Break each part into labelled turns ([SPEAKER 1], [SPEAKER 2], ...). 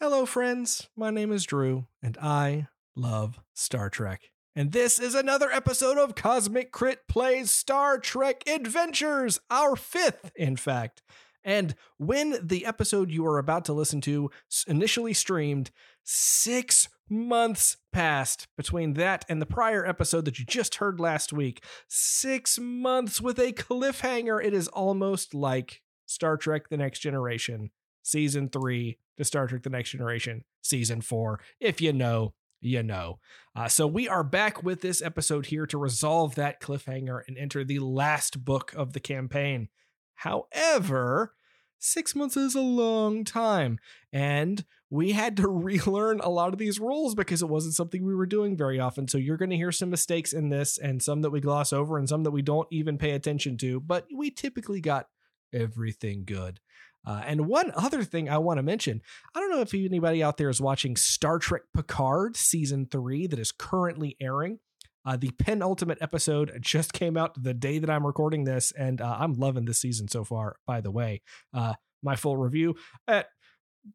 [SPEAKER 1] Hello, friends. My name is Drew, and I love Star Trek. And this is another episode of Cosmic Crit Plays Star Trek Adventures, our fifth, in fact. And when the episode you are about to listen to s- initially streamed, six months passed between that and the prior episode that you just heard last week. Six months with a cliffhanger. It is almost like Star Trek The Next Generation season three to Star Trek The Next Generation season four. If you know, you know. Uh, so we are back with this episode here to resolve that cliffhanger and enter the last book of the campaign. However, six months is a long time, and we had to relearn a lot of these rules because it wasn't something we were doing very often. So you're going to hear some mistakes in this, and some that we gloss over, and some that we don't even pay attention to. But we typically got everything good. Uh, and one other thing I want to mention I don't know if anybody out there is watching Star Trek Picard season three that is currently airing. Uh, the penultimate episode just came out the day that I'm recording this, and uh, I'm loving this season so far, by the way. Uh, my full review at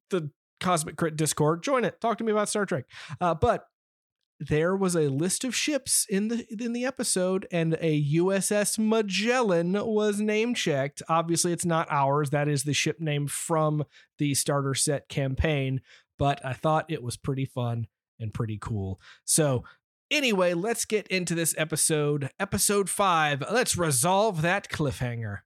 [SPEAKER 1] the Cosmic Crit Discord. Join it. Talk to me about Star Trek. Uh, but there was a list of ships in the in the episode and a USS Magellan was name checked. Obviously it's not ours, that is the ship name from the starter set campaign, but I thought it was pretty fun and pretty cool. So, anyway, let's get into this episode, episode 5. Let's resolve that cliffhanger.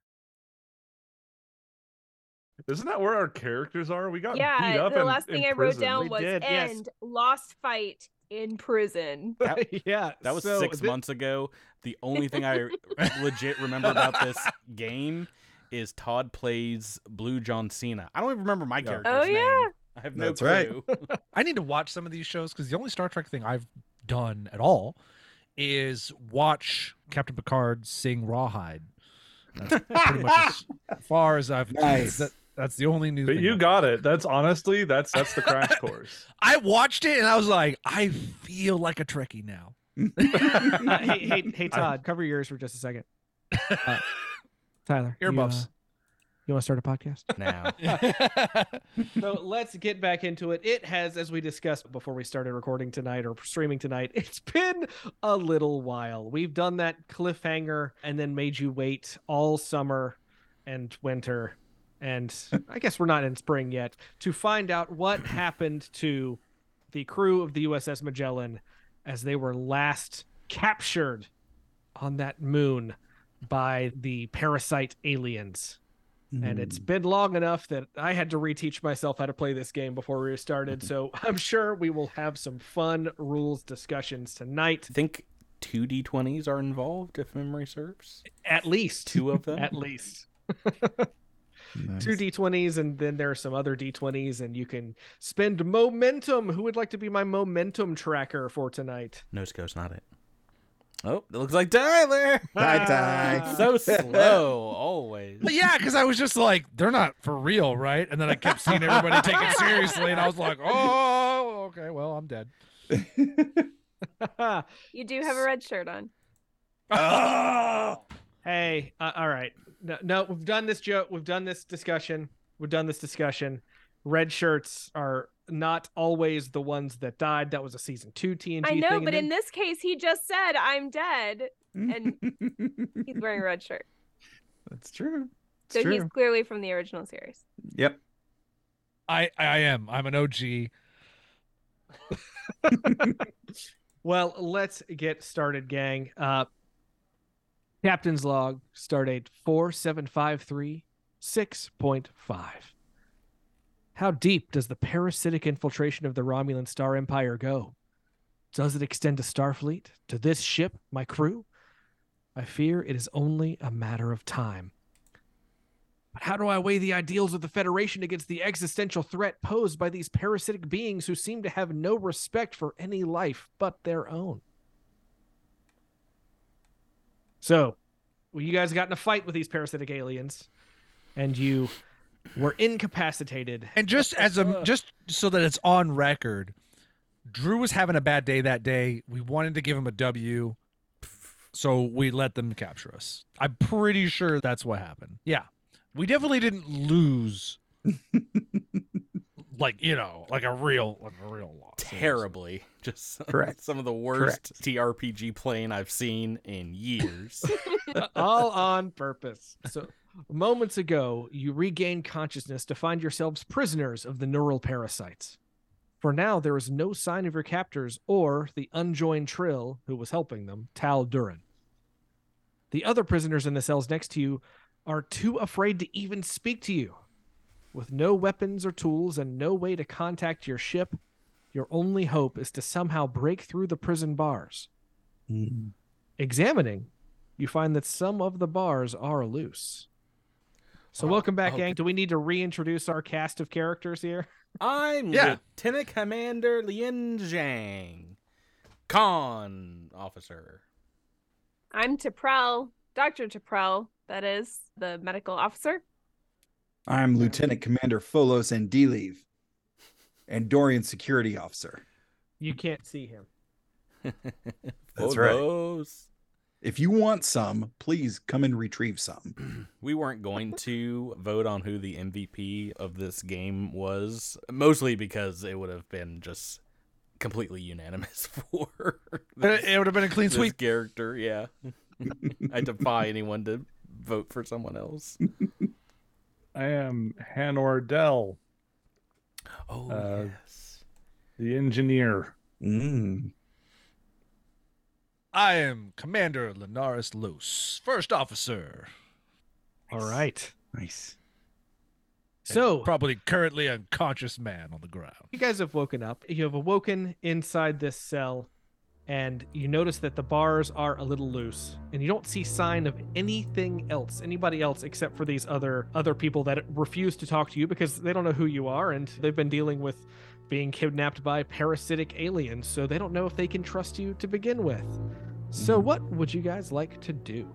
[SPEAKER 2] Isn't that where our characters are? We got beat
[SPEAKER 3] yeah,
[SPEAKER 2] up.
[SPEAKER 3] the
[SPEAKER 2] in-
[SPEAKER 3] last
[SPEAKER 2] in
[SPEAKER 3] thing I wrote
[SPEAKER 2] prison.
[SPEAKER 3] down
[SPEAKER 4] We
[SPEAKER 3] was
[SPEAKER 4] did, yes.
[SPEAKER 3] end lost fight in prison.
[SPEAKER 4] That-
[SPEAKER 1] yeah.
[SPEAKER 4] That was
[SPEAKER 1] so
[SPEAKER 4] six
[SPEAKER 1] thi-
[SPEAKER 4] months ago. The only thing I legit remember about this game is Todd plays Blue John Cena. I don't even remember my
[SPEAKER 2] Yeah.
[SPEAKER 4] character's
[SPEAKER 3] Oh,
[SPEAKER 4] name.
[SPEAKER 3] yeah.
[SPEAKER 4] I have no
[SPEAKER 5] That's right.
[SPEAKER 4] clue.
[SPEAKER 6] I need to watch some of these shows because the only Star Trek thing I've done at all is watch Captain Picard sing Rawhide. That's pretty much as far as I've.
[SPEAKER 5] Nice.
[SPEAKER 6] that- that's the only new.
[SPEAKER 2] But
[SPEAKER 6] thing
[SPEAKER 2] you
[SPEAKER 6] I've-
[SPEAKER 2] got it. That's honestly, that's that's the crash course.
[SPEAKER 6] I watched it and I was like, I feel like a Trekkie now.
[SPEAKER 1] hey, hey, hey, Todd, cover your ears for just a second. Uh, Tyler, you,
[SPEAKER 6] Earmuffs.
[SPEAKER 1] uh, you want to start a podcast?
[SPEAKER 4] now.
[SPEAKER 1] so let's get back into it. It has, as we discussed before we started recording tonight or streaming tonight, it's been a little while. We've done that cliffhanger and then made you wait all summer and winter. And I guess we're not in spring yet to find out what happened to the crew of the USS Magellan as they were last captured on that moon by the parasite aliens and it's been long enough that I had to reteach myself how to play this game before we started. So I'm sure we will have some fun rules discussions tonight,
[SPEAKER 4] I think two D20s are involved, if memory serves.
[SPEAKER 1] at least
[SPEAKER 4] Two of them.
[SPEAKER 1] at least
[SPEAKER 5] Nice.
[SPEAKER 1] two d20s, and then there are some other d20s, and you can spend momentum. Who would like to be my momentum tracker for tonight?
[SPEAKER 4] No, Sco's not it. Oh, it looks like Tyler.
[SPEAKER 5] Tie tie.
[SPEAKER 4] so slow, always.
[SPEAKER 6] But yeah, because I was just like, they're not for real, right? And then I kept seeing everybody take it seriously, and I was like, oh, okay, well, I'm dead.
[SPEAKER 3] You do have a red shirt on.
[SPEAKER 1] hey, uh, all right, no, no, we've done this joke. We've done this discussion. We've done this discussion. Red shirts are not always the ones that died. That was a season two TNG.
[SPEAKER 3] I know,
[SPEAKER 1] thing,
[SPEAKER 3] but
[SPEAKER 1] and
[SPEAKER 3] in this case, he just said, I'm dead. And he's wearing a red shirt.
[SPEAKER 5] That's true. It's
[SPEAKER 3] So
[SPEAKER 5] true.
[SPEAKER 3] he's clearly from the original series.
[SPEAKER 5] Yep.
[SPEAKER 6] I, I am. I'm an OG.
[SPEAKER 1] Well, let's get started, gang. Uh, Captain's log, stardate 4753 6.5. How deep does the parasitic infiltration of the Romulan Star Empire go? Does it extend to Starfleet, to this ship, my crew? I fear it is only a matter of time. But how do I weigh the ideals of the Federation against the existential threat posed by these parasitic beings who seem to have no respect for any life but their own? So, well, you guys got in a fight with these parasitic aliens, and you were incapacitated.
[SPEAKER 6] And just as a just so that it's on record, Drew was having a bad day that day. We wanted to give him a W, so we let them capture us. I'm pretty sure that's what happened. Yeah, we definitely didn't lose. like you know, like a real, like a real loss.
[SPEAKER 4] terribly. Just some,
[SPEAKER 7] Correct.
[SPEAKER 4] some of the worst TRPG playing I've seen in years.
[SPEAKER 1] all on purpose. So, moments ago, you regain consciousness to find yourselves prisoners of the neural parasites. For now, there is no sign of your captors or the unjoined Trill who was helping them, Tal Durin. The other prisoners in the cells next to you are too afraid to even speak to you. With no weapons or tools and no way to contact your ship, your only hope is to somehow break through the prison bars.
[SPEAKER 4] Mm.
[SPEAKER 1] Examining, you find that some of the bars are loose. So welcome back,
[SPEAKER 4] Oh,
[SPEAKER 1] gang. Do we need to reintroduce our cast of characters here?
[SPEAKER 4] I'm
[SPEAKER 6] Yeah.
[SPEAKER 4] Lieutenant Commander Lien Zhang, con officer.
[SPEAKER 3] I'm Taprell, Dr. Taprell, that is the medical officer.
[SPEAKER 7] I'm Lieutenant Commander Folos and D Leave, and Dorian Security Officer.
[SPEAKER 1] You can't see him.
[SPEAKER 7] That's right.
[SPEAKER 4] Photos.
[SPEAKER 7] If you want some, please come and retrieve some.
[SPEAKER 4] We weren't going to vote on who the MVP of this game was, mostly because it would have been just completely unanimous for
[SPEAKER 6] Uh, It,
[SPEAKER 4] this,
[SPEAKER 6] would have been a clean
[SPEAKER 4] this
[SPEAKER 6] sweep.
[SPEAKER 4] character. Yeah, I defy anyone to vote for someone else.
[SPEAKER 2] I am Hanor Dell,
[SPEAKER 4] Oh
[SPEAKER 2] Uh,
[SPEAKER 4] yes,
[SPEAKER 2] the engineer.
[SPEAKER 7] Mm.
[SPEAKER 6] I am Commander Lenaris Luce, first officer.
[SPEAKER 1] All right.
[SPEAKER 7] Nice.
[SPEAKER 1] So
[SPEAKER 6] Probably currently unconscious man on the ground.
[SPEAKER 1] you guys have woken up. You have awoken inside this cell, and you notice that the bars are a little loose, and you don't see sign of anything else, anybody else except for these other other people that refuse to talk to you because they don't know who you are, and they've been dealing with being kidnapped by parasitic aliens, so they don't know if they can trust you to begin with. So,
[SPEAKER 7] Mhm.
[SPEAKER 1] what would you guys like to do?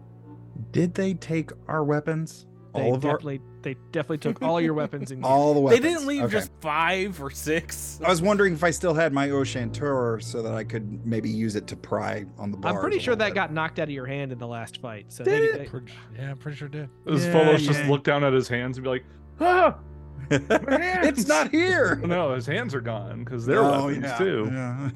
[SPEAKER 7] Did they take our weapons?
[SPEAKER 1] They
[SPEAKER 7] all of our
[SPEAKER 1] definitely, they definitely took all your weapons and
[SPEAKER 7] all the
[SPEAKER 4] they
[SPEAKER 7] weapons.
[SPEAKER 4] didn't leave
[SPEAKER 7] Okay.
[SPEAKER 4] just five or six.
[SPEAKER 7] I was wondering if I still had my Oshantur so that I could maybe use it to pry on the bar.
[SPEAKER 1] I'm pretty sure that got knocked out of your hand in the last fight. So
[SPEAKER 7] Did
[SPEAKER 1] they,
[SPEAKER 7] it?
[SPEAKER 1] they-
[SPEAKER 6] Pretty- yeah, I'm pretty sure did.
[SPEAKER 2] Does
[SPEAKER 7] Yeah,
[SPEAKER 2] Folos just
[SPEAKER 7] yeah.
[SPEAKER 2] look down at his hands and be like, ah, My hands!
[SPEAKER 7] it's not here.
[SPEAKER 2] no, his hands are gone because they're
[SPEAKER 7] Oh,
[SPEAKER 2] weapons
[SPEAKER 7] yeah,
[SPEAKER 2] too.
[SPEAKER 7] yeah.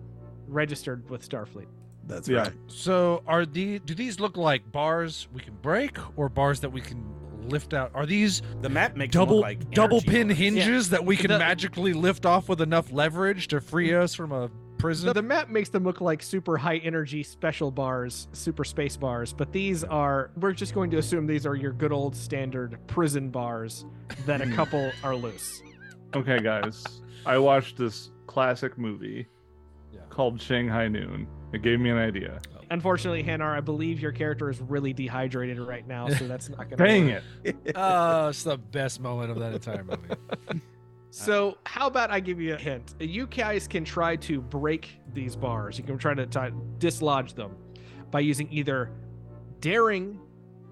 [SPEAKER 1] registered with Starfleet.
[SPEAKER 7] That's
[SPEAKER 2] Yeah.
[SPEAKER 7] right.
[SPEAKER 6] So are the do these look like bars we can break or bars that we can lift out? Are these
[SPEAKER 4] The map makes them
[SPEAKER 6] double
[SPEAKER 4] look like
[SPEAKER 6] double
[SPEAKER 4] energy
[SPEAKER 6] pin
[SPEAKER 4] bars.
[SPEAKER 6] hinges that we can
[SPEAKER 1] The-
[SPEAKER 6] magically lift off with enough leverage to free us from a prison?
[SPEAKER 1] The, the map makes them look like super high energy special bars, super space bars, but these are, we're just going to assume these are your good old standard prison bars that a couple are loose.
[SPEAKER 2] Okay, guys, I watched this classic movie
[SPEAKER 6] Yeah.
[SPEAKER 2] called Shanghai Noon. It gave me an idea.
[SPEAKER 1] Unfortunately, Hanar, I believe your character is really dehydrated right now, so that's not going to
[SPEAKER 2] Dang it!
[SPEAKER 6] oh, it's the best moment of that entire movie.
[SPEAKER 1] So, how about I give you a hint? You guys can try to break these bars. You can try to ti- dislodge them by using either daring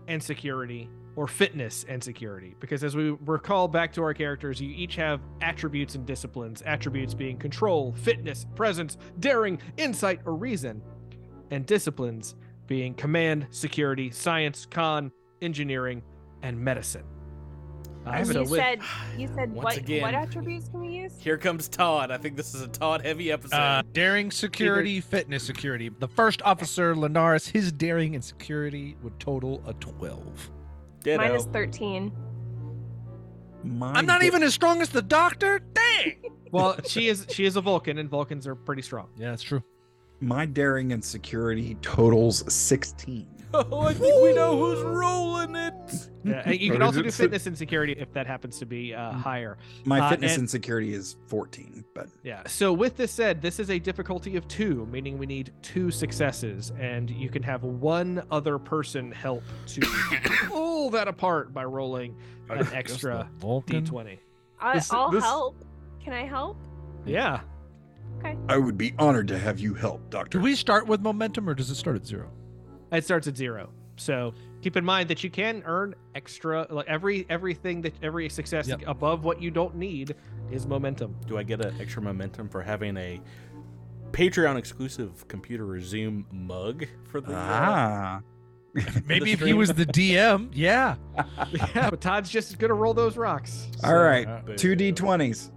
[SPEAKER 1] and security or fitness and security. Because as we recall back to our characters, you each have attributes and disciplines, attributes being control, fitness, presence, daring, insight, or reason, and disciplines being command, security, science, con, engineering, and medicine. Uh,
[SPEAKER 3] And
[SPEAKER 1] so
[SPEAKER 3] you
[SPEAKER 1] with-
[SPEAKER 3] said you said
[SPEAKER 4] Once
[SPEAKER 3] what
[SPEAKER 4] again.
[SPEAKER 3] what attributes can we use?
[SPEAKER 4] Here comes Todd. I think this is a Todd heavy episode.
[SPEAKER 6] Uh, daring security, fitness security. The first officer, Lenaris, his daring and security would total a 12.
[SPEAKER 4] Ditto.
[SPEAKER 3] Mine is 13.
[SPEAKER 7] My
[SPEAKER 6] I'm not
[SPEAKER 7] di-
[SPEAKER 6] even as strong as the doctor? Dang!
[SPEAKER 1] Well, she is she is a Vulcan, and Vulcans are pretty strong.
[SPEAKER 6] Yeah, that's true.
[SPEAKER 7] My daring and security totals 16.
[SPEAKER 4] Oh, I think we know who's rolling it.
[SPEAKER 1] Yeah, and you
[SPEAKER 2] Or
[SPEAKER 1] can
[SPEAKER 2] is
[SPEAKER 1] also
[SPEAKER 2] it
[SPEAKER 1] do
[SPEAKER 2] s-
[SPEAKER 1] fitness and security if that happens to be uh, higher.
[SPEAKER 7] My
[SPEAKER 1] Uh,
[SPEAKER 7] fitness
[SPEAKER 1] and-
[SPEAKER 7] and security is 14, but
[SPEAKER 1] Yeah. So with this said, this is a difficulty of two, meaning we need two successes, and you can have one other person help to pull that apart by rolling an extra
[SPEAKER 6] Vulcan.
[SPEAKER 1] d20.
[SPEAKER 3] I,
[SPEAKER 2] This-
[SPEAKER 3] I'll
[SPEAKER 2] this-
[SPEAKER 3] help. Can I help?
[SPEAKER 1] Yeah.
[SPEAKER 7] I would be honored to have you help, Doctor.
[SPEAKER 6] Do we start with momentum or does it start at zero?
[SPEAKER 1] It starts at zero. So keep in mind that you can earn extra. Like every everything that every success
[SPEAKER 6] Yep.
[SPEAKER 1] above what you don't need is momentum.
[SPEAKER 4] Do I get an extra momentum for having a Patreon exclusive computer Zoom mug for the? uh,
[SPEAKER 7] Ah.
[SPEAKER 6] Maybe if he
[SPEAKER 4] stream.
[SPEAKER 6] was the DM, yeah.
[SPEAKER 1] yeah, but Todd's just gonna roll those rocks.
[SPEAKER 7] All right.
[SPEAKER 6] uh,
[SPEAKER 7] Two D20s.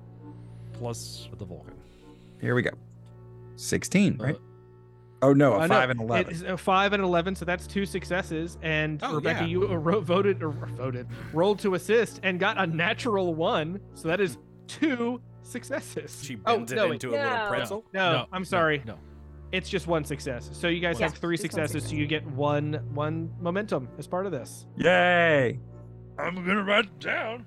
[SPEAKER 6] plus the Vulcan.
[SPEAKER 7] Here we go. 16, right?
[SPEAKER 4] Uh,
[SPEAKER 7] oh, no, a
[SPEAKER 1] uh, no,
[SPEAKER 7] 5 and 11.
[SPEAKER 1] It's a five and eleven, so that's two successes. And
[SPEAKER 4] Oh,
[SPEAKER 1] Rebecca,
[SPEAKER 4] yeah.
[SPEAKER 1] you ro- voted or voted, rolled to assist, and got a natural one, so that is two successes.
[SPEAKER 4] She
[SPEAKER 1] Oh,
[SPEAKER 4] bends
[SPEAKER 1] no,
[SPEAKER 4] it
[SPEAKER 1] wait.
[SPEAKER 4] into a
[SPEAKER 3] No.
[SPEAKER 4] little pretzel.
[SPEAKER 1] No, I'm sorry.
[SPEAKER 6] No.
[SPEAKER 1] It's just one success. So you guys
[SPEAKER 3] Yeah,
[SPEAKER 1] have three
[SPEAKER 3] just one
[SPEAKER 1] successes, so
[SPEAKER 3] success.
[SPEAKER 1] you get one one momentum as part of this.
[SPEAKER 7] Yay!
[SPEAKER 6] I'm gonna write it down.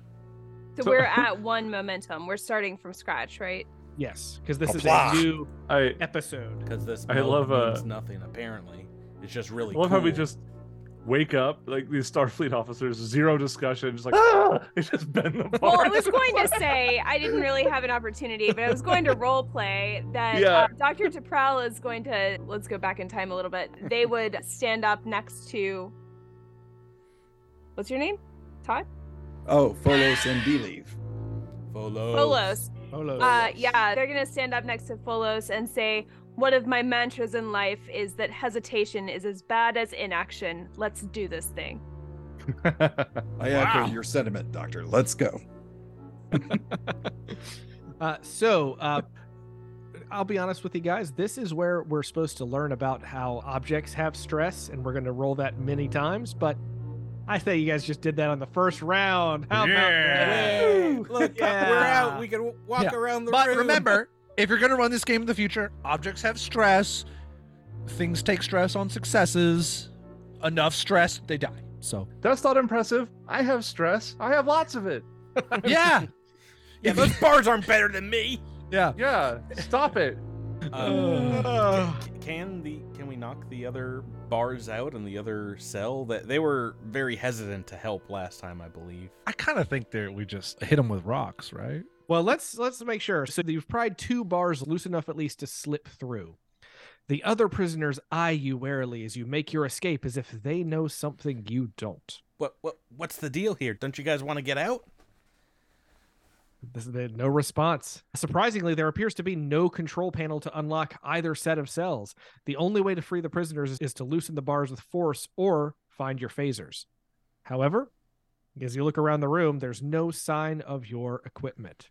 [SPEAKER 3] So
[SPEAKER 1] So-
[SPEAKER 3] we're at one momentum. We're starting from scratch, right?
[SPEAKER 1] Yes, because this
[SPEAKER 7] Applause.
[SPEAKER 1] is a new
[SPEAKER 2] I
[SPEAKER 1] episode.
[SPEAKER 4] Because this
[SPEAKER 2] I
[SPEAKER 4] melt
[SPEAKER 2] love, uh,
[SPEAKER 4] means nothing apparently. It's just really.
[SPEAKER 2] love how we
[SPEAKER 4] cool.
[SPEAKER 2] just wake up like these Starfleet officers, zero discussion, just like ah, they just bend them
[SPEAKER 3] Well, I
[SPEAKER 2] apart.
[SPEAKER 3] was going to say I didn't really have an opportunity, but I was going to role play that
[SPEAKER 2] Yeah.
[SPEAKER 3] uh, Dr. Tapral is going to let's go back in time a little bit. They would stand up next to what's your name? Todd?
[SPEAKER 7] Oh, Folos and D leave.
[SPEAKER 4] Folos.
[SPEAKER 3] Folos.
[SPEAKER 1] Polo.
[SPEAKER 3] Uh, yeah, they're going to stand up next to Folos and say, "One of my mantras in life is that hesitation is as bad as inaction. Let's do this thing."
[SPEAKER 7] I echo your sentiment, Doctor. Let's go.
[SPEAKER 1] Uh, so, uh, I'll be honest with you guys. This is where we're supposed to learn about how objects have stress, and we're going to roll that many times. But I say you guys just did that on the first round. How
[SPEAKER 6] Yeah.
[SPEAKER 4] Yay.
[SPEAKER 1] about that?
[SPEAKER 4] Look,
[SPEAKER 1] Yeah.
[SPEAKER 4] we're out. We can w- walk
[SPEAKER 6] Yeah.
[SPEAKER 4] around the
[SPEAKER 6] But
[SPEAKER 4] room.
[SPEAKER 6] remember, if you're gonna run this game in the future, objects have stress. Things take stress on successes. Enough stress, they die. So
[SPEAKER 2] That's not impressive. I have stress. I have lots of it.
[SPEAKER 6] yeah,
[SPEAKER 4] yeah, those bars aren't better than me.
[SPEAKER 6] yeah.
[SPEAKER 2] Yeah, stop it.
[SPEAKER 4] Um,
[SPEAKER 1] Ugh.
[SPEAKER 4] c- can the can we knock the other bars out and the other cell that they were very hesitant to help last time, I believe.
[SPEAKER 6] I kind of think that we just hit them with rocks, right?
[SPEAKER 1] Well, let's let's make sure. So you've pried two bars loose enough at least to slip through. The other prisoners eye you warily as you make your escape, as if they know something you don't.
[SPEAKER 4] What what what's the deal here? Don't you guys want to get out?
[SPEAKER 1] This is no response. Surprisingly, there appears to be no control panel to unlock either set of cells. The only way to free the prisoners is, is to loosen the bars with force or find your phasers. However, as you look around the room, there's no sign of your equipment.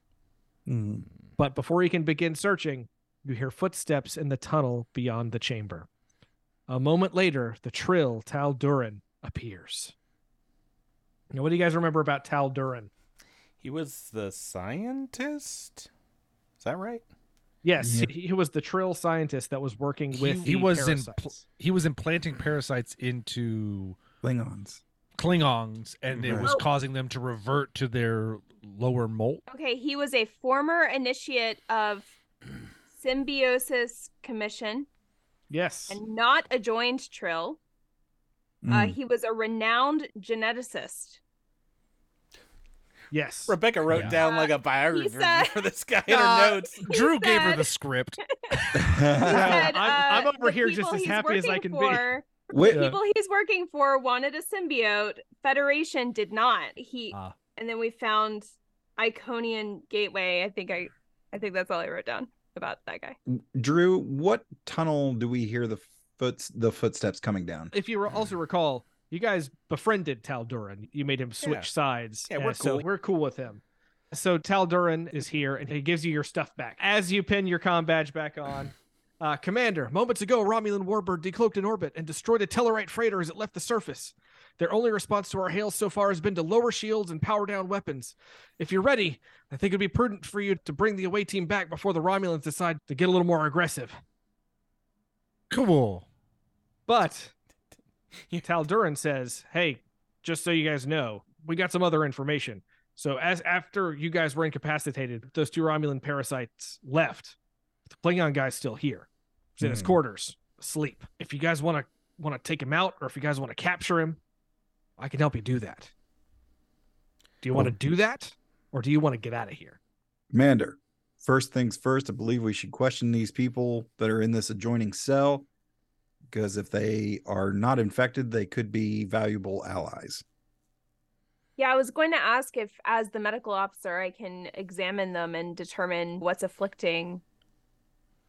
[SPEAKER 1] But before you can begin searching, you hear footsteps in the tunnel beyond the chamber. A moment later, the Trill Tal Durin appears. Now, what do you guys remember about Tal Durin?
[SPEAKER 4] He was the scientist? Is that right?
[SPEAKER 1] Yes, he, he was the Trill scientist that was working with.
[SPEAKER 6] he
[SPEAKER 1] the
[SPEAKER 6] was in pl-
[SPEAKER 1] parasites.
[SPEAKER 6] he was implanting parasites into
[SPEAKER 7] Klingons.
[SPEAKER 6] Klingons, and it was
[SPEAKER 3] Right.
[SPEAKER 6] causing them to revert to their lower molt.
[SPEAKER 3] Okay, he was a former initiate of Symbiosis Commission
[SPEAKER 1] yes,
[SPEAKER 3] and not a joined Trill.
[SPEAKER 7] Hmm.
[SPEAKER 1] Mm.
[SPEAKER 3] Uh, he was a renowned geneticist.
[SPEAKER 1] yes.
[SPEAKER 4] Rebecca wrote
[SPEAKER 6] Yeah.
[SPEAKER 4] down like a biography
[SPEAKER 3] said-
[SPEAKER 4] for this guy in
[SPEAKER 6] Uh,
[SPEAKER 4] her notes.
[SPEAKER 6] Drew gave her
[SPEAKER 3] said-
[SPEAKER 6] the script.
[SPEAKER 1] Wow,
[SPEAKER 3] He said,
[SPEAKER 1] I'm- I'm
[SPEAKER 3] uh,
[SPEAKER 1] over
[SPEAKER 3] the
[SPEAKER 1] here just
[SPEAKER 3] people
[SPEAKER 1] as
[SPEAKER 3] he's
[SPEAKER 1] happy as I
[SPEAKER 3] working
[SPEAKER 1] can be.
[SPEAKER 3] for,
[SPEAKER 7] Wait,
[SPEAKER 3] The people he's working for wanted a symbiote. Federation did not. He
[SPEAKER 6] Ah.
[SPEAKER 3] and then we found Iconian Gateway. I think I, I think that's all I wrote down about that guy.
[SPEAKER 7] Drew, what tunnel do we hear the foots the footsteps coming down?
[SPEAKER 1] If you re- also recall, you guys befriended Tal Durin. You made him switch
[SPEAKER 4] Yeah.
[SPEAKER 1] sides.
[SPEAKER 4] Yeah, we're
[SPEAKER 1] So
[SPEAKER 4] cool.
[SPEAKER 1] we're cool with him. So Tal Durin is here, and he gives you your stuff back as you pin your com badge back on. Uh, Commander, moments ago, Romulan Warbird decloaked in orbit and destroyed a Tellarite freighter as it left the surface. Their only response to our hail so far has been to lower shields and power down weapons. If you're ready, I think it'd be prudent for you to bring the away team back before the Romulans decide to get a little more aggressive.
[SPEAKER 6] Cool.
[SPEAKER 1] But Tal Durin says, "Hey, just so you guys know, we got some other information. So as after you guys were incapacitated, those two Romulan parasites left. The Klingon guy's still here. He's in his
[SPEAKER 7] Hmm.
[SPEAKER 1] quarters, asleep. If you guys want to want to take him out, or if you guys want to capture him, I can help you do that. Do you want to do that, or do you want to get out of here?
[SPEAKER 7] Commander, first things first, I believe we should question these people that are in this adjoining cell because if they are not infected, they could be valuable allies.
[SPEAKER 3] Yeah, I was going to ask if, as the medical officer, I can examine them and determine what's afflicting,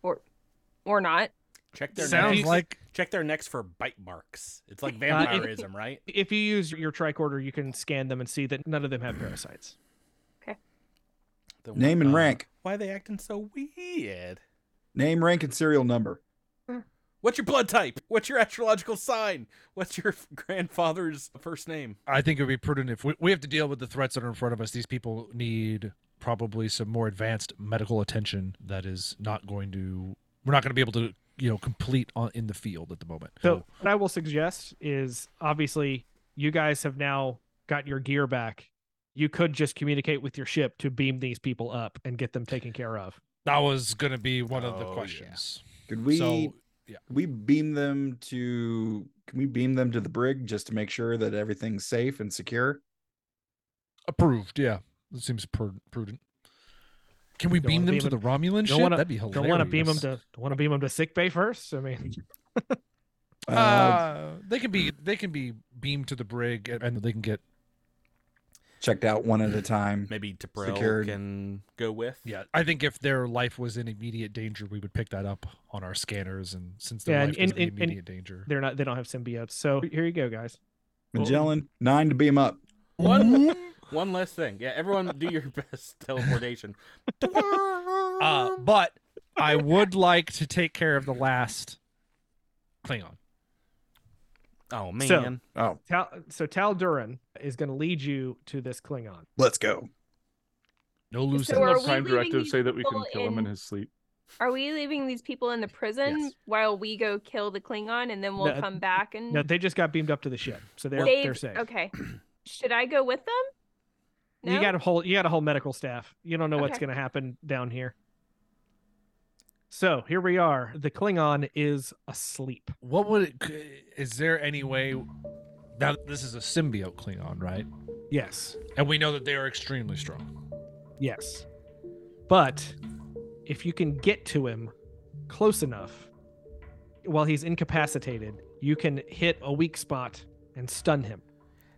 [SPEAKER 3] or, or not.
[SPEAKER 4] Check their
[SPEAKER 6] Sounds
[SPEAKER 4] necks.
[SPEAKER 6] like
[SPEAKER 4] check their necks for bite marks. It's like
[SPEAKER 1] Uh, if-
[SPEAKER 4] vampirism, right?
[SPEAKER 1] If you use your tricorder, you can scan them and see that none of them have parasites.
[SPEAKER 4] the one
[SPEAKER 7] Name and
[SPEAKER 4] about
[SPEAKER 7] rank.
[SPEAKER 4] Why they acting so weird?
[SPEAKER 7] Name, rank, and serial number.
[SPEAKER 4] What's your blood type? What's your astrological sign? What's your grandfather's first name?
[SPEAKER 6] I think it would be prudent if we, we have to deal with the threats that are in front of us. These people need probably some more advanced medical attention that is not going to, we're not going to be able to, you know, complete on, in the field at the moment.
[SPEAKER 1] So what I will suggest is obviously you guys have now got your gear back. You could just communicate with your ship to beam these people up and get them taken care of.
[SPEAKER 6] that was going to be one of the
[SPEAKER 4] Oh, yeah.
[SPEAKER 6] questions.
[SPEAKER 7] Could we
[SPEAKER 6] So
[SPEAKER 7] could we beam them to can we beam them to the brig just to make sure that everything's safe and secure?
[SPEAKER 6] approved. Yeah. That seems pr- prudent. Can we
[SPEAKER 1] Don't
[SPEAKER 6] beam
[SPEAKER 1] wanna
[SPEAKER 6] them
[SPEAKER 1] beam
[SPEAKER 6] to the Romulan ship?
[SPEAKER 1] don't wanna-
[SPEAKER 6] That'd be hilarious.
[SPEAKER 1] Don't want to beam them to don't want to beam them to sick bay first. I mean,
[SPEAKER 7] Uh,
[SPEAKER 6] Uh, they can be they can be beamed to the brig and, and they can get
[SPEAKER 7] checked out one at a time.
[SPEAKER 4] Maybe Tabrell
[SPEAKER 7] Secured.
[SPEAKER 4] can go with.
[SPEAKER 6] yeah. I think if their life was in immediate danger, we would pick that up on our scanners. And since their
[SPEAKER 1] Yeah,
[SPEAKER 6] life
[SPEAKER 1] and-
[SPEAKER 6] was in
[SPEAKER 1] and- and-
[SPEAKER 6] immediate danger,
[SPEAKER 1] they're not they don't have symbiotes. So here you go, guys.
[SPEAKER 7] Magellan, nine to beam up.
[SPEAKER 4] One, one less thing. Yeah, everyone do your best teleportation.
[SPEAKER 6] uh, but I would like to take care of the last Klingon.
[SPEAKER 4] oh, man.
[SPEAKER 1] So-
[SPEAKER 7] Oh,
[SPEAKER 1] Tal, so Tal Duran is going to lead you to this Klingon.
[SPEAKER 7] let's go.
[SPEAKER 6] No loose
[SPEAKER 3] So
[SPEAKER 2] Enough
[SPEAKER 3] are
[SPEAKER 6] ends.
[SPEAKER 3] we
[SPEAKER 2] time
[SPEAKER 3] leaving
[SPEAKER 2] directives
[SPEAKER 3] these
[SPEAKER 2] say that we can
[SPEAKER 3] people
[SPEAKER 2] kill him in
[SPEAKER 3] in-
[SPEAKER 2] his sleep.
[SPEAKER 3] Are we leaving these people in the prison
[SPEAKER 4] Yes.
[SPEAKER 3] while we go kill the Klingon and then we'll
[SPEAKER 1] No,
[SPEAKER 3] come back and
[SPEAKER 1] No, they just got beamed up to the ship, so they're
[SPEAKER 3] They've-
[SPEAKER 1] they're safe.
[SPEAKER 3] Mm. Okay. Should I go with them? No?
[SPEAKER 1] You got a whole you got a whole medical staff. You don't know what's
[SPEAKER 3] Okay.
[SPEAKER 1] going to happen down here. So here we are. The Klingon is asleep.
[SPEAKER 6] What would it? Is there any way? Now this is a symbiote Klingon, right?
[SPEAKER 1] Yes,
[SPEAKER 6] And we know that they are extremely strong.
[SPEAKER 1] yes. But if you can get to him close enough, while he's incapacitated, you can hit a weak spot and stun him.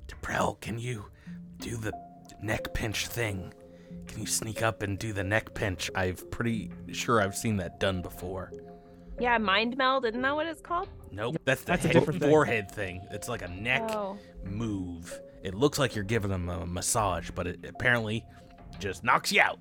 [SPEAKER 4] Tabrell, can you do the neck pinch thing? Can you sneak up and do the neck pinch? I'm pretty sure I've seen that done before.
[SPEAKER 3] Yeah, mind meld. Isn't that what it's called?
[SPEAKER 4] Nope, that's the
[SPEAKER 1] That's a
[SPEAKER 4] head-
[SPEAKER 1] different thing.
[SPEAKER 4] forehead thing. It's like a neck
[SPEAKER 3] Oh.
[SPEAKER 4] move. It looks like you're giving them a massage, but it apparently just knocks you out.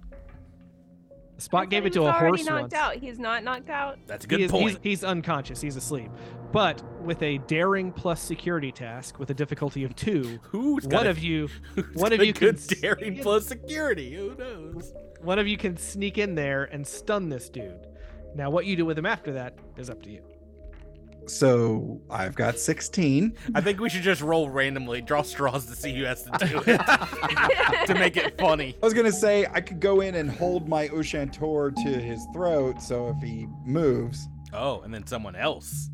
[SPEAKER 3] I
[SPEAKER 1] Spot
[SPEAKER 3] thought
[SPEAKER 1] gave it
[SPEAKER 3] he
[SPEAKER 1] to
[SPEAKER 3] was
[SPEAKER 1] a
[SPEAKER 3] already
[SPEAKER 1] horse
[SPEAKER 3] knocked
[SPEAKER 1] once.
[SPEAKER 3] out. He's not knocked out.
[SPEAKER 4] That's a
[SPEAKER 1] He
[SPEAKER 4] good
[SPEAKER 1] is-
[SPEAKER 4] point.
[SPEAKER 1] He's, he's unconscious. He's asleep. But with a daring plus security task with a difficulty of two,
[SPEAKER 4] Who's got
[SPEAKER 1] one
[SPEAKER 4] a-
[SPEAKER 1] of you,
[SPEAKER 4] who's
[SPEAKER 1] one of
[SPEAKER 4] got a
[SPEAKER 1] you can
[SPEAKER 4] good daring
[SPEAKER 1] sneak in-
[SPEAKER 4] plus security? Who knows?
[SPEAKER 1] one of you can sneak in there and stun this dude. Now, what you do with him after that is up to you.
[SPEAKER 7] So I've got 16.
[SPEAKER 4] I think we should just roll randomly, draw straws to see who has to do it to make it funny.
[SPEAKER 7] I was gonna say I could go in and hold my Ushantor to his throat, so if he moves,
[SPEAKER 4] Oh, and then someone else.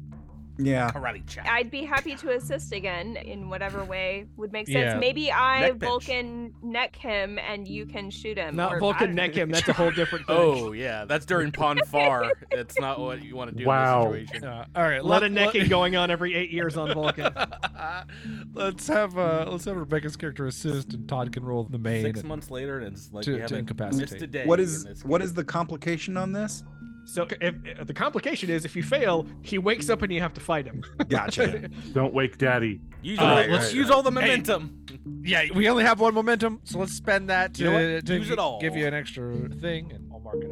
[SPEAKER 7] yeah,
[SPEAKER 4] Karate chop.
[SPEAKER 3] I'd be happy to assist again in whatever way would make sense.
[SPEAKER 6] Yeah.
[SPEAKER 3] Maybe I
[SPEAKER 4] Neck pinch.
[SPEAKER 3] Vulcan neck him and you can shoot him.
[SPEAKER 1] Not
[SPEAKER 3] or- I
[SPEAKER 1] Vulcan
[SPEAKER 3] don't-
[SPEAKER 1] neck him. That's a whole different thing.
[SPEAKER 4] Oh yeah, that's during Ponfar. That's not what you want to do
[SPEAKER 2] Wow.
[SPEAKER 4] in this situation.
[SPEAKER 6] Uh, all right,
[SPEAKER 1] a lot of necking going on every eight years on Vulcan.
[SPEAKER 6] let's have uh, let's have Rebecca's character assist, and Todd can roll the main.
[SPEAKER 4] Six months later, and it's like
[SPEAKER 6] To-
[SPEAKER 4] you
[SPEAKER 6] to
[SPEAKER 4] haven't
[SPEAKER 6] incapacitate.
[SPEAKER 4] missed a day.
[SPEAKER 7] what is
[SPEAKER 4] in this
[SPEAKER 7] what
[SPEAKER 4] game.
[SPEAKER 7] is the complication on this?
[SPEAKER 1] So if, if- the complication is if you fail, he wakes up and you have to fight him.
[SPEAKER 7] Gotcha.
[SPEAKER 2] Don't wake daddy.
[SPEAKER 4] Use
[SPEAKER 6] Uh,
[SPEAKER 4] all-
[SPEAKER 7] right,
[SPEAKER 4] let's
[SPEAKER 7] right,
[SPEAKER 4] use
[SPEAKER 7] right.
[SPEAKER 4] all the momentum.
[SPEAKER 6] Yeah, we only have one momentum, so let's spend that to,
[SPEAKER 4] You know what?
[SPEAKER 6] to
[SPEAKER 4] Use it all.
[SPEAKER 6] give you an extra thing, and I'll mark it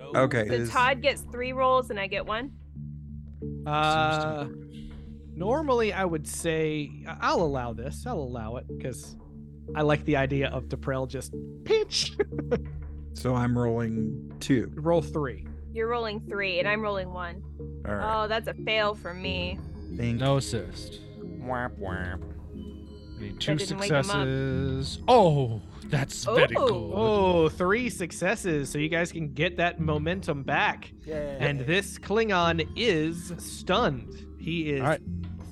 [SPEAKER 6] out.
[SPEAKER 4] Go.
[SPEAKER 7] okay.
[SPEAKER 3] So
[SPEAKER 7] is-
[SPEAKER 3] Todd gets three rolls and I get one.
[SPEAKER 1] Uh, normally, I would say I- I'll allow this. I'll allow it because I like the idea of Deprel just pinch.
[SPEAKER 7] so I'm rolling two.
[SPEAKER 1] Roll three.
[SPEAKER 3] You're rolling three and I'm rolling one.
[SPEAKER 7] All right.
[SPEAKER 1] Uh,
[SPEAKER 3] Oh, that's a fail for me.
[SPEAKER 7] Thank
[SPEAKER 6] No assist.
[SPEAKER 4] Whap, whap.
[SPEAKER 6] We need two
[SPEAKER 3] didn't wake 'em up.
[SPEAKER 6] successes. Oh, that's very
[SPEAKER 3] Oh.
[SPEAKER 6] good.
[SPEAKER 1] Oh, three successes. So you guys can get that momentum back. And this Klingon is stunned. He is
[SPEAKER 6] All right.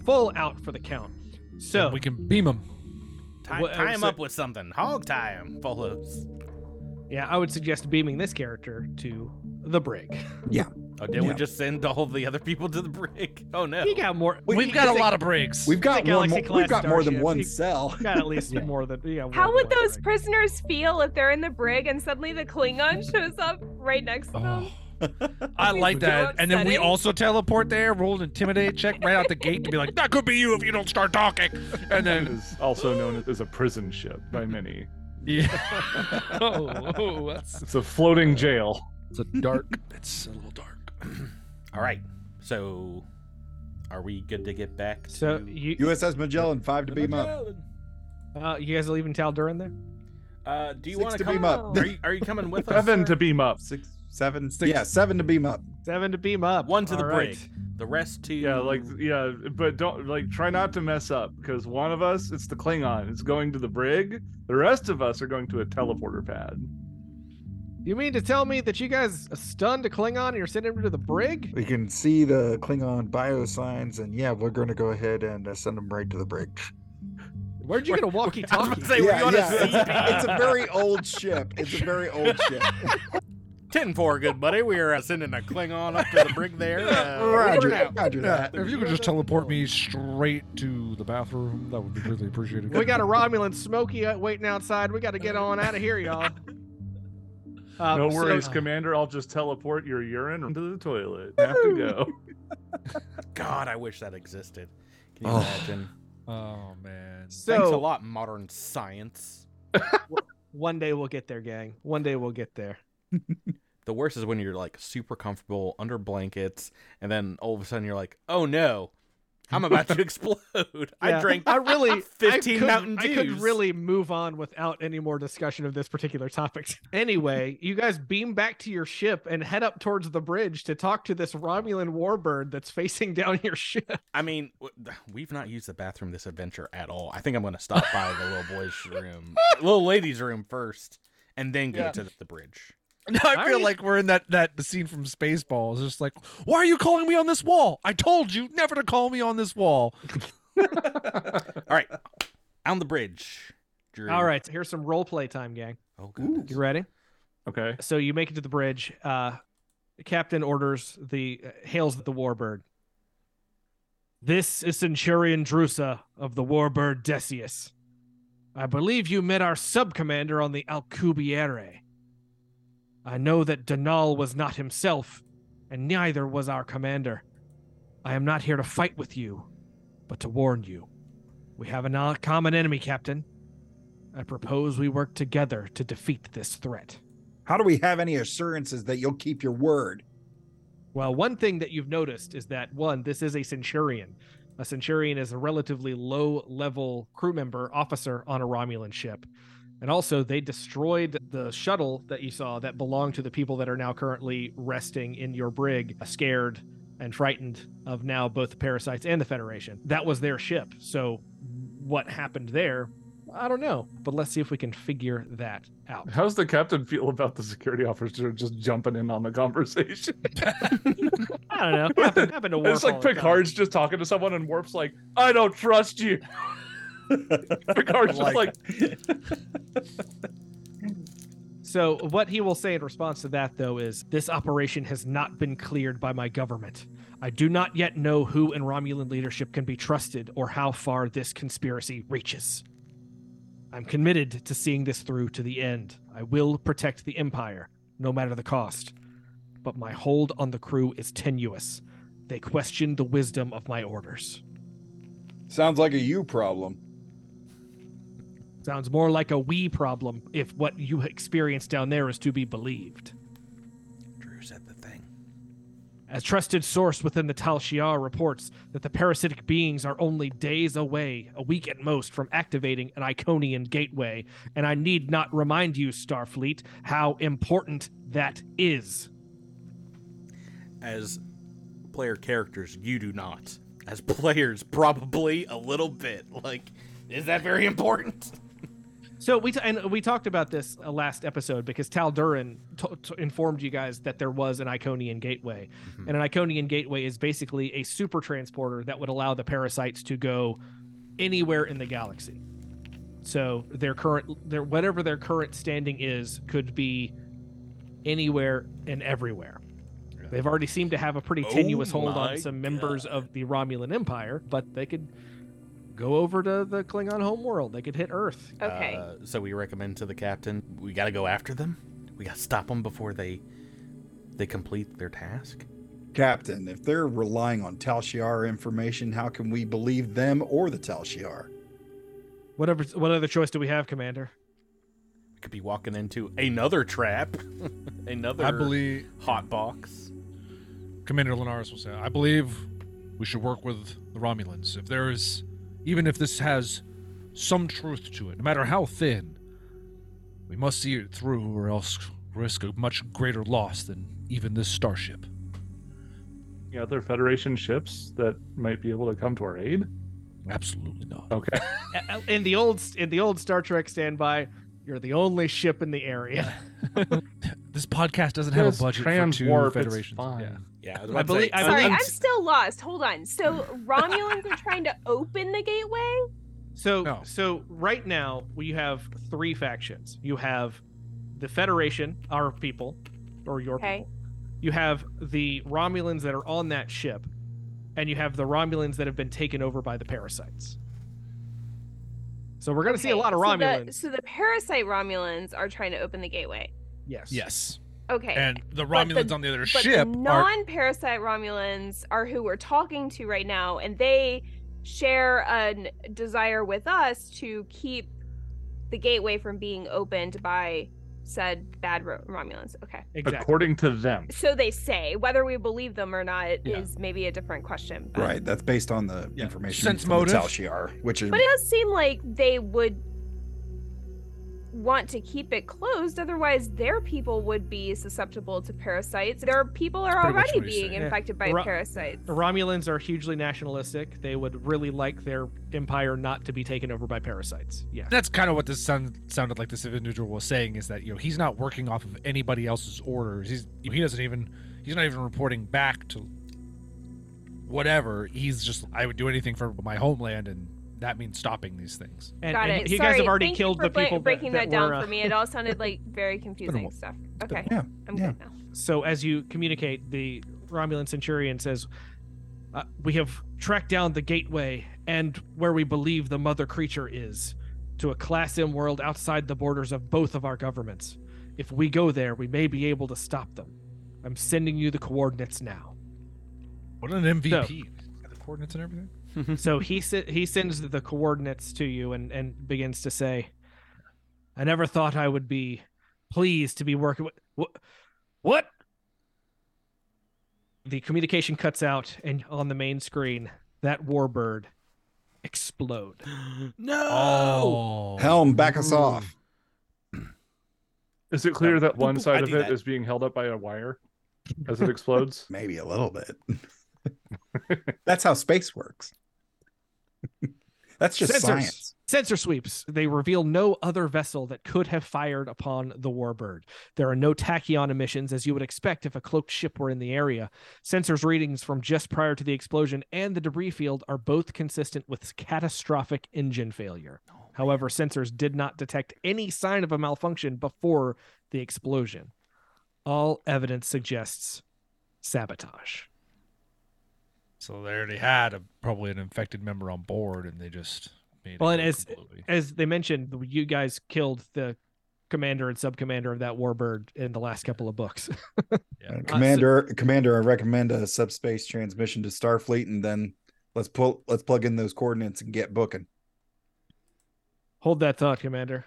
[SPEAKER 1] full out for the count. So
[SPEAKER 6] we can beam him.
[SPEAKER 4] Tie,
[SPEAKER 1] What-
[SPEAKER 4] tie him
[SPEAKER 1] so-
[SPEAKER 4] up with something. Hog tie him. Follows.
[SPEAKER 1] yeah, I would suggest beaming this character to the brig.
[SPEAKER 4] Oh, did
[SPEAKER 7] Yeah.
[SPEAKER 4] we just send all the other people to the brig? Oh no.
[SPEAKER 1] He got more.
[SPEAKER 7] We-
[SPEAKER 6] We've got a lot of breaks.
[SPEAKER 7] We've got
[SPEAKER 1] It's a
[SPEAKER 7] one.
[SPEAKER 1] galaxy
[SPEAKER 7] More, we've
[SPEAKER 1] class
[SPEAKER 7] got more than
[SPEAKER 1] starship.
[SPEAKER 7] one
[SPEAKER 1] You-
[SPEAKER 7] cell.
[SPEAKER 1] Got at least more than yeah. one
[SPEAKER 3] How would
[SPEAKER 1] more
[SPEAKER 3] those
[SPEAKER 1] brig.
[SPEAKER 3] prisoners feel if they're in the brig and suddenly the Klingon shows up right next to them?
[SPEAKER 6] Oh. I
[SPEAKER 3] Please
[SPEAKER 6] like
[SPEAKER 3] do
[SPEAKER 6] that. And then we
[SPEAKER 3] upsetting.
[SPEAKER 6] also teleport there, roll an intimidate check right out the gate to be like, that could be you if you don't start talking. And
[SPEAKER 2] It
[SPEAKER 6] then
[SPEAKER 2] is also known as a prison ship by many.
[SPEAKER 6] Yeah. oh, oh, that's
[SPEAKER 2] It's a floating jail.
[SPEAKER 6] it's a dark. It's a little dark.
[SPEAKER 4] All right. So, are we good to get back?
[SPEAKER 1] So
[SPEAKER 4] to...
[SPEAKER 1] you
[SPEAKER 7] USS Magellan, five to beam up.
[SPEAKER 1] uh, you guys are leaving Tal'Durin there?
[SPEAKER 4] Uh, do you
[SPEAKER 7] Six
[SPEAKER 4] want
[SPEAKER 7] to
[SPEAKER 4] come?
[SPEAKER 7] beam up.
[SPEAKER 4] Are you, are you coming with us?
[SPEAKER 2] Seven
[SPEAKER 4] sir?
[SPEAKER 2] to beam up.
[SPEAKER 7] Six, seven, yeah, seven to beam up.
[SPEAKER 1] Seven to beam up.
[SPEAKER 4] One to the
[SPEAKER 1] All
[SPEAKER 4] brig.
[SPEAKER 1] right.
[SPEAKER 4] The rest to
[SPEAKER 2] Yeah, like yeah, but don't like try not to mess up because one of us, it's the Klingon, it's going to the brig. The rest of us are going to a teleporter pad.
[SPEAKER 1] You mean to tell me that you guys stunned a Klingon and you're sending him to the brig?
[SPEAKER 8] We can see the Klingon bio signs, and yeah, we're going to go ahead and uh, send them right to the brig.
[SPEAKER 1] Where'd you get a
[SPEAKER 4] I was about
[SPEAKER 1] walkie-talkie?
[SPEAKER 4] to say, were you on a
[SPEAKER 7] it's, a, it's
[SPEAKER 4] CP?
[SPEAKER 7] a very old ship. It's a very old ship.
[SPEAKER 4] Ten four, good buddy. We are uh, sending a Klingon up to the brig there. Uh,
[SPEAKER 7] Roger,
[SPEAKER 4] over and out.
[SPEAKER 7] Roger that.
[SPEAKER 6] If you could just teleport me straight to the bathroom, that would be really appreciated.
[SPEAKER 1] we got a Romulan Smokey uh, waiting outside. We got to get on out of here, y'all. Uh,
[SPEAKER 2] no
[SPEAKER 1] so-
[SPEAKER 2] worries, Commander. I'll just teleport your urine into the toilet. Have to go.
[SPEAKER 4] God, I wish that existed. Can you
[SPEAKER 7] Oh.
[SPEAKER 4] imagine?
[SPEAKER 6] Oh man.
[SPEAKER 4] Thanks a
[SPEAKER 1] so
[SPEAKER 4] lot, modern science.
[SPEAKER 1] one day we'll get there, gang. One day we'll get there.
[SPEAKER 4] The worst is when you're like super comfortable under blankets, and then all of a sudden you're like, "Oh no, I'm about to explode." I
[SPEAKER 1] Yeah,
[SPEAKER 4] drank.
[SPEAKER 1] I really.
[SPEAKER 4] 15
[SPEAKER 1] I could,
[SPEAKER 4] Mountain
[SPEAKER 1] I could
[SPEAKER 4] Dews.
[SPEAKER 1] really move on without any more discussion of this particular topic. Anyway, you guys beam back to your ship and head up towards the bridge to talk to this Romulan warbird that's facing down your ship.
[SPEAKER 4] I mean, w- we've not used the bathroom this adventure at all. I think I'm going to stop by the little boy's room, little lady's room first, and then go
[SPEAKER 6] Yeah.
[SPEAKER 4] to the bridge.
[SPEAKER 6] Now I feel
[SPEAKER 1] Alright.
[SPEAKER 6] like we're in that that scene from Spaceballs. Just like, why are you calling me on this wall? I told you never to call me on this wall.
[SPEAKER 4] All right, on the bridge. Drew.
[SPEAKER 1] All right, here's some role play time, gang.
[SPEAKER 4] Oh, goodness.
[SPEAKER 1] You ready?
[SPEAKER 2] Okay.
[SPEAKER 1] So you make it to the bridge. Uh, the captain orders the uh, hails the warbird. This is Centurion Drusa of the warbird Decius. I believe you met our sub commander on the Alcubierre. I know that Denal was not himself, and neither was our commander. I am not here to fight with you, but to warn you. We have a no- common enemy, Captain. I propose we work together to defeat this threat.
[SPEAKER 7] How do we have any assurances that you'll keep your word?
[SPEAKER 1] Well, one thing that you've noticed is that one, this is a centurion. A centurion is a relatively low level crew member, officer on a Romulan ship. And also, they destroyed the shuttle that you saw that belonged to the people that are now currently resting in your brig, scared and frightened of now both the parasites and the Federation. That was their ship. So, what happened there? I don't know. But let's see if we can figure that out.
[SPEAKER 2] How's the captain feel about the security officer just jumping in on the conversation?
[SPEAKER 1] I don't know. Happened, happened to Worf
[SPEAKER 2] it's like
[SPEAKER 1] all the time.
[SPEAKER 2] Picard's just talking to someone, and Worf's like, "I don't trust you." Picard's just like,
[SPEAKER 1] So, what he will say in response to that, though, is this operation has not been cleared by my government. I do not yet know who in Romulan leadership can be trusted or how far this conspiracy reaches. I'm committed to seeing this through to the end. I will protect the Empire, no matter the cost. But my hold on the crew is tenuous. They question the wisdom of my orders.
[SPEAKER 7] Sounds like a you problem.
[SPEAKER 1] Sounds more like a we problem if what you experienced down there is to be believed.
[SPEAKER 4] Drew said the thing.
[SPEAKER 1] A trusted source within the Tal Shiar reports that the parasitic beings are only days away, a week at most, from activating an Iconian gateway, and I need not remind you, Starfleet, how important that is.
[SPEAKER 4] As player characters, you do not. As players, probably a little bit. Like, is that very important?
[SPEAKER 1] So we t- and we talked about this uh, last episode because Tal Durin t- t- informed you guys that there was an Iconian gateway,
[SPEAKER 4] Mm-hmm.
[SPEAKER 1] and an Iconian gateway is basically a super transporter that would allow the parasites to go anywhere in the galaxy. So their current, their whatever their current standing is, could be anywhere and everywhere. They've already seemed to have a pretty
[SPEAKER 4] Oh
[SPEAKER 1] tenuous hold
[SPEAKER 4] my
[SPEAKER 1] on some members of the Romulan Empire, but they could go over to the Klingon homeworld. They could hit Earth.
[SPEAKER 3] Okay.
[SPEAKER 4] Uh, so we recommend to the captain, we got to go after them. We got to stop them before they they complete their task.
[SPEAKER 7] Captain, if they're relying on Tal Shiar information, how can we believe them or the Tal Shiar?
[SPEAKER 1] Whatever. What other choice do we have, Commander?
[SPEAKER 4] could be walking into another trap, another
[SPEAKER 6] I believe
[SPEAKER 4] hot box.
[SPEAKER 6] Commander Linares will say, I believe we should work with the Romulans. If there is, even if this has some truth to it, no matter how thin, we must see it through or else risk a much greater loss than even this starship.
[SPEAKER 2] Any other Federation ships that might be able to come to our aid?
[SPEAKER 6] Absolutely not.
[SPEAKER 2] Okay.
[SPEAKER 1] In the old in the old Star Trek standby, you're the only ship in the area.
[SPEAKER 6] This podcast doesn't have a
[SPEAKER 2] Just
[SPEAKER 6] budget for
[SPEAKER 2] transwarp,
[SPEAKER 6] two
[SPEAKER 2] it's
[SPEAKER 6] federations.
[SPEAKER 2] fine.
[SPEAKER 6] Yeah.
[SPEAKER 4] Yeah, I, was
[SPEAKER 1] I
[SPEAKER 4] about to
[SPEAKER 1] believe-
[SPEAKER 4] say,
[SPEAKER 1] I
[SPEAKER 3] Sorry,
[SPEAKER 1] believe-
[SPEAKER 3] I'm still lost. Hold on. So Romulans are trying to open the gateway.
[SPEAKER 1] So
[SPEAKER 6] No.
[SPEAKER 1] so right now we have three factions. You have the Federation, our people, or your
[SPEAKER 3] Okay.
[SPEAKER 1] people. You have the Romulans that are on that ship, and you have the Romulans that have been taken over by the parasites. So we're gonna see a
[SPEAKER 3] Okay,
[SPEAKER 1] lot of
[SPEAKER 3] so the-
[SPEAKER 1] Romulans.
[SPEAKER 3] So the, parasite Romulans are trying to open the gateway.
[SPEAKER 1] Yes.
[SPEAKER 6] Yes.
[SPEAKER 3] Okay.
[SPEAKER 6] And the
[SPEAKER 3] But the-
[SPEAKER 6] Romulans on the other
[SPEAKER 3] but
[SPEAKER 6] ship
[SPEAKER 3] the
[SPEAKER 6] are.
[SPEAKER 3] non-parasite Romulans are who we're talking to right now, and they share a desire with us to keep the gateway from being opened by said bad Ro- Romulans. Okay.
[SPEAKER 1] Exactly.
[SPEAKER 2] According to them.
[SPEAKER 3] So they say whether we believe them or not
[SPEAKER 6] Yeah.
[SPEAKER 3] is maybe a different question. but-
[SPEAKER 7] Right. That's based on the
[SPEAKER 6] Yeah.
[SPEAKER 7] information
[SPEAKER 6] Sense
[SPEAKER 7] from the
[SPEAKER 6] motive.
[SPEAKER 7] Tal Shiar, which is
[SPEAKER 3] But it does seem like they would want to keep it closed, otherwise their people would be susceptible to parasites. Their people are
[SPEAKER 6] Pretty much
[SPEAKER 3] already
[SPEAKER 6] what he's
[SPEAKER 3] being
[SPEAKER 6] saying.
[SPEAKER 1] Yeah.
[SPEAKER 3] infected by
[SPEAKER 1] Ru-
[SPEAKER 3] parasites.
[SPEAKER 1] The Romulans are hugely nationalistic. They would really like their empire not to be taken over by parasites. Yeah.
[SPEAKER 6] That's kind of what this sound, sounded like this individual was saying is that you know he's not working off of anybody else's orders. He's he doesn't even he's not even reporting back to whatever. He's just I would do anything for my homeland, and that means stopping these things.
[SPEAKER 1] And,
[SPEAKER 3] Got
[SPEAKER 1] and
[SPEAKER 3] it.
[SPEAKER 1] you
[SPEAKER 3] Sorry.
[SPEAKER 1] guys have already
[SPEAKER 3] Thank you
[SPEAKER 1] killed
[SPEAKER 3] for
[SPEAKER 1] the
[SPEAKER 3] bla-
[SPEAKER 1] people that-
[SPEAKER 3] breaking
[SPEAKER 1] that,
[SPEAKER 3] that, down
[SPEAKER 1] were, uh,
[SPEAKER 3] for me. It all sounded like very
[SPEAKER 6] been a
[SPEAKER 3] confusing
[SPEAKER 6] wh-
[SPEAKER 3] stuff.
[SPEAKER 6] been a
[SPEAKER 3] Okay.
[SPEAKER 7] while.
[SPEAKER 3] I'm
[SPEAKER 7] Yeah.
[SPEAKER 3] good now.
[SPEAKER 1] So as you communicate, the Romulan centurion says, uh, "We have tracked down the gateway and where we believe the mother creature is, to a Class M world outside the borders of both of our governments. If we go there, we may be able to stop them. I'm sending you the coordinates now."
[SPEAKER 6] What an MVP! Got the coordinates and everything.
[SPEAKER 1] so he se- he sends the coordinates to you and and begins to say, "I never thought I would be pleased to be working with what." what? The communication cuts out, and on the main screen, that warbird explode.
[SPEAKER 4] no. Oh.
[SPEAKER 7] Helm, back us
[SPEAKER 6] Ooh.
[SPEAKER 7] off.
[SPEAKER 2] Is it clear that one
[SPEAKER 4] boop, I
[SPEAKER 2] side of
[SPEAKER 4] do
[SPEAKER 2] it is
[SPEAKER 4] that.
[SPEAKER 2] being held up by a wire as it explodes?
[SPEAKER 7] Maybe a little bit. That's how space works. That's just
[SPEAKER 1] Sensors.
[SPEAKER 7] science.
[SPEAKER 1] Sensor sweeps. They reveal no other vessel that could have fired upon the warbird. There are no tachyon emissions, as you would expect if a cloaked ship were in the area. Sensors readings from just prior to the explosion and the debris field are both consistent with catastrophic engine failure.
[SPEAKER 7] Oh,
[SPEAKER 1] However, sensors did not detect any sign of a malfunction before the explosion. All evidence suggests sabotage.
[SPEAKER 6] So they already had a, probably an infected member on board, and they just made
[SPEAKER 1] Well,
[SPEAKER 6] it
[SPEAKER 1] and
[SPEAKER 6] go
[SPEAKER 1] as-
[SPEAKER 6] completely-
[SPEAKER 1] as they mentioned, you guys killed the commander and subcommander of that warbird in the last couple of books.
[SPEAKER 6] yeah.
[SPEAKER 7] Uh, Commander, Commander, I recommend a subspace transmission to Starfleet, and then let's pull, let's plug in those coordinates and get booking.
[SPEAKER 1] Hold that thought, commander.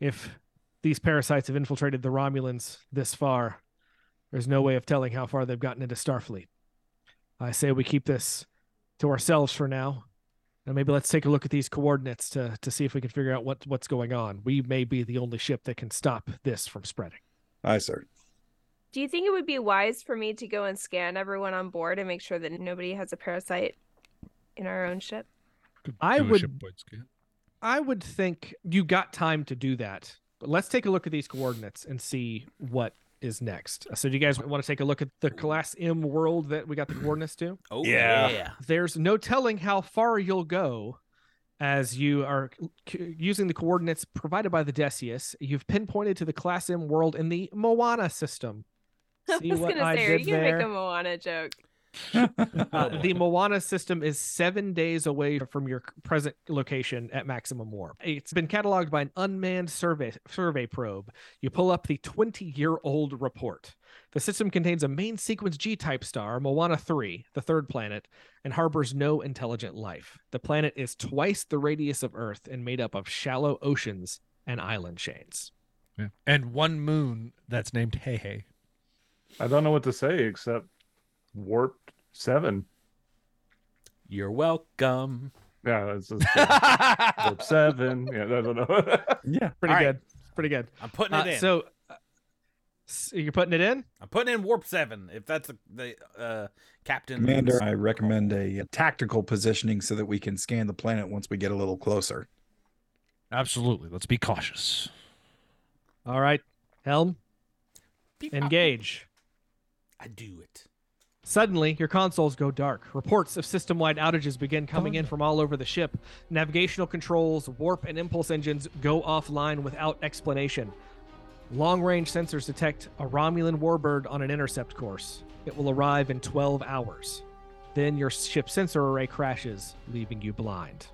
[SPEAKER 1] If these parasites have infiltrated the Romulans this far, there's no way of telling how far they've gotten into Starfleet. I say we keep this to ourselves for now. And maybe let's take a look at these coordinates to, to see if we can figure out what, what's going on. We may be the only ship that can stop this from spreading.
[SPEAKER 7] Aye, sir.
[SPEAKER 3] Do you think it would be wise for me to go and scan everyone on board and make sure that nobody has a parasite in our own ship?
[SPEAKER 1] I
[SPEAKER 6] Do a
[SPEAKER 1] would-
[SPEAKER 6] ship board scan.
[SPEAKER 1] I would think you got time to do that. But let's take a look at these coordinates and see what is next. So, do you guys want to take a look at the Class M world that we got the coordinates to?
[SPEAKER 4] Oh
[SPEAKER 7] Yeah.
[SPEAKER 4] yeah.
[SPEAKER 1] There's no telling how far you'll go as you are c- using the coordinates provided by the Decius. You've pinpointed to the Class M world in the Moana system. See
[SPEAKER 3] I was
[SPEAKER 1] what
[SPEAKER 3] gonna
[SPEAKER 1] I
[SPEAKER 3] say, are
[SPEAKER 1] did
[SPEAKER 3] you gonna make
[SPEAKER 1] there?
[SPEAKER 3] a Moana joke?
[SPEAKER 1] Uh, the Moana system is seven days away from your present location at maximum warp. It's been cataloged by an unmanned survey survey probe. You pull up the 20-year-old report. The system contains a main sequence G-type star, Moana 3, the third planet, and harbors no intelligent life. The planet is twice the radius of Earth and made up of shallow oceans and island chains.
[SPEAKER 6] Yeah. And one moon that's named Hey Hey.
[SPEAKER 2] I don't know what to say except warped seven.
[SPEAKER 4] You're welcome.
[SPEAKER 2] Yeah, that's just
[SPEAKER 4] I'm
[SPEAKER 2] warp seven. Yeah, I don't know.
[SPEAKER 1] Yeah, pretty
[SPEAKER 4] All right.
[SPEAKER 1] good. It's pretty good.
[SPEAKER 4] putting
[SPEAKER 1] Uh,
[SPEAKER 4] it in.
[SPEAKER 1] so, uh, so you're putting it in?
[SPEAKER 4] I'm putting in warp seven. If that's the, the uh, captain,
[SPEAKER 7] Commander, I recommend a tactical positioning so that we can scan the planet once we get a little closer.
[SPEAKER 6] Absolutely. Let's be cautious.
[SPEAKER 1] All right. Helm,
[SPEAKER 4] Beep, bop,
[SPEAKER 1] engage.
[SPEAKER 4] beep. I do it.
[SPEAKER 1] Suddenly, your consoles go dark. Reports of system wide outages begin coming in from all over the ship. Navigational controls, warp, and impulse engines go offline without explanation. Long range sensors detect a Romulan warbird on an intercept course. It will arrive in 12 hours. Then your ship sensor array crashes, leaving you blind.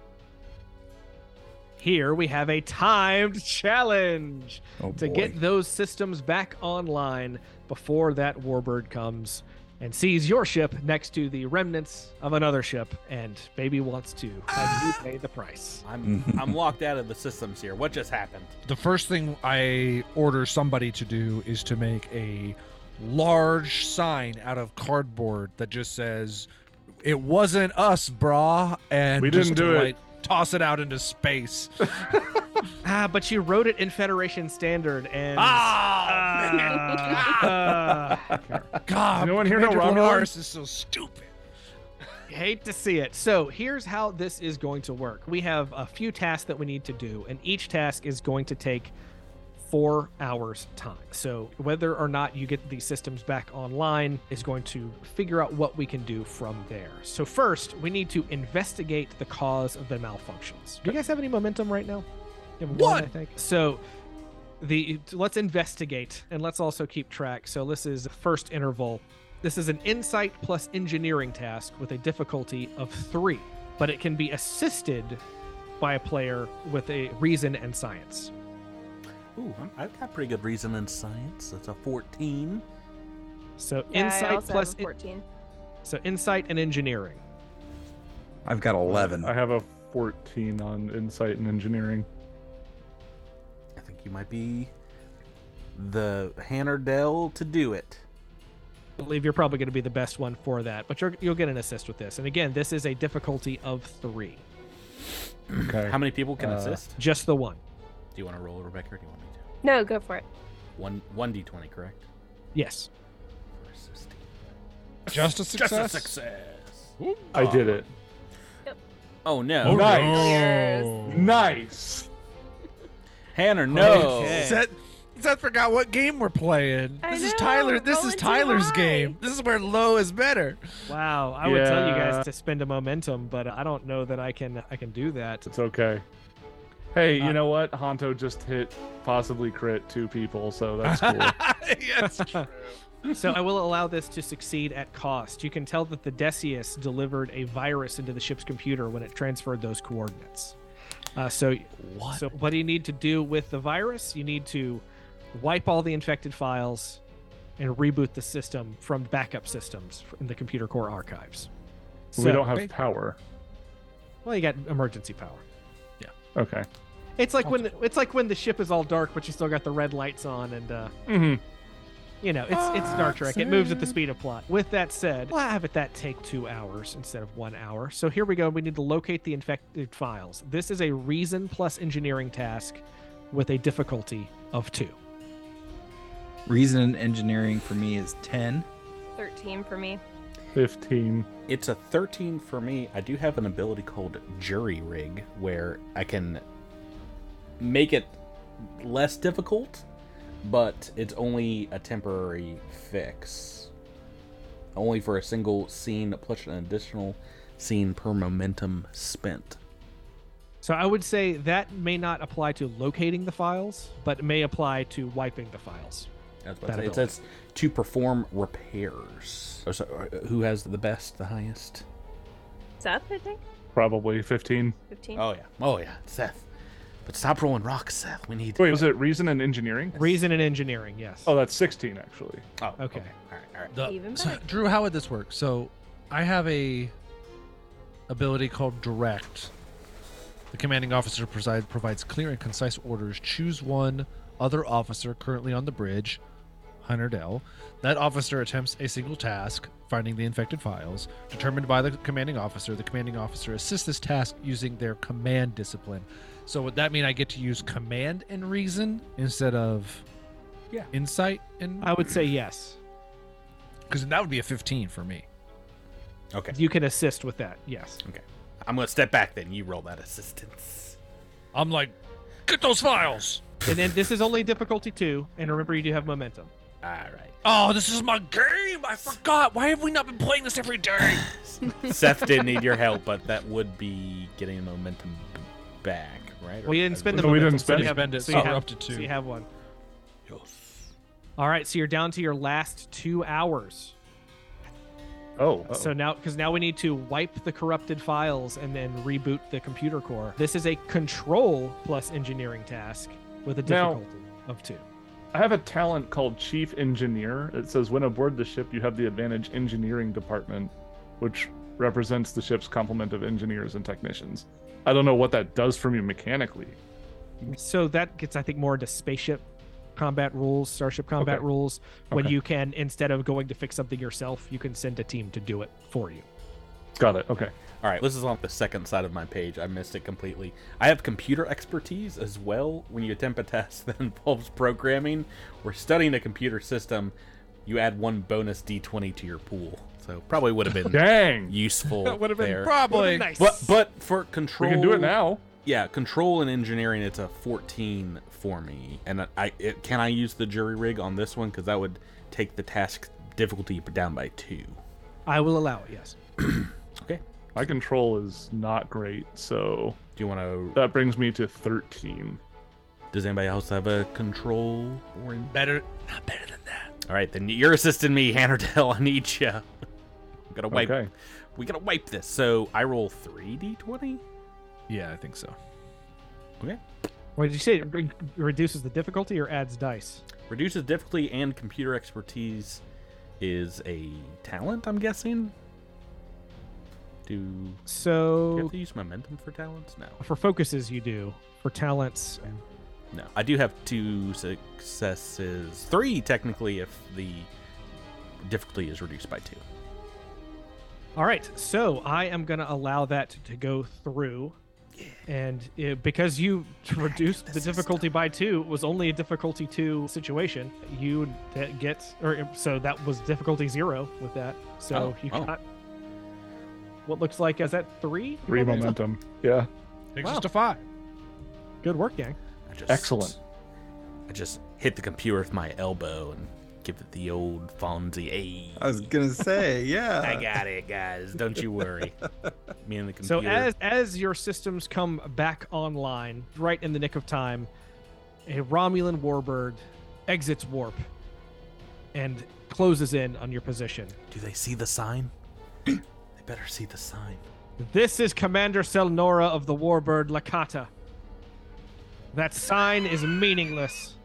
[SPEAKER 1] Here we have a timed challenge
[SPEAKER 7] Oh,
[SPEAKER 1] to
[SPEAKER 7] boy.
[SPEAKER 1] get those systems back online before that warbird comes and sees your ship next to the remnants of another ship and baby wants to have you pay the price
[SPEAKER 4] I'm I'm locked out of the systems here. What just happened?
[SPEAKER 6] The first thing I order somebody to do is to make a large sign out of cardboard that just says, It wasn't us, brah. And
[SPEAKER 2] We
[SPEAKER 6] just
[SPEAKER 2] didn't do
[SPEAKER 6] to,
[SPEAKER 2] it.
[SPEAKER 6] like, toss it out into space.
[SPEAKER 1] ah but you wrote it in federation standard and
[SPEAKER 6] ah!
[SPEAKER 1] Ah,
[SPEAKER 6] God,
[SPEAKER 2] no one here know
[SPEAKER 6] Commander
[SPEAKER 2] Romulan?
[SPEAKER 6] Polaris is so stupid.
[SPEAKER 1] hate to see it so here's how this is going to work we have a few tasks that we need to do and each task is going to take four hours time so whether or not you get these systems back online is going to figure out what we can do from there so first we need to investigate the cause of the malfunctions do you guys have any momentum right now you have one i
[SPEAKER 6] One.
[SPEAKER 1] think so the let's investigate and let's also keep track so this is first interval this is an insight plus engineering task with a difficulty of three but it can be assisted by a player with a reason and science
[SPEAKER 4] Ooh, I'm, I've got pretty good reason in science. That's a 14.
[SPEAKER 1] So
[SPEAKER 3] Yeah, I
[SPEAKER 1] insight
[SPEAKER 3] also
[SPEAKER 1] plus
[SPEAKER 3] have a
[SPEAKER 1] in-
[SPEAKER 3] 14.
[SPEAKER 1] so insight and engineering.
[SPEAKER 7] I've got 11.
[SPEAKER 2] I have a 14 on insight and engineering.
[SPEAKER 4] I think you might be the Hannerdell to do it.
[SPEAKER 1] I believe you're probably going to be the best one for that, but you're, you'll get an assist with this. And again, this is a difficulty of three,
[SPEAKER 2] Okay.
[SPEAKER 4] How many people can
[SPEAKER 2] Uh,
[SPEAKER 4] assist? Do
[SPEAKER 1] just the one.
[SPEAKER 4] you want to roll, Rebecca, or do you want me to?
[SPEAKER 3] No, go for it.
[SPEAKER 4] One one d20, correct?
[SPEAKER 1] Yes.
[SPEAKER 4] For assisting.
[SPEAKER 6] Just a
[SPEAKER 4] Just a
[SPEAKER 6] success?
[SPEAKER 4] success.
[SPEAKER 2] I did it.
[SPEAKER 4] Oh no,
[SPEAKER 2] Oh, Nice.
[SPEAKER 3] no.
[SPEAKER 2] Nice.
[SPEAKER 4] Hanner, no.
[SPEAKER 1] Okay.
[SPEAKER 6] Seth, Seth forgot what game we're playing.
[SPEAKER 3] I
[SPEAKER 6] This is
[SPEAKER 3] know,
[SPEAKER 6] Tyler. This
[SPEAKER 3] rolling
[SPEAKER 6] is
[SPEAKER 3] too
[SPEAKER 6] Tyler's
[SPEAKER 3] high.
[SPEAKER 6] game. This is where low is better.
[SPEAKER 1] Wow. I would tell you
[SPEAKER 2] Yeah.
[SPEAKER 1] guys to spend a momentum, but I don't know that I can I can do that.
[SPEAKER 2] It's okay. Hey,
[SPEAKER 1] Uh,
[SPEAKER 2] you know what? Honto just hit possibly crit two people, so that's cool.
[SPEAKER 6] yes.
[SPEAKER 1] so I will allow this to succeed at cost. You can tell that the Decius delivered a virus into the ship's computer when it transferred those coordinates. Uh, so
[SPEAKER 4] What?
[SPEAKER 1] So, what do you need to do with the virus? You need to wipe all the infected files and reboot the system from backup systems in the computer core archives.
[SPEAKER 2] we don't have power.
[SPEAKER 1] Well, you got emergency power.
[SPEAKER 2] Okay.
[SPEAKER 1] It's like when it's like when the ship is all dark, but you still got the red lights on, and uh,
[SPEAKER 2] Mm-hmm.
[SPEAKER 1] you know it's it's Star Trek. It moves at the speed of plot. With that said, we'll have it that take two hours instead of one hour. So here we go. We need to locate the infected files. This is a reason plus engineering task with a difficulty of two.
[SPEAKER 7] Reason and engineering for me is 10.
[SPEAKER 3] 13 for me.
[SPEAKER 2] 15.
[SPEAKER 4] It's a 13 for me. I do have an ability called Jury Rig where I can make it less difficult, but it's only a temporary fix. Only for a single scene plus an additional scene per momentum spent.
[SPEAKER 1] So I would say that may not apply to locating the files, but may apply to wiping the files.
[SPEAKER 4] That's what I
[SPEAKER 1] That
[SPEAKER 4] say. it
[SPEAKER 1] ability.
[SPEAKER 4] says to perform repairs. Or so- or who has the best, the highest?
[SPEAKER 3] Seth, I think?
[SPEAKER 2] Probably 15.
[SPEAKER 3] 15?
[SPEAKER 4] Oh yeah, oh yeah, Seth. But stop rolling rocks, Seth. We need.
[SPEAKER 2] Wait, was it reason and engineering?
[SPEAKER 1] Reason and engineering, yes.
[SPEAKER 2] Oh, that's 16, actually.
[SPEAKER 4] Oh,
[SPEAKER 1] okay.
[SPEAKER 4] All right, all right.
[SPEAKER 6] The-
[SPEAKER 3] Even
[SPEAKER 6] so,
[SPEAKER 3] better.
[SPEAKER 6] Drew, how would this work? So, I have a ability called Direct, The commanding officer preside, provides clear and concise orders. Choose one other officer currently on the bridge, Hunter Dell. That officer attempts a single task, finding the infected files, determined by the commanding officer. The commanding officer assists this task using their command discipline. So would that mean I get to use command and reason instead of
[SPEAKER 9] Yeah.
[SPEAKER 6] insight and
[SPEAKER 1] I would say yes.
[SPEAKER 6] because that would be a 15 for me.
[SPEAKER 4] Okay.
[SPEAKER 1] You can assist with that. Yes.
[SPEAKER 4] I'm going to step back then. You roll that assistance.
[SPEAKER 6] I'm like, get those files.
[SPEAKER 1] And then this is only difficulty two. And remember, you do have momentum.
[SPEAKER 4] All right.
[SPEAKER 6] Oh, this is my game. I forgot. Why have we not been playing this every day?
[SPEAKER 4] Seth didn't need your help, but that would be getting momentum b- back, right? uh,
[SPEAKER 1] We didn't spend the
[SPEAKER 2] No, Oh, we
[SPEAKER 1] momentum.
[SPEAKER 2] didn't
[SPEAKER 1] so
[SPEAKER 2] spend
[SPEAKER 1] you
[SPEAKER 2] it.
[SPEAKER 1] have-
[SPEAKER 6] Spend it,
[SPEAKER 1] So you
[SPEAKER 6] so we're
[SPEAKER 1] have
[SPEAKER 6] up to
[SPEAKER 1] So
[SPEAKER 6] two.
[SPEAKER 1] you have one.
[SPEAKER 4] Yes.
[SPEAKER 1] All right. So you're down to your last two hours.
[SPEAKER 2] Oh,
[SPEAKER 1] So now, because now we need to wipe the corrupted files and then reboot the computer core. This is a control plus engineering task with a
[SPEAKER 2] Now-
[SPEAKER 1] difficulty of two.
[SPEAKER 2] I have a talent called Chief Engineer. It says when aboard the ship, you have the advantage engineering department, which represents the ship's complement of engineers and technicians. I don't know what that does for me mechanically.
[SPEAKER 1] So that gets, I think, more into spaceship combat rules, starship combat
[SPEAKER 2] Okay.
[SPEAKER 1] rules, when
[SPEAKER 2] Okay.
[SPEAKER 1] you can, instead of going to fix something yourself, you can send a team to do it for you.
[SPEAKER 2] Got it. Okay.
[SPEAKER 4] All right, this is on the second side of my page. I missed it completely. I have computer expertise as well. When you attempt a task that involves programming or studying a computer system, you add one bonus d20 to your pool. So probably would have been
[SPEAKER 2] Dang.
[SPEAKER 4] useful.
[SPEAKER 6] That would have been
[SPEAKER 4] there.
[SPEAKER 6] probably.
[SPEAKER 1] Nice.
[SPEAKER 4] But but for control,
[SPEAKER 2] We can do it now.
[SPEAKER 4] Yeah, control and engineering. It's a 14 for me, and I it, can I use the jury rig on this one because that would take the task difficulty down by two.
[SPEAKER 1] I will allow it. Yes.
[SPEAKER 2] My control is not great, so
[SPEAKER 4] Do you want to?
[SPEAKER 2] that brings me to 13.
[SPEAKER 4] Does anybody else have a control or? en-
[SPEAKER 6] better, not better than that.
[SPEAKER 4] All right, then you're assisting me, Hannerdale. I need you. I'm gonna wipe.
[SPEAKER 2] Okay.
[SPEAKER 4] We gotta wipe this. So I roll three d20.
[SPEAKER 6] Yeah, I think so.
[SPEAKER 1] Wait, did you say it re- reduces the difficulty or adds dice?
[SPEAKER 4] Reduces difficulty and computer expertise is a talent. I'm guessing. Do do I
[SPEAKER 1] So
[SPEAKER 4] have to use momentum for talents? No.
[SPEAKER 1] for focuses, you do. For talents,
[SPEAKER 4] No, I do have two successes. Three, technically, if the difficulty is reduced by two.
[SPEAKER 1] All right, so I am going to allow that to go through. And it, because you reduced the difficulty by two, it was only a difficulty two situation. You d- get, or er, so that was difficulty zero with that. So
[SPEAKER 4] Oh,
[SPEAKER 1] you
[SPEAKER 4] oh.
[SPEAKER 1] got what looks like is that three?
[SPEAKER 2] Three momentum. Yeah.
[SPEAKER 6] Takes
[SPEAKER 1] Wow.
[SPEAKER 6] us to five.
[SPEAKER 1] Good work, gang.
[SPEAKER 4] I just,
[SPEAKER 2] Excellent.
[SPEAKER 4] I just hit the computer with my elbow and give it the old Fonzie. Hey,
[SPEAKER 7] I was gonna say, yeah.
[SPEAKER 4] I got it, guys. Don't you worry. Me and the
[SPEAKER 1] So
[SPEAKER 4] computer.
[SPEAKER 1] as as your systems come back online, right in the nick of time, a Romulan warbird exits warp and closes in on your position.
[SPEAKER 4] do they see the sign? they better see the sign.
[SPEAKER 1] This is Commander Selnora of the warbird Lakata. That sign is meaningless.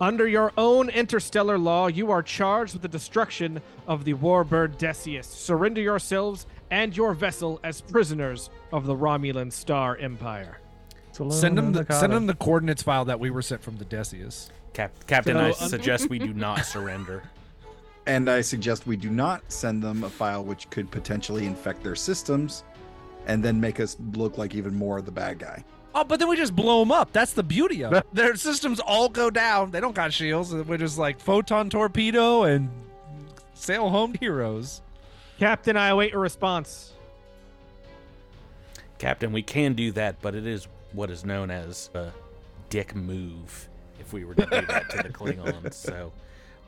[SPEAKER 1] Under your own interstellar law, you are charged with the destruction of the warbird Decius. Surrender yourselves and your vessel as prisoners of the Romulan Star Empire.
[SPEAKER 6] Send him the send him the coordinates file that we were sent from the Decius.
[SPEAKER 4] Cap- Captain,
[SPEAKER 1] So,
[SPEAKER 4] I
[SPEAKER 1] um,
[SPEAKER 4] suggest we do not surrender.
[SPEAKER 7] And I suggest we do not send them a file which could potentially infect their systems and then make us look like even more of the bad guy.
[SPEAKER 6] Oh, but then we just blow them up. That's the beauty of it. Their systems all go down. They don't got shields. We're just like photon torpedo and sail home heroes.
[SPEAKER 1] Captain, I await a response.
[SPEAKER 4] Captain, we can do that, but it is what is known as a dick move if we were to do that to the Klingons. So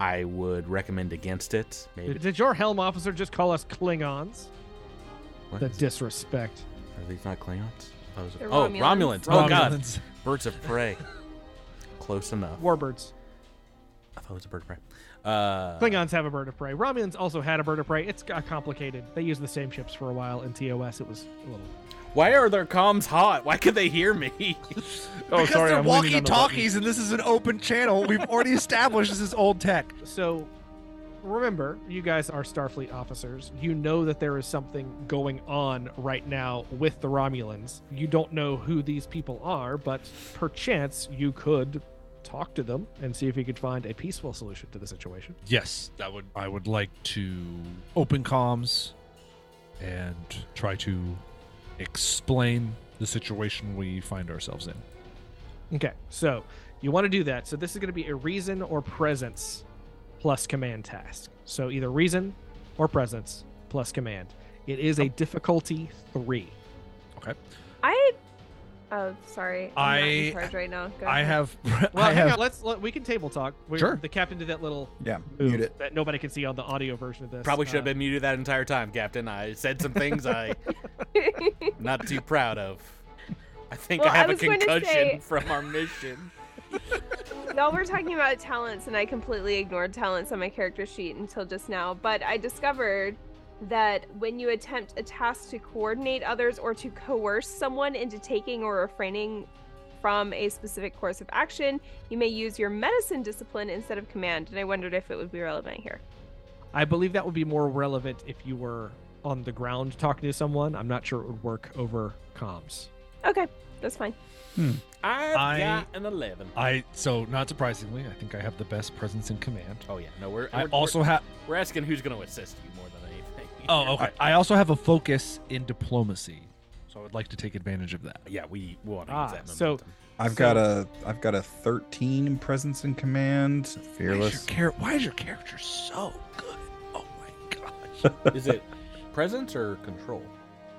[SPEAKER 4] I would recommend against it. Maybe
[SPEAKER 1] Did, did your helm officer just call us Klingons?
[SPEAKER 4] What?
[SPEAKER 1] The disrespect.
[SPEAKER 4] are these not Klingons? Oh, is it-
[SPEAKER 3] They're
[SPEAKER 4] oh,
[SPEAKER 3] Romulans.
[SPEAKER 4] Romulans. Oh god. Birds of prey. Close enough.
[SPEAKER 1] Warbirds.
[SPEAKER 4] I thought it was a bird of prey. Uh
[SPEAKER 1] Klingons have a bird of prey. Romulans also had a bird of prey. It's got complicated. They used the same ships for a while. In TOS, it was a little.
[SPEAKER 4] Why are their comms hot? Why could they hear me?
[SPEAKER 2] Oh,
[SPEAKER 6] because
[SPEAKER 2] sorry.
[SPEAKER 6] they're
[SPEAKER 2] I'm leaning on the button.
[SPEAKER 6] walkie-talkies, and this is an open channel. We've already established this is old tech.
[SPEAKER 1] So remember, you guys are Starfleet officers. You know that there is something going on right now with the Romulans. You don't know who these people are, but perchance you could talk to them and see if you could find a peaceful solution to the situation.
[SPEAKER 6] Yes, that would I would like to open comms and try to explain the situation we find ourselves in.
[SPEAKER 1] Okay, so you want to do that. So this is going to be a reason or presence plus command task. So either reason or presence plus command. It is a difficulty three.
[SPEAKER 3] I. Oh, sorry. I'm not in
[SPEAKER 6] I-
[SPEAKER 3] charge right now. Go
[SPEAKER 6] I
[SPEAKER 3] ahead.
[SPEAKER 6] have
[SPEAKER 1] Well,
[SPEAKER 6] I
[SPEAKER 1] hang
[SPEAKER 6] have
[SPEAKER 1] on. Let's let, we can table talk. we
[SPEAKER 6] Sure.
[SPEAKER 1] The captain did that little
[SPEAKER 7] Yeah,
[SPEAKER 1] move
[SPEAKER 7] mute it.
[SPEAKER 1] that nobody can see on the audio version of this.
[SPEAKER 4] Probably should have
[SPEAKER 1] Uh,
[SPEAKER 4] been muted that entire time, Captain. I said some things I not too proud of. I think
[SPEAKER 3] Well,
[SPEAKER 4] I
[SPEAKER 3] I
[SPEAKER 4] have a
[SPEAKER 3] was going to
[SPEAKER 4] concussion
[SPEAKER 3] say-
[SPEAKER 4] from our mission.
[SPEAKER 3] Y'all were talking about talents, and I completely ignored talents on my character sheet until just now. But I discovered that when you attempt a task to coordinate others or to coerce someone into taking or refraining from a specific course of action, you may use your medicine discipline instead of command. And I wondered if it would be relevant here.
[SPEAKER 1] I believe that would be more relevant if you were on the ground talking to someone. I'm not sure it would work over comms.
[SPEAKER 3] Okay, that's fine.
[SPEAKER 4] I've
[SPEAKER 6] I-
[SPEAKER 4] got an eleven.
[SPEAKER 6] I so not surprisingly, I think I have the best presence in command.
[SPEAKER 4] Oh yeah, no, we're,
[SPEAKER 6] I
[SPEAKER 4] we're
[SPEAKER 6] also have
[SPEAKER 4] we're, we're asking who's going to assist you more than anything.
[SPEAKER 6] Oh, okay. I also have a focus in diplomacy. So I would like to take advantage of that.
[SPEAKER 4] Yeah, we want to
[SPEAKER 1] Ah,
[SPEAKER 4] use that
[SPEAKER 1] so-
[SPEAKER 4] momentum.
[SPEAKER 7] I've
[SPEAKER 1] So-
[SPEAKER 7] got a I've got a 13 in presence and command. Fearless.
[SPEAKER 6] Why is your, char- why is your character so good? Oh my gosh.
[SPEAKER 4] Is it presence or control?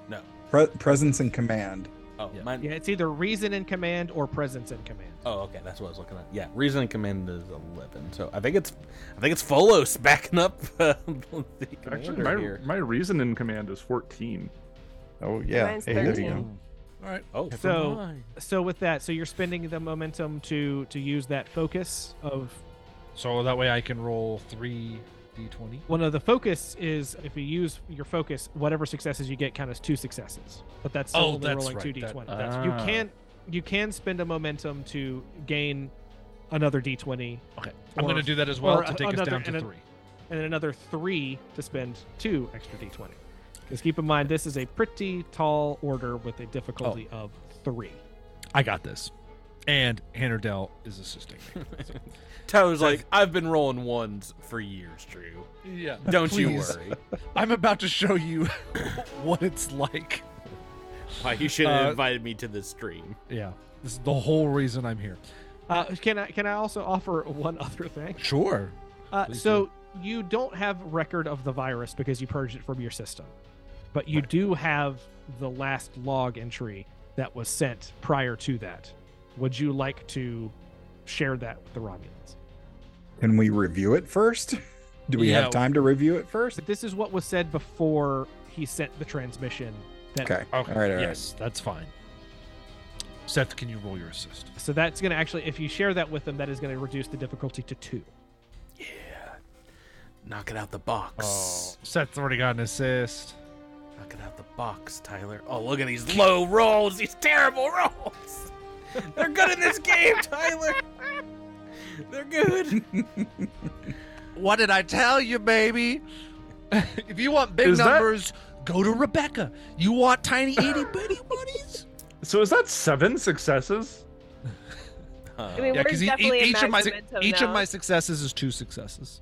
[SPEAKER 4] No.
[SPEAKER 7] Pre- presence and command.
[SPEAKER 4] Oh,
[SPEAKER 6] Yeah.
[SPEAKER 4] mine-
[SPEAKER 1] Yeah, it's either reason in command or presence in command.
[SPEAKER 4] Oh, okay, that's what I was looking at. Yeah, reason and command is eleven. So I think it's, I think it's Folos backing up uh, the
[SPEAKER 2] Actually,
[SPEAKER 4] commander
[SPEAKER 2] my,
[SPEAKER 4] here.
[SPEAKER 2] my reason in command is 14.
[SPEAKER 7] Oh yeah.
[SPEAKER 3] Mine's
[SPEAKER 7] Hey, there you
[SPEAKER 3] 13.
[SPEAKER 7] go.
[SPEAKER 6] All right.
[SPEAKER 4] Oh,
[SPEAKER 1] So- So with that, so you're spending the momentum to to use that focus of
[SPEAKER 6] So that way I can roll 3d20.
[SPEAKER 1] one of the focus is if you use your focus, whatever successes you get count as two successes. But that's still
[SPEAKER 6] Oh,
[SPEAKER 1] only
[SPEAKER 6] that's
[SPEAKER 1] rolling
[SPEAKER 6] right,
[SPEAKER 1] two d20.
[SPEAKER 2] that-
[SPEAKER 1] That's- you
[SPEAKER 2] Ah.
[SPEAKER 1] can you can spend a momentum to gain another d20
[SPEAKER 6] Okay.
[SPEAKER 1] Or-
[SPEAKER 6] I'm going to do that as well
[SPEAKER 1] or
[SPEAKER 6] to take us
[SPEAKER 1] another-
[SPEAKER 6] down
[SPEAKER 1] and
[SPEAKER 6] to
[SPEAKER 1] a-
[SPEAKER 6] 3.
[SPEAKER 1] and then another three to spend two extra d20. Because keep in mind, this is a pretty tall order with a difficulty
[SPEAKER 6] Oh.
[SPEAKER 1] of three.
[SPEAKER 6] I got this. And Hannah Dell is assisting me.
[SPEAKER 4] Toe's like, I've been rolling ones for years, Drew.
[SPEAKER 6] yeah.
[SPEAKER 4] Don't you
[SPEAKER 6] Please.
[SPEAKER 4] worry.
[SPEAKER 6] I'm about to show you what it's like.
[SPEAKER 4] Why you should have
[SPEAKER 6] Uh,
[SPEAKER 4] invited me to this stream.
[SPEAKER 6] Yeah. This is the whole reason I'm here.
[SPEAKER 1] Uh, can I can I also offer one other thing?
[SPEAKER 6] Sure.
[SPEAKER 1] Uh,
[SPEAKER 6] Please
[SPEAKER 1] so you don't have record of the virus because you purged it from your system, but you do have the last log entry that was sent prior to that. Would you like to share that with the Romulans?
[SPEAKER 7] Can we review it first? Do we
[SPEAKER 6] Yeah.
[SPEAKER 7] have time to review it first?
[SPEAKER 1] But this is what was said before he sent the transmission. That
[SPEAKER 7] Okay.
[SPEAKER 6] Okay.
[SPEAKER 7] All right, all right.
[SPEAKER 6] yes, that's fine. Seth, can you roll your assist?
[SPEAKER 1] So that's going to actually, if you share that with them, that is going to reduce the difficulty to two.
[SPEAKER 4] Knock it out the
[SPEAKER 6] Oh.
[SPEAKER 4] box.
[SPEAKER 6] Seth's already got an assist.
[SPEAKER 4] Knock it out the box, Tyler. Oh, look at these low rolls. These terrible rolls. They're good in this game, Tyler. They're good.
[SPEAKER 6] What did I tell you, baby? if you want big
[SPEAKER 2] Is that-
[SPEAKER 6] numbers, go to Rebecca. You want tiny itty bitty buddies?
[SPEAKER 2] So is that seven successes?
[SPEAKER 4] Uh,
[SPEAKER 3] I mean, we're
[SPEAKER 6] e-
[SPEAKER 3] definitely
[SPEAKER 6] each
[SPEAKER 3] at
[SPEAKER 6] of my
[SPEAKER 3] max
[SPEAKER 6] su-
[SPEAKER 3] momentum
[SPEAKER 6] each of
[SPEAKER 3] now.
[SPEAKER 6] my successes is two successes.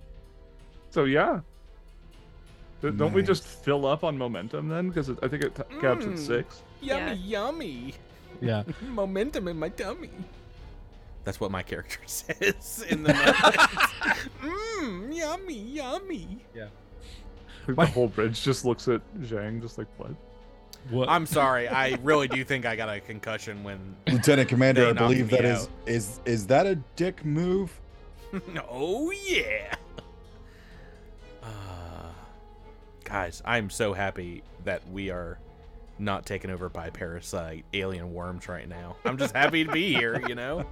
[SPEAKER 2] So yeah. Th- Don't we just
[SPEAKER 7] Nice.
[SPEAKER 2] fill up on momentum then? Because I think it t- caps
[SPEAKER 4] Mm.
[SPEAKER 2] at six.
[SPEAKER 3] Yummy,
[SPEAKER 4] yummy.
[SPEAKER 6] Yeah.
[SPEAKER 4] Momentum in my tummy. That's what my character says in the Mmm, yummy, yummy.
[SPEAKER 2] I think
[SPEAKER 6] Why-
[SPEAKER 2] the whole bridge just looks at Zhang, just like what?
[SPEAKER 6] What?
[SPEAKER 4] I'm sorry. I really do think I got a concussion when.
[SPEAKER 7] Lieutenant Commander,
[SPEAKER 4] They
[SPEAKER 7] I
[SPEAKER 4] knocked
[SPEAKER 7] believe
[SPEAKER 4] me
[SPEAKER 7] that is is is that a dick move?
[SPEAKER 4] oh yeah. Uh, guys, I'm so happy that we are not taken over by parasite alien worms right now. I'm just happy to be here. You know.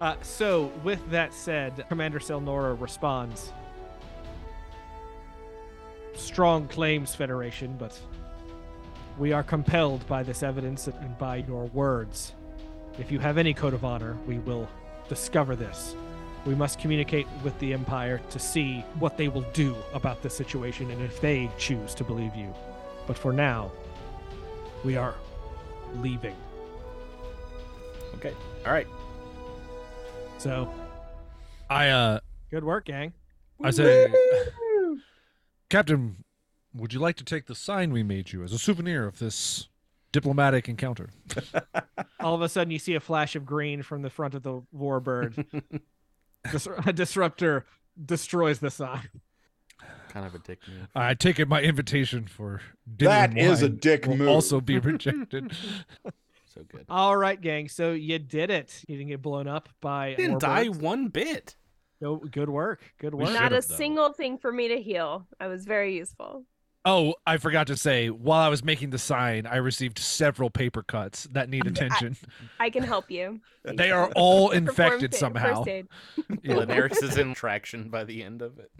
[SPEAKER 1] Uh, so, with that said, Commander Selnora responds Strong claims, Federation, but we are compelled by this evidence and by your words. If you have any code of honor, we will discover this. We must communicate with the Empire to see what they will do about this situation and if they choose to believe you. But for now, we are leaving.
[SPEAKER 4] Okay. All right.
[SPEAKER 1] So,
[SPEAKER 6] I uh
[SPEAKER 1] good work, gang.
[SPEAKER 6] I say Captain, would you like to take the sign we made you as a souvenir of this diplomatic encounter?
[SPEAKER 1] All of a sudden, you see a flash of green from the front of the warbird. Dis- a disruptor destroys the sign.
[SPEAKER 4] Kind of a dick move.
[SPEAKER 6] I take it my invitation for dinner
[SPEAKER 7] That
[SPEAKER 6] and
[SPEAKER 7] is a
[SPEAKER 6] wine
[SPEAKER 7] dick
[SPEAKER 6] will
[SPEAKER 7] move.
[SPEAKER 6] Also be rejected.
[SPEAKER 4] So good.
[SPEAKER 1] All right, gang. So you did it. You didn't get blown up by.
[SPEAKER 4] Didn't die
[SPEAKER 1] warbirds.
[SPEAKER 4] one bit.
[SPEAKER 1] Go- good work. Good
[SPEAKER 6] We
[SPEAKER 1] work.
[SPEAKER 6] should-
[SPEAKER 3] Not a
[SPEAKER 6] should've, though.
[SPEAKER 3] single thing for me to heal. I was very useful.
[SPEAKER 6] oh, I forgot to say, while I was making the sign, I received several paper cuts that need attention.
[SPEAKER 3] I can help you.
[SPEAKER 6] they are all
[SPEAKER 3] Perform
[SPEAKER 6] infected
[SPEAKER 3] fa-
[SPEAKER 6] somehow.
[SPEAKER 3] first aid.
[SPEAKER 6] Yeah.
[SPEAKER 4] Linares is in traction by the end of it.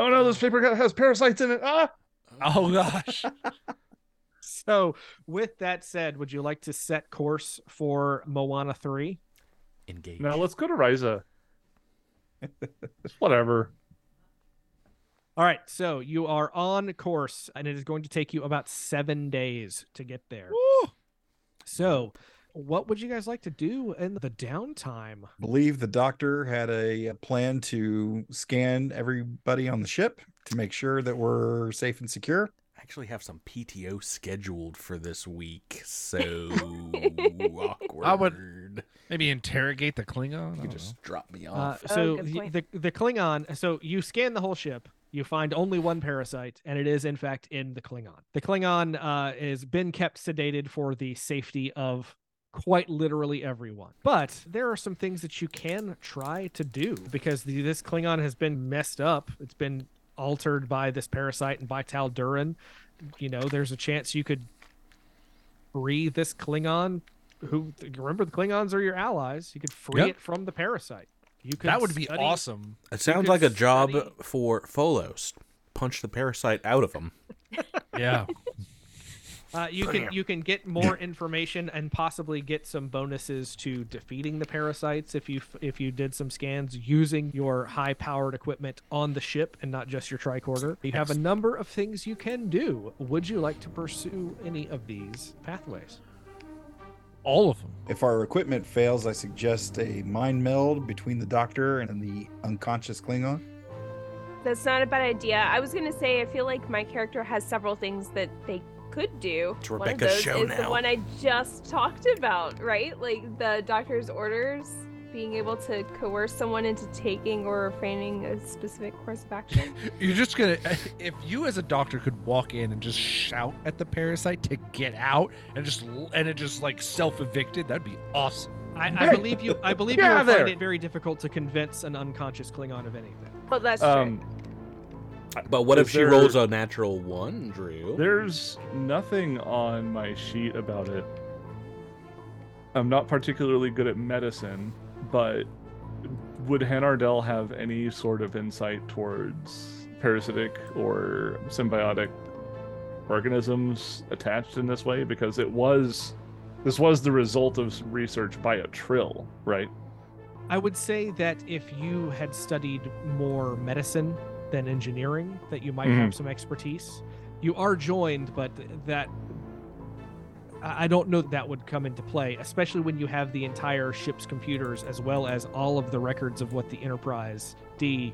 [SPEAKER 2] Oh no, this paper has parasites in it. Ah,
[SPEAKER 6] Oh gosh.
[SPEAKER 1] So, with that said, would you like to set course for Moana 3?
[SPEAKER 4] Engage.
[SPEAKER 2] no, let's go to Riza. Whatever.
[SPEAKER 1] All right. So, you are on course, and it is going to take you about seven days to get there. So, what would you guys like to do in the downtime?
[SPEAKER 7] believe the doctor had a plan to scan everybody on the ship to make sure that we're safe and secure.
[SPEAKER 4] I actually have some PTO scheduled for this week, so awkward.
[SPEAKER 6] I would- Maybe interrogate the Klingon.
[SPEAKER 4] You
[SPEAKER 6] I
[SPEAKER 4] can
[SPEAKER 6] don't
[SPEAKER 4] just
[SPEAKER 6] know.
[SPEAKER 4] drop me
[SPEAKER 1] Uh,
[SPEAKER 4] off.
[SPEAKER 1] so,
[SPEAKER 3] oh, good
[SPEAKER 1] the,
[SPEAKER 3] point.
[SPEAKER 1] the, the Klingon, so you scan the whole ship. You find only one parasite, and it is in fact in the Klingon. The Klingon uh, has been kept sedated for the safety of quite literally everyone. But there are some things that you can try to do because the, this Klingon has been messed up. It's been altered by this parasite and by Tal'Durin. You know, there's a chance you could free this Klingon. Who remember the Klingons are your allies? You could free
[SPEAKER 6] Yep.
[SPEAKER 1] it from the parasite. You could
[SPEAKER 6] that would be
[SPEAKER 1] study-
[SPEAKER 6] awesome.
[SPEAKER 4] it sounds
[SPEAKER 1] could
[SPEAKER 4] like a job
[SPEAKER 1] study-
[SPEAKER 4] for Folos. Punch the parasite out of him.
[SPEAKER 6] Yeah.
[SPEAKER 1] Uh, you can you can get more information and possibly get some bonuses to defeating the parasites if you f- if you did some scans using your high powered equipment on the ship and not just your tricorder. You have a number of things you can do. Would you like to pursue any of these pathways?
[SPEAKER 6] All of them.
[SPEAKER 7] If our equipment fails, I suggest a mind meld between the doctor and the unconscious Klingon.
[SPEAKER 3] That's not a bad idea. I was gonna say I feel like my character has several things that they could do.
[SPEAKER 4] It's
[SPEAKER 3] one of
[SPEAKER 4] Rebecca's
[SPEAKER 3] those
[SPEAKER 4] show
[SPEAKER 3] is
[SPEAKER 4] now.
[SPEAKER 3] the one I just talked about, right? Like the doctor's orders, being able to coerce someone into taking or refraining a specific course of action.
[SPEAKER 6] You're just gonna. If you, as a doctor, could walk in and just shout at the parasite to get out, and just l- and it just like self evicted, that'd be awesome.
[SPEAKER 1] I, I
[SPEAKER 2] Hey!
[SPEAKER 1] believe you. I believe
[SPEAKER 2] Get
[SPEAKER 1] you
[SPEAKER 2] out
[SPEAKER 1] will
[SPEAKER 2] of
[SPEAKER 1] find
[SPEAKER 2] there!
[SPEAKER 1] it very difficult to convince an unconscious Klingon of anything.
[SPEAKER 3] Well, that's
[SPEAKER 2] Um,
[SPEAKER 4] But what if
[SPEAKER 2] Is
[SPEAKER 4] she
[SPEAKER 2] there-
[SPEAKER 4] rolls a natural one, Drew?
[SPEAKER 2] There's nothing on my sheet about it. I'm not particularly good at medicine, but would Hanardel have any sort of insight towards parasitic or symbiotic organisms attached in this way? Because it was this was the result of some research by a trill, right?
[SPEAKER 1] I would say that if you had studied more medicine than engineering, that you might have some expertise. You are joined, but that I I don't know that, that would come into play, especially when you have the entire ship's computers as well as all of the records of what the Enterprise D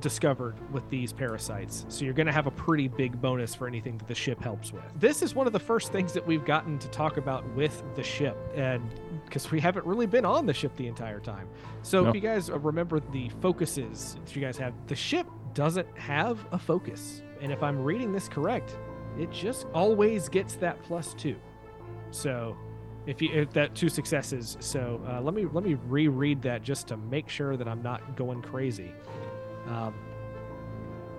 [SPEAKER 1] discovered with these parasites. So you're going to have a pretty big bonus for anything that the ship helps with. This is one of the first things that we've gotten to talk about with the ship, and because we haven't really been on the ship the entire time. So
[SPEAKER 2] No.
[SPEAKER 1] if you guys uh, remember the focuses that you guys have, the ship doesn't have a focus. And if I'm reading this correct, it just always gets that plus two. So if you if that two successes, so uh, let me let me reread that just to make sure that I'm not going crazy. Um,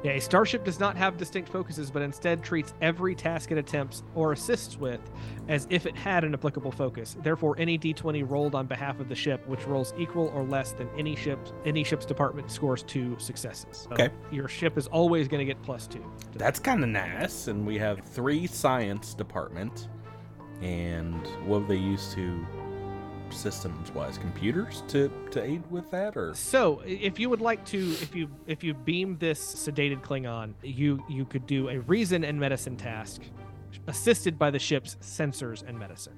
[SPEAKER 1] yeah, a starship does not have distinct focuses, but instead treats every task it attempts or assists with as if it had an applicable focus. Therefore, any d20 rolled on behalf of the ship, which rolls equal or less than any ship's any ship's department, scores two successes. So
[SPEAKER 4] Okay.
[SPEAKER 1] Your ship is always going to get plus two.
[SPEAKER 4] That's kind of nice. And we have three science department, and what they used to systems wise computers to to aid with that or
[SPEAKER 1] So, i- if you would like to, if you if you beam this sedated Klingon, you you could do a reason and medicine task, assisted by the ship's sensors and medicine.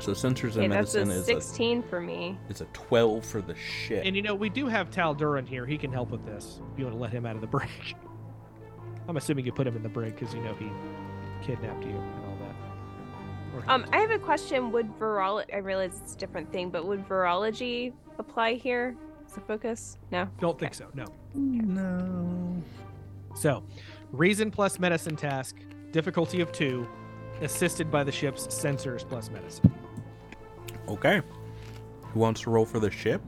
[SPEAKER 4] so sensors and
[SPEAKER 3] Okay, that's
[SPEAKER 4] medicine
[SPEAKER 3] a
[SPEAKER 4] is
[SPEAKER 3] 16 for me.
[SPEAKER 4] a, is a 12 for the ship
[SPEAKER 1] And you know, we do have Tal Duran here. He can help with this. If you want to let him out of the brig, I'm assuming you put him in the brig because you know he kidnapped you and all that. Or he-
[SPEAKER 3] Um, I have a question. Would virology? I realize it's a different thing, but would virology apply here? Is it focus? No.
[SPEAKER 1] don't think so. No.
[SPEAKER 7] No.
[SPEAKER 1] So, reason plus medicine task, difficulty of two, assisted by the ship's sensors plus medicine.
[SPEAKER 4] okay who wants to roll for the ship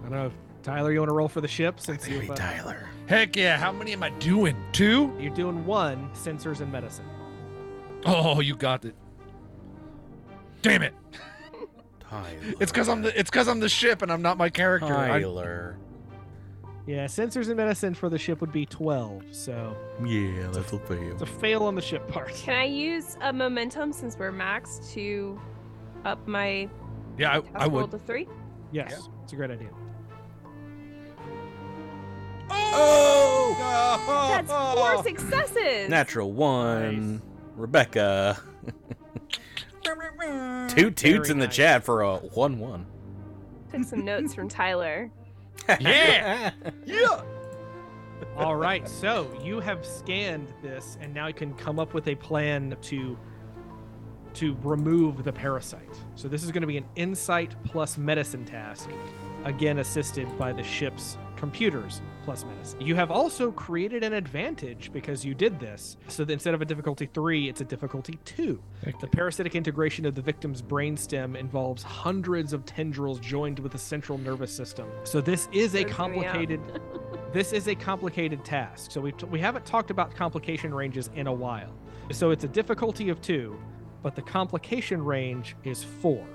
[SPEAKER 1] I don't know, Tyler. You want to roll for the ship since
[SPEAKER 4] Hey,
[SPEAKER 1] you've, uh,
[SPEAKER 4] tyler
[SPEAKER 6] Heck yeah! How many am I doing? Two?
[SPEAKER 1] you're doing one sensors and medicine.
[SPEAKER 6] Oh, you got it. Damn it!
[SPEAKER 4] tyler
[SPEAKER 6] It's because I'm the it's because I'm the ship and I'm not my character. I-
[SPEAKER 4] tyler
[SPEAKER 1] Yeah, sensors and medicine for the ship would be twelve. So
[SPEAKER 4] yeah that's a fail
[SPEAKER 1] it's a fail on the ship part.
[SPEAKER 3] Can I use a momentum since we're maxed to up my
[SPEAKER 6] yeah, I,
[SPEAKER 3] task
[SPEAKER 6] I
[SPEAKER 3] roll
[SPEAKER 6] would.
[SPEAKER 3] to three?
[SPEAKER 1] Yes, it's a great idea.
[SPEAKER 7] Oh!
[SPEAKER 3] That's four successes.
[SPEAKER 4] natural one rebecca
[SPEAKER 6] Hmm.
[SPEAKER 4] two toots
[SPEAKER 1] Very
[SPEAKER 4] in the
[SPEAKER 1] nice.
[SPEAKER 4] chat for a one one
[SPEAKER 3] Took some notes from Tyler.
[SPEAKER 4] yeah
[SPEAKER 7] Yeah.
[SPEAKER 1] All right, so you have scanned this, and now you can come up with a plan to to remove the parasite. So this is going to be an insight plus medicine task, again assisted by the ship's computers plus medicine. You have also created an advantage because you did this. So that instead of a difficulty three, it's a difficulty two. The parasitic integration of the victim's brainstem involves hundreds of tendrils joined with the central nervous system. So this is a
[SPEAKER 3] Freaks me out.
[SPEAKER 1] complicated this is a complicated task. So we we haven't talked about complication ranges in a while. So it's a difficulty of 2, but the complication range is 4.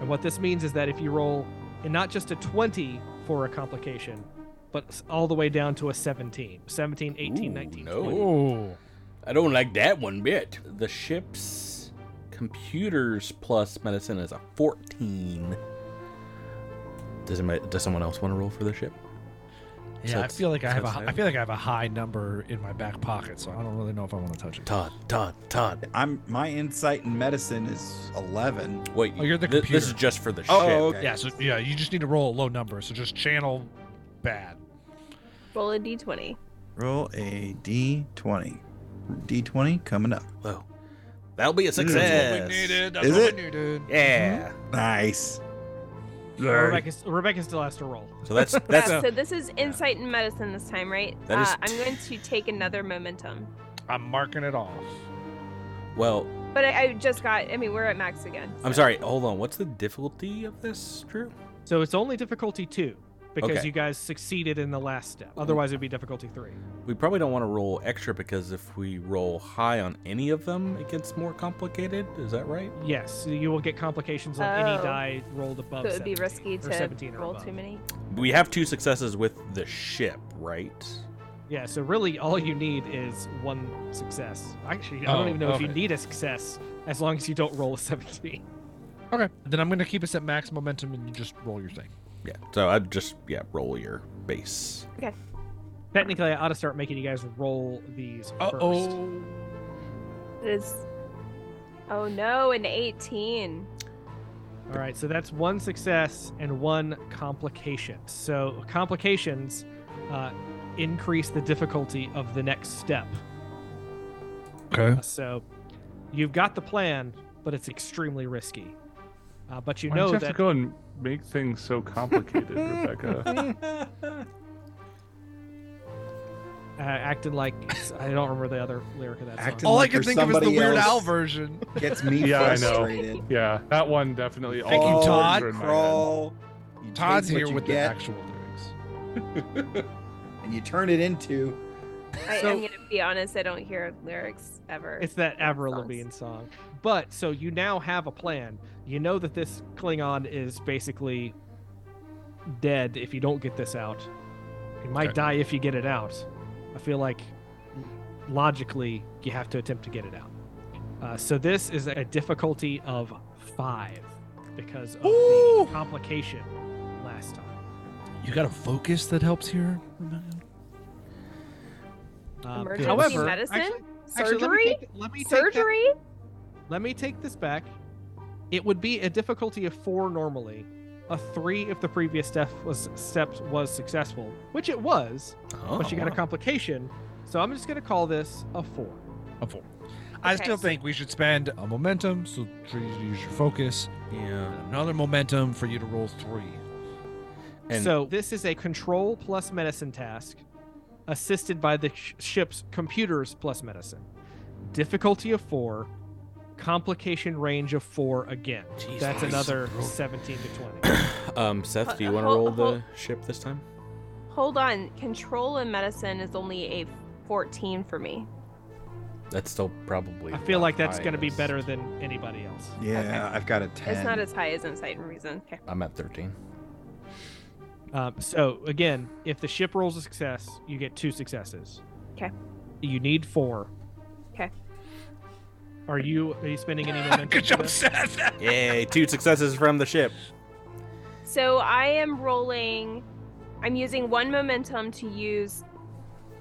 [SPEAKER 1] And what this means is that if you roll and not just a 20 for a complication, but s- all the way down to a 17, 17, 18,
[SPEAKER 4] Ooh,
[SPEAKER 1] 19.
[SPEAKER 4] no.
[SPEAKER 1] 20.
[SPEAKER 6] Oh,
[SPEAKER 4] I don't like that one bit. The ship's computers plus medicine is a 14. Does, anybody- does someone else want to roll for the ship?
[SPEAKER 6] yeah.
[SPEAKER 4] So
[SPEAKER 6] I
[SPEAKER 4] it's-
[SPEAKER 6] feel like I
[SPEAKER 4] so
[SPEAKER 6] have a
[SPEAKER 4] it's
[SPEAKER 6] hi-
[SPEAKER 4] no.
[SPEAKER 6] I feel like I have a high number in my back pocket, so I don't really know if I want to touch it.
[SPEAKER 4] Todd, Todd, Todd.
[SPEAKER 7] I'm my insight in medicine is eleven.
[SPEAKER 4] Wait,
[SPEAKER 6] Oh, you're the
[SPEAKER 4] thi- this is
[SPEAKER 6] computer.
[SPEAKER 4] just for the
[SPEAKER 7] Oh,
[SPEAKER 4] ship.
[SPEAKER 7] okay.
[SPEAKER 6] Yeah. So yeah, you just need to roll a low number. So just channel bad.
[SPEAKER 3] Roll a d20.
[SPEAKER 7] Roll a D twenty. D twenty coming up.
[SPEAKER 4] Whoa. That'll be a
[SPEAKER 7] what we
[SPEAKER 4] success.
[SPEAKER 6] That's
[SPEAKER 7] Is
[SPEAKER 6] Hmm. what
[SPEAKER 7] it?
[SPEAKER 6] we needed.
[SPEAKER 4] Yeah.
[SPEAKER 7] Nice.
[SPEAKER 1] Rebecca, Rebecca still has to roll.
[SPEAKER 4] So that's
[SPEAKER 3] Yeah,
[SPEAKER 4] that's
[SPEAKER 3] so this is insight and medicine this time, right?
[SPEAKER 4] That is
[SPEAKER 3] uh, I'm going to take another momentum.
[SPEAKER 6] I'm marking it off.
[SPEAKER 4] well.
[SPEAKER 3] But I, I just got, I mean, we're at max again.
[SPEAKER 4] I'm
[SPEAKER 3] so-
[SPEAKER 4] sorry. Hold on. What's the difficulty of this, Drew?
[SPEAKER 1] So it's only difficulty 2 because
[SPEAKER 4] Okay.
[SPEAKER 1] you guys succeeded in the last step. Otherwise it would be difficulty 3.
[SPEAKER 4] We probably don't want to roll extra because if we roll high on any of them, it gets more complicated. Is that right?
[SPEAKER 1] Yes, you will get complications on any
[SPEAKER 3] Oh.
[SPEAKER 1] die rolled above
[SPEAKER 3] So it would be
[SPEAKER 1] 17,
[SPEAKER 3] risky
[SPEAKER 1] or
[SPEAKER 3] to
[SPEAKER 1] 17 or
[SPEAKER 3] roll
[SPEAKER 1] above.
[SPEAKER 3] too many.
[SPEAKER 4] We have two successes with the ship, right?
[SPEAKER 1] Yeah, so really all you need is one success. Actually, I don't
[SPEAKER 6] Oh,
[SPEAKER 1] even know if you
[SPEAKER 6] okay.
[SPEAKER 1] need a success as long as you don't roll a 17.
[SPEAKER 6] Okay. Then I'm gonna keep us at max momentum, and you just roll your thing.
[SPEAKER 4] Yeah. So I just yeah roll your base.
[SPEAKER 1] Technically, I ought to start making you guys roll these first.
[SPEAKER 3] It is. Oh no, an 18.
[SPEAKER 1] All right, so that's one success and one complication. So complications uh, increase the difficulty of the next step. Uh,
[SPEAKER 6] Okay.
[SPEAKER 1] So you've got the plan, but it's extremely risky. Uh, but you
[SPEAKER 2] Why
[SPEAKER 1] know
[SPEAKER 2] do you have
[SPEAKER 1] that
[SPEAKER 2] to go and make things so complicated, Rebecca?
[SPEAKER 1] uh, acting like I don't remember the other lyric of that song.
[SPEAKER 7] Acting
[SPEAKER 6] All I
[SPEAKER 7] like
[SPEAKER 6] can
[SPEAKER 7] there's
[SPEAKER 6] think of is the
[SPEAKER 7] somebody
[SPEAKER 6] Weird
[SPEAKER 7] else.
[SPEAKER 6] Al version.
[SPEAKER 7] Gets me
[SPEAKER 2] Yeah, I know.
[SPEAKER 7] frustrated.
[SPEAKER 2] Yeah, that one definitely.
[SPEAKER 6] Thank
[SPEAKER 2] all
[SPEAKER 6] you,
[SPEAKER 2] the
[SPEAKER 6] Todd.
[SPEAKER 2] words are in my head.
[SPEAKER 7] Crawl. You take
[SPEAKER 6] Todd's
[SPEAKER 7] what
[SPEAKER 6] here
[SPEAKER 7] you
[SPEAKER 6] with the
[SPEAKER 7] get,
[SPEAKER 6] actual lyrics.
[SPEAKER 7] and you turn it into
[SPEAKER 3] I,
[SPEAKER 1] So-
[SPEAKER 3] I'm going to be honest, I don't hear lyrics ever.
[SPEAKER 1] It's that Avril
[SPEAKER 3] songs.
[SPEAKER 1] Lavigne song. But so you now have a plan. You know that this Klingon is basically dead if you don't get this out. He might
[SPEAKER 4] Okay.
[SPEAKER 1] die if you get it out. I feel like logically you have to attempt to get it out. Uh, so this is a difficulty of five because of
[SPEAKER 6] Ooh.
[SPEAKER 1] the complication last time.
[SPEAKER 6] You got a focus that helps here. Rebecca?
[SPEAKER 1] Um,
[SPEAKER 3] Emergency
[SPEAKER 1] however,
[SPEAKER 3] medicine?
[SPEAKER 1] actually- actually, let me
[SPEAKER 3] Surgery?
[SPEAKER 1] take- let me take that-
[SPEAKER 3] Surgery?
[SPEAKER 1] Let me take this back. It would be a difficulty of four normally, a three if the previous step was step was successful, which it was, but she got
[SPEAKER 4] Oh. Uh-huh.
[SPEAKER 1] a complication. So I'm just gonna call this a four.
[SPEAKER 6] A four. I
[SPEAKER 3] Okay,
[SPEAKER 6] still
[SPEAKER 3] so-
[SPEAKER 6] think we should spend a momentum, so tr- use your focus.
[SPEAKER 4] Yeah.
[SPEAKER 6] Another momentum for you to roll three.
[SPEAKER 4] And
[SPEAKER 1] so this is a control plus medicine task, assisted by the sh- ship's computers plus medicine. Difficulty of four, complication range of four again.
[SPEAKER 4] Jeez,
[SPEAKER 1] That's
[SPEAKER 4] nice.
[SPEAKER 1] another 17 to 20.
[SPEAKER 4] um, Seth, do you
[SPEAKER 3] Uh,
[SPEAKER 4] want to
[SPEAKER 3] hol-
[SPEAKER 4] roll
[SPEAKER 3] hol-
[SPEAKER 4] the ship this time?
[SPEAKER 3] Hold on. Control and medicine is only a 14 for me.
[SPEAKER 4] That's still probably.
[SPEAKER 1] I feel
[SPEAKER 4] the
[SPEAKER 1] like that's going to be
[SPEAKER 4] highest.
[SPEAKER 1] better than anybody else.
[SPEAKER 7] Yeah,
[SPEAKER 3] Okay.
[SPEAKER 7] I've got a 10.
[SPEAKER 3] It's not as high as Insight and Reason. Okay.
[SPEAKER 4] I'm at 13.
[SPEAKER 1] Um, so again, if the ship rolls a success, you get two successes.
[SPEAKER 3] 'Kay.
[SPEAKER 1] You need four.
[SPEAKER 3] 'Kay.
[SPEAKER 1] Are you are you spending any momentum?
[SPEAKER 6] Good
[SPEAKER 1] for
[SPEAKER 6] job,
[SPEAKER 1] this?
[SPEAKER 6] Seth.
[SPEAKER 4] Yay! Two successes from the ship.
[SPEAKER 3] So I am rolling. I'm using one momentum to use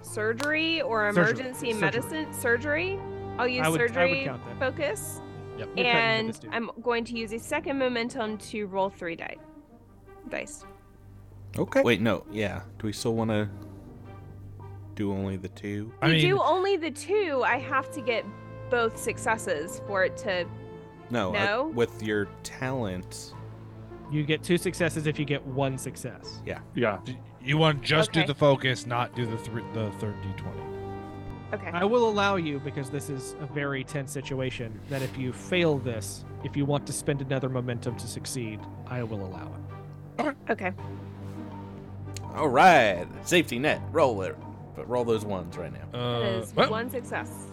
[SPEAKER 3] surgery or
[SPEAKER 1] Surgery.
[SPEAKER 3] emergency
[SPEAKER 1] Surgery.
[SPEAKER 3] medicine surgery. I'll use
[SPEAKER 1] I would- I would
[SPEAKER 3] surgery
[SPEAKER 1] count that.
[SPEAKER 3] focus,
[SPEAKER 6] Yep.
[SPEAKER 1] You're cutting into
[SPEAKER 3] and
[SPEAKER 1] this, dude.
[SPEAKER 3] I'm going to use a second momentum to roll three die. dice.
[SPEAKER 4] Okay. Wait, no. Yeah. Do we still want to do only the two?
[SPEAKER 6] I
[SPEAKER 3] we
[SPEAKER 6] mean,
[SPEAKER 3] do only the two. I have to get both successes for it to.
[SPEAKER 4] No. I-
[SPEAKER 3] No.
[SPEAKER 4] with your talent.
[SPEAKER 1] You get two successes if you get one success.
[SPEAKER 2] Yeah.
[SPEAKER 6] d- you want to just
[SPEAKER 3] Okay.
[SPEAKER 6] do the focus, not do the three, the third d20.
[SPEAKER 3] Okay.
[SPEAKER 6] Uh,
[SPEAKER 1] I will allow you because this is a very tense situation. That if you fail this, if you want to spend another momentum to succeed, I will allow it.
[SPEAKER 3] Okay.
[SPEAKER 4] All right. Safety net. Roll it. But roll those ones right now.
[SPEAKER 3] That
[SPEAKER 6] Uh,
[SPEAKER 3] is
[SPEAKER 6] well,
[SPEAKER 3] one success.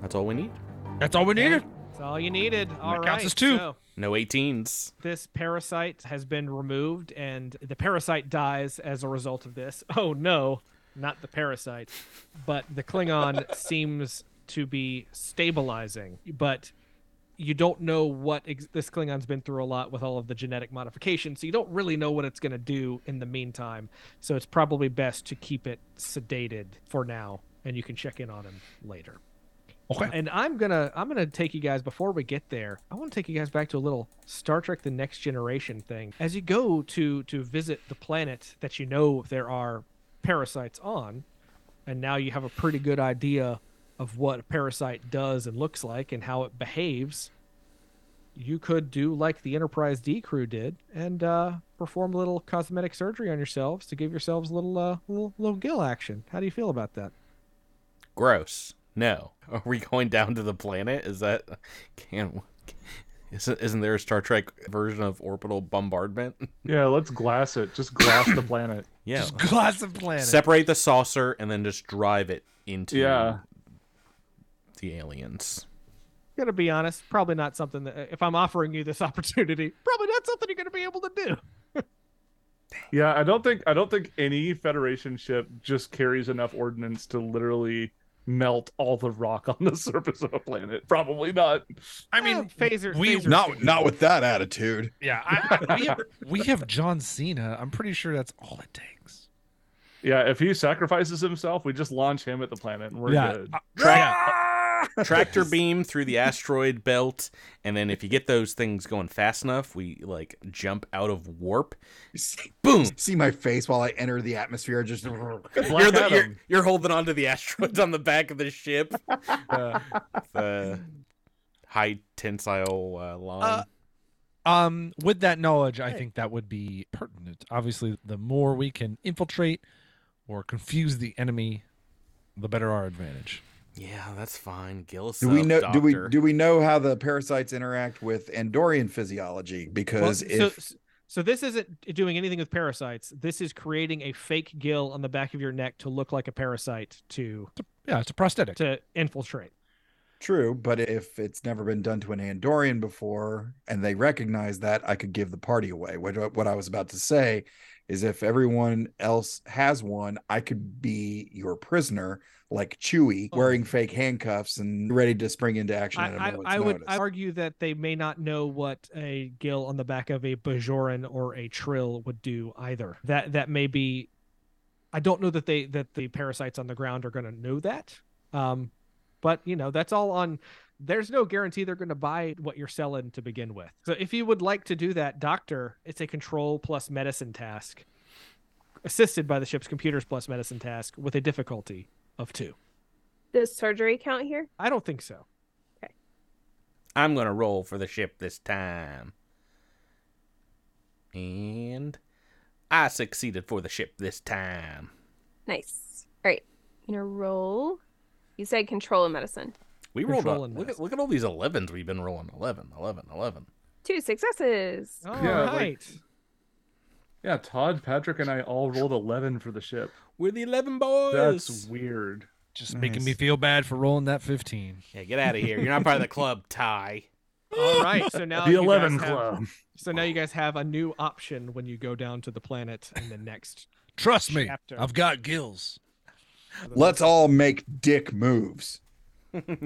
[SPEAKER 4] That's all we need.
[SPEAKER 6] that's all we needed.
[SPEAKER 1] That's all you needed. All right.
[SPEAKER 6] counts as two.
[SPEAKER 1] so-
[SPEAKER 4] No 18s.
[SPEAKER 1] this parasite has been removed and the parasite dies as a result of this. Oh no, not the parasite, but the Klingon seems to be stabilizing, but you don't know what ex- this Klingon's been through a lot with all of the genetic modifications, so you don't really know what it's going to do in the meantime. So it's probably best to keep it sedated for now and you can check in on him later.
[SPEAKER 6] Okay.
[SPEAKER 1] And I'm gonna I'm gonna take you guys before we get there. I want to take you guys back to a little Star Trek: The Next Generation thing. As you go to to visit the planet that you know there are parasites on, and now you have a pretty good idea of what a parasite does and looks like and how it behaves. You could do like the Enterprise D crew did and uh, perform a little cosmetic surgery on yourselves to give yourselves a little uh, little little gill action. How do you feel about that?
[SPEAKER 4] Gross. No. Are we going down to the planet? Is that can't? Isn't isn't there a Star Trek version of orbital bombardment?
[SPEAKER 2] Yeah, let's glass it. Just glass the planet.
[SPEAKER 4] Yeah.
[SPEAKER 6] Just glass of planet.
[SPEAKER 4] Separate the saucer and then just drive it into
[SPEAKER 2] Yeah.
[SPEAKER 4] the aliens.
[SPEAKER 1] gonna be honest probably not something that if i'm offering you this opportunity probably not something you're gonna be able to do
[SPEAKER 2] Yeah, I don't think I don't think any Federation ship just carries enough ordnance to literally melt all the rock on the surface of a planet. Probably not.
[SPEAKER 6] I mean,
[SPEAKER 1] Eh, phaser
[SPEAKER 6] we-
[SPEAKER 1] phaser
[SPEAKER 7] Not,
[SPEAKER 1] suit.
[SPEAKER 7] not with that attitude.
[SPEAKER 6] yeah. I, we, have, we have John Cena. I'm pretty sure that's all it takes.
[SPEAKER 2] Yeah, if he sacrifices himself, we just launch him at the planet and we're good.
[SPEAKER 6] Uh,
[SPEAKER 7] Ah!
[SPEAKER 4] Tractor beam through the asteroid belt, and then if you get those things going fast enough, we like jump out of warp. Boom!
[SPEAKER 7] See my face while I enter the atmosphere. Just
[SPEAKER 2] Black
[SPEAKER 4] You're, the,
[SPEAKER 2] Adam.
[SPEAKER 4] you're, you're holding onto the asteroids on the back of the ship.
[SPEAKER 2] Uh,
[SPEAKER 4] the high tensile uh, line.
[SPEAKER 6] Uh, Um, with that knowledge, I think that would be pertinent. Obviously, the more we can infiltrate or confuse the enemy, the better our advantage.
[SPEAKER 4] yeah, that's fine. Gillis.
[SPEAKER 7] do we know? Do we do we know how the parasites interact with Andorian physiology?
[SPEAKER 1] Well,
[SPEAKER 7] Because
[SPEAKER 1] so,
[SPEAKER 7] if
[SPEAKER 1] so this isn't doing anything with parasites this is creating a fake gill on the back of your neck to look like a parasite to
[SPEAKER 6] Yeah, it's a prosthetic.
[SPEAKER 1] to infiltrate
[SPEAKER 7] True, but if it's never been done to an Andorian before and they recognize that, I could give the party away. What what I was about to say is if everyone else has one, I could be your prisoner, like Chewie, wearing fake handcuffs and ready to spring into action at a
[SPEAKER 1] Oh. I, I,
[SPEAKER 7] moment's
[SPEAKER 1] I would
[SPEAKER 7] notice.
[SPEAKER 1] I argue that they may not know what a gill on the back of a Bajoran or a Trill would do either. That that may be. I don't know that they that the parasites on the ground are going to know that. Um, but you know that's all on. There's no guarantee they're going to buy what you're selling to begin with. So if you would like to do that, doctor, it's a control plus medicine task, assisted by the ship's computers plus medicine task with a difficulty of two.
[SPEAKER 3] Does surgery count here?
[SPEAKER 1] I don't think so.
[SPEAKER 4] I'm gonna roll for the ship this time. And I succeeded for the ship this time.
[SPEAKER 3] Nice. All right. I'm gonna roll. You said control and medicine.
[SPEAKER 4] We rolled
[SPEAKER 1] Control
[SPEAKER 4] up.
[SPEAKER 1] and
[SPEAKER 4] Look at,
[SPEAKER 1] medicine.
[SPEAKER 4] look at all these 11s we've been rolling. 11, 11, 11.
[SPEAKER 3] Two successes.
[SPEAKER 1] All right.
[SPEAKER 2] Yeah, like- Yeah, Todd, Patrick, and I all rolled 11 for the ship.
[SPEAKER 4] We're the 11 boys.
[SPEAKER 2] That's weird.
[SPEAKER 6] Just making me
[SPEAKER 7] Nice.
[SPEAKER 6] feel bad for rolling that 15.
[SPEAKER 4] Yeah, get out of here. You're not part of the club, Ty.
[SPEAKER 1] All right. So now
[SPEAKER 2] The
[SPEAKER 1] Oh, you guys
[SPEAKER 2] 11
[SPEAKER 1] have-
[SPEAKER 2] club.
[SPEAKER 1] so now you guys have a new option when you go down to the planet in the next.
[SPEAKER 6] Trust me,
[SPEAKER 1] Chapter.
[SPEAKER 6] I've got gills.
[SPEAKER 7] Let's all make dick moves.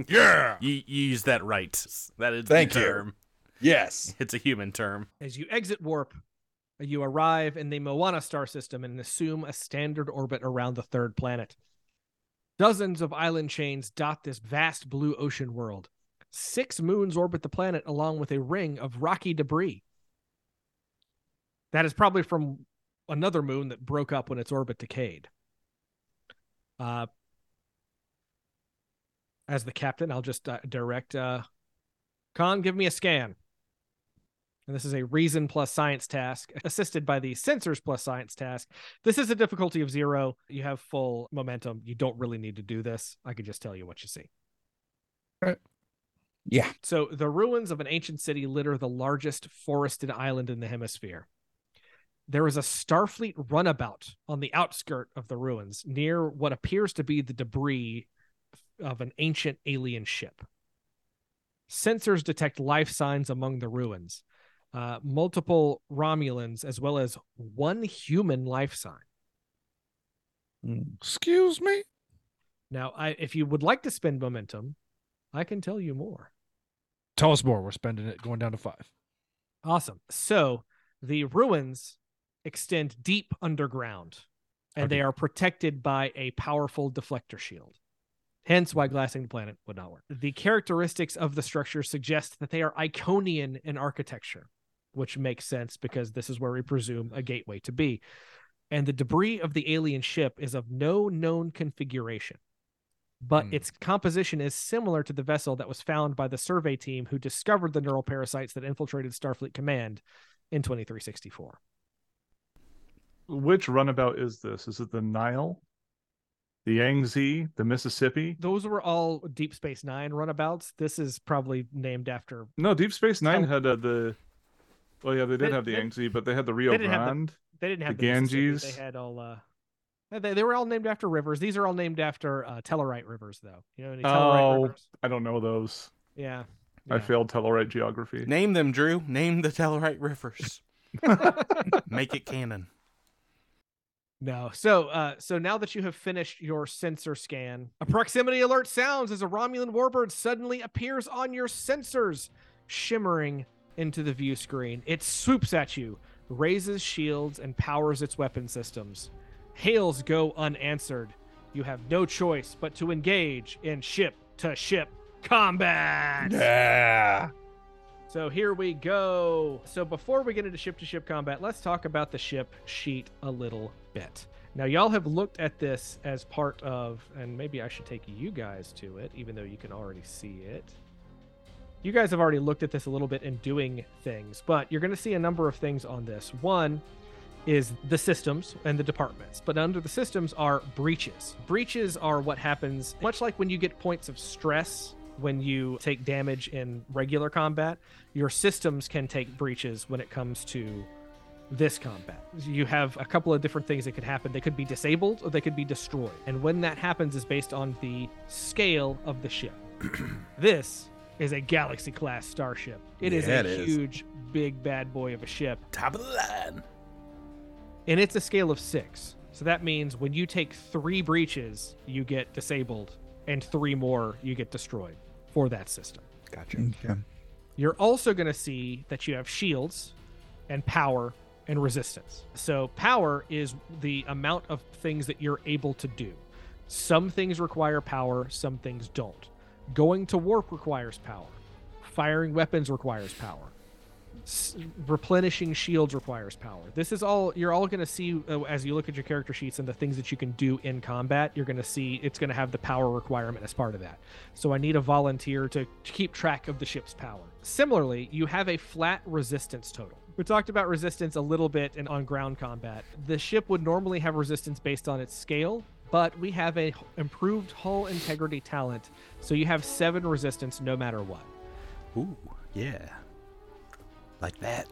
[SPEAKER 4] Yeah. You, you use that right. That is
[SPEAKER 7] Thank
[SPEAKER 4] the
[SPEAKER 7] you.
[SPEAKER 4] term.
[SPEAKER 7] Yes.
[SPEAKER 4] It's a human term.
[SPEAKER 1] As you exit warp, you arrive in the Moana star system and assume a standard orbit around the third planet. Dozens of island chains dot this vast blue ocean world. Six moons orbit the planet along with a ring of rocky debris. That is probably from another moon that broke up when its orbit decayed. Uh, as the captain, I'll just uh, direct. Uh, Khan, give me a scan. And this is a reason plus science task, assisted by the sensors plus science task. This is a difficulty of zero. You have full momentum. You don't really need to do this. I could just tell you what you see.
[SPEAKER 7] Yeah.
[SPEAKER 1] So, the ruins of an ancient city litter the largest forested island in the hemisphere. There is a Starfleet runabout on the outskirt of the ruins, near what appears to be the debris of an ancient alien ship. Sensors detect life signs among the ruins, uh, multiple Romulans, as well as one human life sign.
[SPEAKER 6] Excuse me?
[SPEAKER 1] Now, I, if you would like to spend momentum, I can tell you more.
[SPEAKER 6] Tell us more. We're spending it going down to five.
[SPEAKER 1] Awesome. So the ruins extend deep underground and
[SPEAKER 6] Okay.
[SPEAKER 1] they are protected by a powerful deflector shield. Hence why glassing the planet would not work. The characteristics of the structure suggest that they are Iconian in architecture, which makes sense because this is where we presume a gateway to be. And the debris of the alien ship is of no known configuration, but
[SPEAKER 6] Hmm.
[SPEAKER 1] its composition is similar to the vessel that was found by the survey team who discovered the neural parasites that infiltrated Starfleet Command in 2364.
[SPEAKER 2] Which runabout is this? Is it the Nile, the Yangtze, the Mississippi?
[SPEAKER 1] Those were all Deep Space Nine runabouts. This is probably named after.
[SPEAKER 2] No, Deep Space Nine
[SPEAKER 1] Oh.
[SPEAKER 2] had uh, the. Well, yeah, they did
[SPEAKER 1] They-
[SPEAKER 2] have the
[SPEAKER 1] they-
[SPEAKER 2] Yangtze, but they had the Rio
[SPEAKER 1] they didn't have the-
[SPEAKER 2] Grande.
[SPEAKER 1] They didn't have
[SPEAKER 2] The
[SPEAKER 1] Mississippi.
[SPEAKER 2] Ganges.
[SPEAKER 1] They had all. uh they, they were all named after rivers. These are all named after uh, Tellarite rivers, though. You know any Tellarite
[SPEAKER 2] Oh.
[SPEAKER 1] rivers?
[SPEAKER 2] I don't know those.
[SPEAKER 1] Yeah.
[SPEAKER 2] I
[SPEAKER 1] yeah.
[SPEAKER 2] failed Telluride geography.
[SPEAKER 4] Name them, Drew. Name the Tellarite rivers. Make it canon.
[SPEAKER 1] No. So uh so now that you have finished your sensor scan, a proximity alert sounds as a Romulan warbird suddenly appears on your sensors, shimmering into the view screen. It swoops at you, raises shields and powers its weapon systems. Hails go unanswered. You have no choice but to engage in ship to ship combat.
[SPEAKER 7] Yeah.
[SPEAKER 1] So here we go. So before we get into ship to ship combat, let's talk about the ship sheet a little bit. Now, y'all have looked at this as part of, and maybe I should take you guys to it, even though you can already see it. You guys have already looked at this a little bit in doing things, but you're going to see a number of things on this. One is the systems and the departments, but under the systems are breaches. Breaches are what happens, much like when you get points of stress when you take damage in regular combat, your systems can take breaches when it comes to this combat. You have a couple of different things that could happen. They could be disabled or they could be destroyed. And when that happens is based on the scale of the ship. This is a galaxy class starship. It is a
[SPEAKER 7] Yeah, it is.
[SPEAKER 1] huge, big bad boy of a ship.
[SPEAKER 4] Top of the line.
[SPEAKER 1] and it's a scale of six. So that means when you take three breaches, you get disabled, and three more, you get destroyed for that system.
[SPEAKER 4] Gotcha.
[SPEAKER 1] You're also going to see that you have shields and power and resistance. So, power is the amount of things that you're able to do. Some things require power, some things don't. Going to warp requires power, firing weapons requires power. S- replenishing shields requires power. This is all you're all going to see uh, as you look at your character sheets and the things that you can do in combat. You're going to see it's going to have the power requirement as part of that. So I need a volunteer to, to keep track of the ship's power. Similarly, you have a flat resistance total. We talked about resistance a little bit in on ground combat. The ship would normally have resistance based on its scale, but we have a h- improved hull integrity talent, so you have 7 resistance no matter what.
[SPEAKER 4] Ooh, yeah. Like that.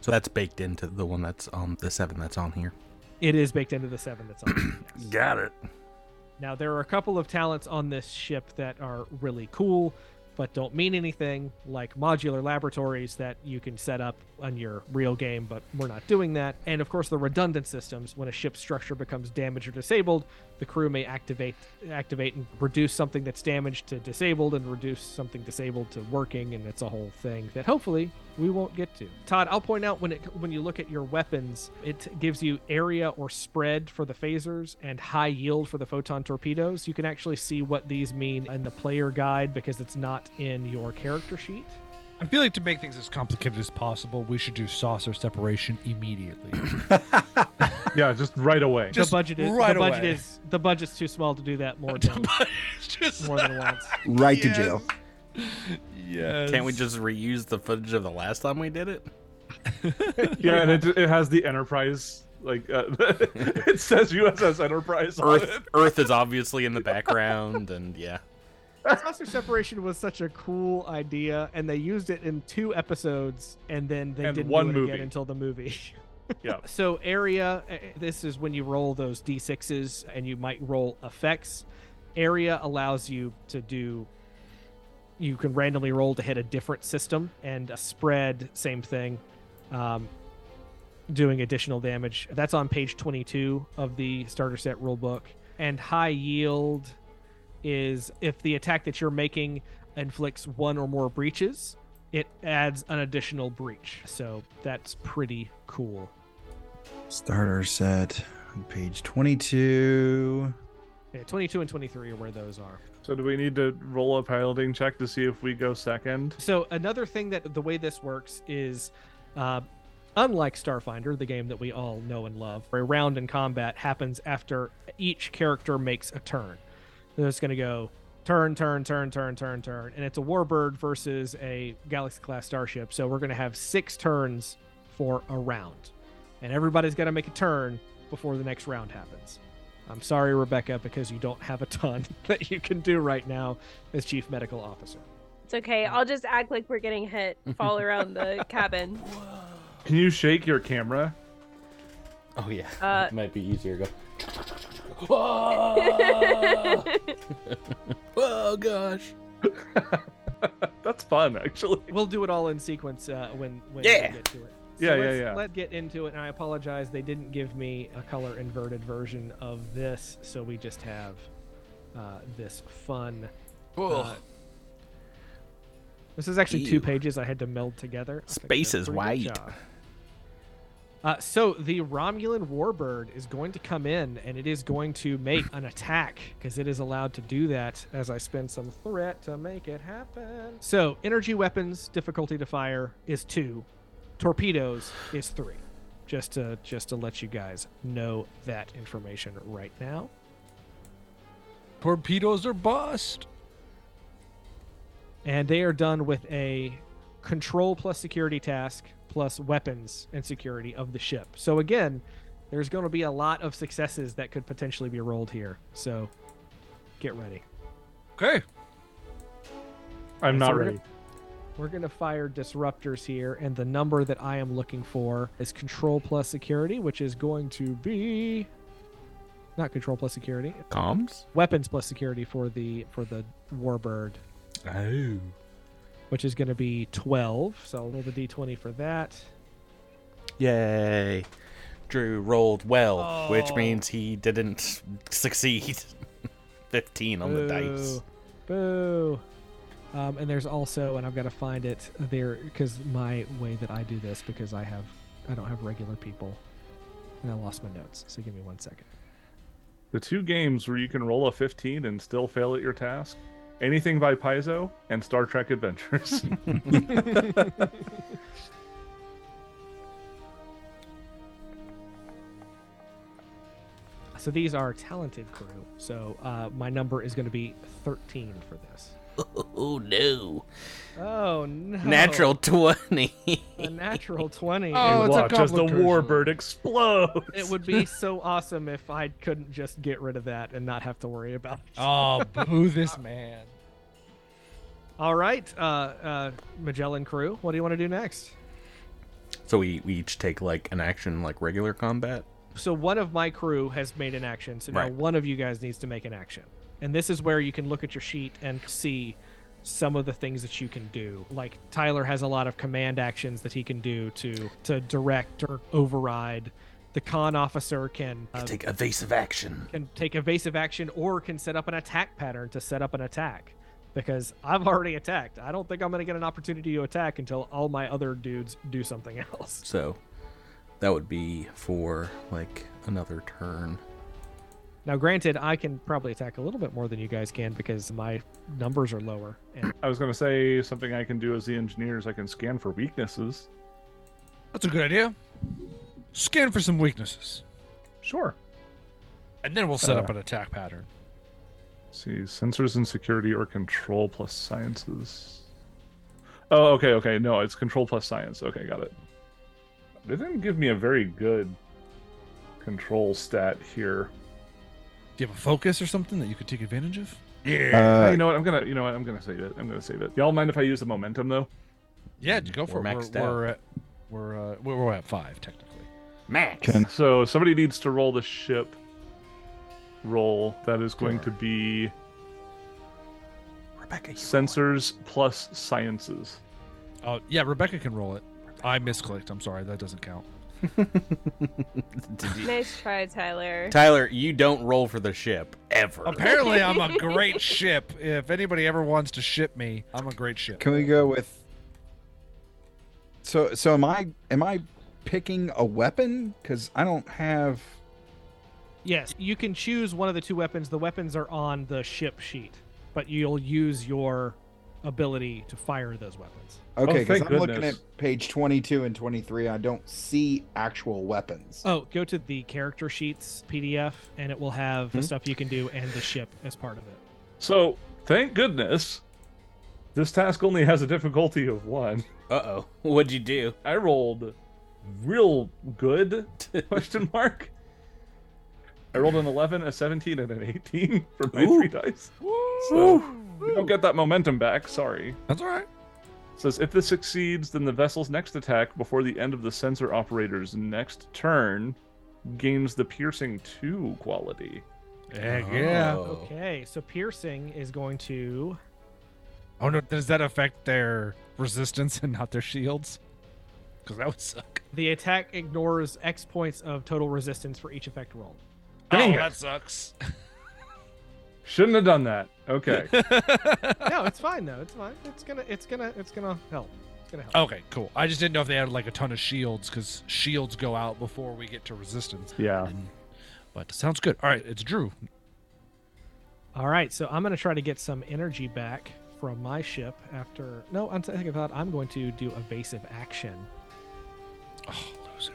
[SPEAKER 4] So that's baked into the one that's on the seven that's on here.
[SPEAKER 1] It is baked into the 7 that's on. yes.
[SPEAKER 4] Got it.
[SPEAKER 1] Now, there are a couple of talents on this ship that are really cool, but don't mean anything, like modular laboratories that you can set up on your real game, but we're not doing that. And of course, the redundant systems. When a ship's structure becomes damaged or disabled, the crew may activate activate and reduce something that's damaged to disabled and reduce something disabled to working and it's a whole thing that hopefully we won't get to todd i'll point out when it when you look at your weapons it gives you area or spread for the phasers and high yield for the photon torpedoes you can actually see what these mean in the player guide because it's not in your character sheet
[SPEAKER 6] I feel like to make things as complicated as possible, we should do saucer separation immediately.
[SPEAKER 2] Yeah, just right away.
[SPEAKER 6] Just
[SPEAKER 1] the budget is
[SPEAKER 6] right
[SPEAKER 1] the budget
[SPEAKER 6] away.
[SPEAKER 1] is the budget's too small to do that more than,
[SPEAKER 6] It's just-
[SPEAKER 1] more than once
[SPEAKER 7] Right to jail.
[SPEAKER 6] Yes.
[SPEAKER 4] Can't we just reuse the footage of the last time we did it?
[SPEAKER 2] yeah, and it, it has the Enterprise. Like uh, it says USS Enterprise. on
[SPEAKER 4] Earth, Earth is obviously in the background, and yeah.
[SPEAKER 1] saucer separation was such a cool idea, and they used it in two episodes, and then they
[SPEAKER 2] And
[SPEAKER 1] didn't
[SPEAKER 2] one
[SPEAKER 1] do it
[SPEAKER 2] movie.
[SPEAKER 1] again until the movie.
[SPEAKER 2] Yeah.
[SPEAKER 1] So area, eh, this is when you roll those d6s, and you might roll effects. Area allows you to do. You can randomly roll to hit a different system, and a spread, same thing. Um, doing additional damage. That's on page 22 of the starter set rulebook. And high yield is if the attack that you're making inflicts one or more breaches, it adds an additional breach. So that's pretty cool.
[SPEAKER 7] Starter set on page 22.
[SPEAKER 1] Yeah, 22 and 23 are where those are.
[SPEAKER 2] it. So do we need to roll a piloting check to see if we go second?
[SPEAKER 1] So another thing that the way this works is, uh, unlike Starfinder, the game that we all know and love, a round in combat happens after each character makes a turn. So it's going to go turn, turn, turn, turn, turn, turn, and it's a warbird versus a galaxy class starship. So we're going to have six turns for a round, and everybody's got to make a turn before the next round happens. I'm sorry, Rebecca, because you don't have a ton that you can do right now as chief medical officer.
[SPEAKER 3] It's okay. I'll just act like we're getting hit, fall around the cabin.
[SPEAKER 2] Can you shake your camera?
[SPEAKER 4] Oh yeah,
[SPEAKER 3] Uh,
[SPEAKER 4] it might be easier to go. Whoa! Whoa, gosh!
[SPEAKER 2] That's fun, actually.
[SPEAKER 1] We'll do it all in sequence uh, when when
[SPEAKER 4] Yeah.
[SPEAKER 1] we get to it.
[SPEAKER 2] Yeah, yeah,
[SPEAKER 1] let's,
[SPEAKER 2] yeah.
[SPEAKER 1] Let's get into it. And I apologize, they didn't give me a color inverted version of this, so we just have uh, this fun. uh, this is actually two
[SPEAKER 4] Ew.
[SPEAKER 1] pages I had to meld together. I think I did a
[SPEAKER 4] Space is
[SPEAKER 1] pretty good
[SPEAKER 4] white.
[SPEAKER 1] job. Uh, so the Romulan warbird is going to come in, and it is going to make an attack because it is allowed to do that. As I spend some threat to make it happen. So energy weapons difficulty to fire is two, torpedoes is three. Just to just to let you guys know that information right now.
[SPEAKER 6] Torpedoes are bust.
[SPEAKER 1] and they are done with a control plus security task plus weapons and security of the ship. So again, there's going to be a lot of successes that could potentially be rolled here. So get ready.
[SPEAKER 6] Okay.
[SPEAKER 2] I'm
[SPEAKER 1] So
[SPEAKER 2] not
[SPEAKER 1] we're
[SPEAKER 2] ready.
[SPEAKER 1] We're going to fire disruptors here and the number that I am looking for is control plus security, which is going to be not control plus security,
[SPEAKER 4] Comms?
[SPEAKER 1] weapons plus security for the for the warbird
[SPEAKER 4] Oh.
[SPEAKER 1] which is going to be 12. So I'll roll the d20 for that.
[SPEAKER 4] Yay. Drew rolled well, which
[SPEAKER 1] Oh.
[SPEAKER 4] means he didn't succeed. 15 on the dice.
[SPEAKER 1] Boo. Um, and there's also, and I've got to find it there because my way that I do this because I have, I don't have regular people, and I lost my notes. So give me one second.
[SPEAKER 2] The two games where you can roll a 15 and still fail at your task anything by Paizo and Star Trek Adventures.
[SPEAKER 1] So these are talented crew. So uh, my number is going to be 13 for this.
[SPEAKER 4] Oh no.
[SPEAKER 1] Oh no!
[SPEAKER 4] Natural 20.
[SPEAKER 1] a natural 20.
[SPEAKER 8] Oh,
[SPEAKER 2] and
[SPEAKER 8] it's a
[SPEAKER 2] watch as the
[SPEAKER 8] complication.
[SPEAKER 2] warbird explodes.
[SPEAKER 1] It would be so awesome if I couldn't just get rid of that and not have to worry about it.
[SPEAKER 6] Oh, boo this man.
[SPEAKER 1] All right, uh, uh, Magellan crew, what do you want to do next?
[SPEAKER 4] so we, we each take like an action like regular combat?
[SPEAKER 1] So one of my crew has made an action, so
[SPEAKER 4] Right.
[SPEAKER 1] now one of you guys needs to make an action. And this is where you can look at your sheet and see some of the things that you can do. Like Tyler has a lot of command actions that he can do to to direct or override. The con officer can uh,
[SPEAKER 4] Take evasive action.
[SPEAKER 1] can take evasive action or can set up an attack pattern to set up an attack because I've already attacked. I don't think I'm going to get an opportunity to attack until all my other dudes do something else.
[SPEAKER 4] So that would be for like another turn.
[SPEAKER 1] Now, granted, I can probably attack a little bit more than you guys can because my numbers are lower. And
[SPEAKER 2] I was going to say something I can do as the engineer is I can scan for weaknesses.
[SPEAKER 6] That's a good idea. Scan for some weaknesses,
[SPEAKER 2] Sure.
[SPEAKER 6] and then we'll set
[SPEAKER 4] Uh.
[SPEAKER 6] up an attack pattern.
[SPEAKER 2] see, sensors and security or control plus sciences. Oh, okay, okay. No, it's control plus science. Okay, got it. They didn't give me a very good control stat here.
[SPEAKER 6] Do you have a focus or something that you could take advantage of?
[SPEAKER 2] Hey,
[SPEAKER 7] Uh,
[SPEAKER 2] you know what? I'm gonna, you know what? I'm gonna save it. I'm gonna save it. Y'all mind if I use the momentum though?
[SPEAKER 6] Yeah, go for
[SPEAKER 4] We're
[SPEAKER 6] it.
[SPEAKER 4] maxed
[SPEAKER 6] we're,
[SPEAKER 4] out.
[SPEAKER 6] we're at we're uh, we're, we're at five technically.
[SPEAKER 4] Max.
[SPEAKER 7] Can-
[SPEAKER 2] So somebody needs to roll the ship roll. That is going to be
[SPEAKER 4] Rebecca, you
[SPEAKER 2] sensors plus sciences.
[SPEAKER 6] Oh yeah, Rebecca can roll it. I misclicked. I'm sorry, that doesn't count.
[SPEAKER 4] Did you-
[SPEAKER 3] Nice try, Tyler.
[SPEAKER 4] Tyler, you don't roll for the ship ever.
[SPEAKER 6] Apparently, I'm a great ship. If anybody ever wants to ship me, I'm a great ship.
[SPEAKER 7] Can we go with? So so am I am I picking a weapon? Because I don't have.
[SPEAKER 1] yes, you can choose one of the two weapons. The weapons are on the ship sheet, but you'll use your ability to fire those weapons.
[SPEAKER 4] Oh,
[SPEAKER 7] Okay, because
[SPEAKER 2] thank
[SPEAKER 7] I'm looking at
[SPEAKER 2] goodness.
[SPEAKER 7] page 22 and 23. I don't see actual weapons.
[SPEAKER 1] Oh, go to the character sheets PDF, and it will have the stuff you can do and the ship as part of it.
[SPEAKER 2] So thank goodness this task only has a difficulty of one.
[SPEAKER 4] Uh oh. What'd you do?
[SPEAKER 2] I rolled real good question mark. I rolled an 11, a 17, and an 18 for my three dice. So we don't get that momentum back. Sorry.
[SPEAKER 6] That's all right.
[SPEAKER 2] says if this succeeds, then the vessel's next attack before the end of the sensor operator's next turn gains the piercing two quality.
[SPEAKER 6] Heck yeah.
[SPEAKER 4] Oh.
[SPEAKER 1] Okay, so piercing is going to.
[SPEAKER 6] Oh no, does that affect their resistance and not their shields? Because that would suck.
[SPEAKER 1] The attack ignores X points of total resistance for each effect roll.
[SPEAKER 2] Dang
[SPEAKER 6] oh,
[SPEAKER 2] it.
[SPEAKER 6] that sucks.
[SPEAKER 2] Shouldn't have done that. Okay.
[SPEAKER 1] no, it's fine though. It's fine. It's gonna. It's gonna. It's gonna help. It's gonna help.
[SPEAKER 6] okay, cool. I just didn't know if they had like a ton of shields because shields go out before we get to resistance.
[SPEAKER 2] yeah.
[SPEAKER 6] But sounds good. All right, it's Drew.
[SPEAKER 1] All right, so I'm gonna try to get some energy back from my ship after. No, I'm thinking about. I'm going to do evasive action.
[SPEAKER 6] Oh, loser.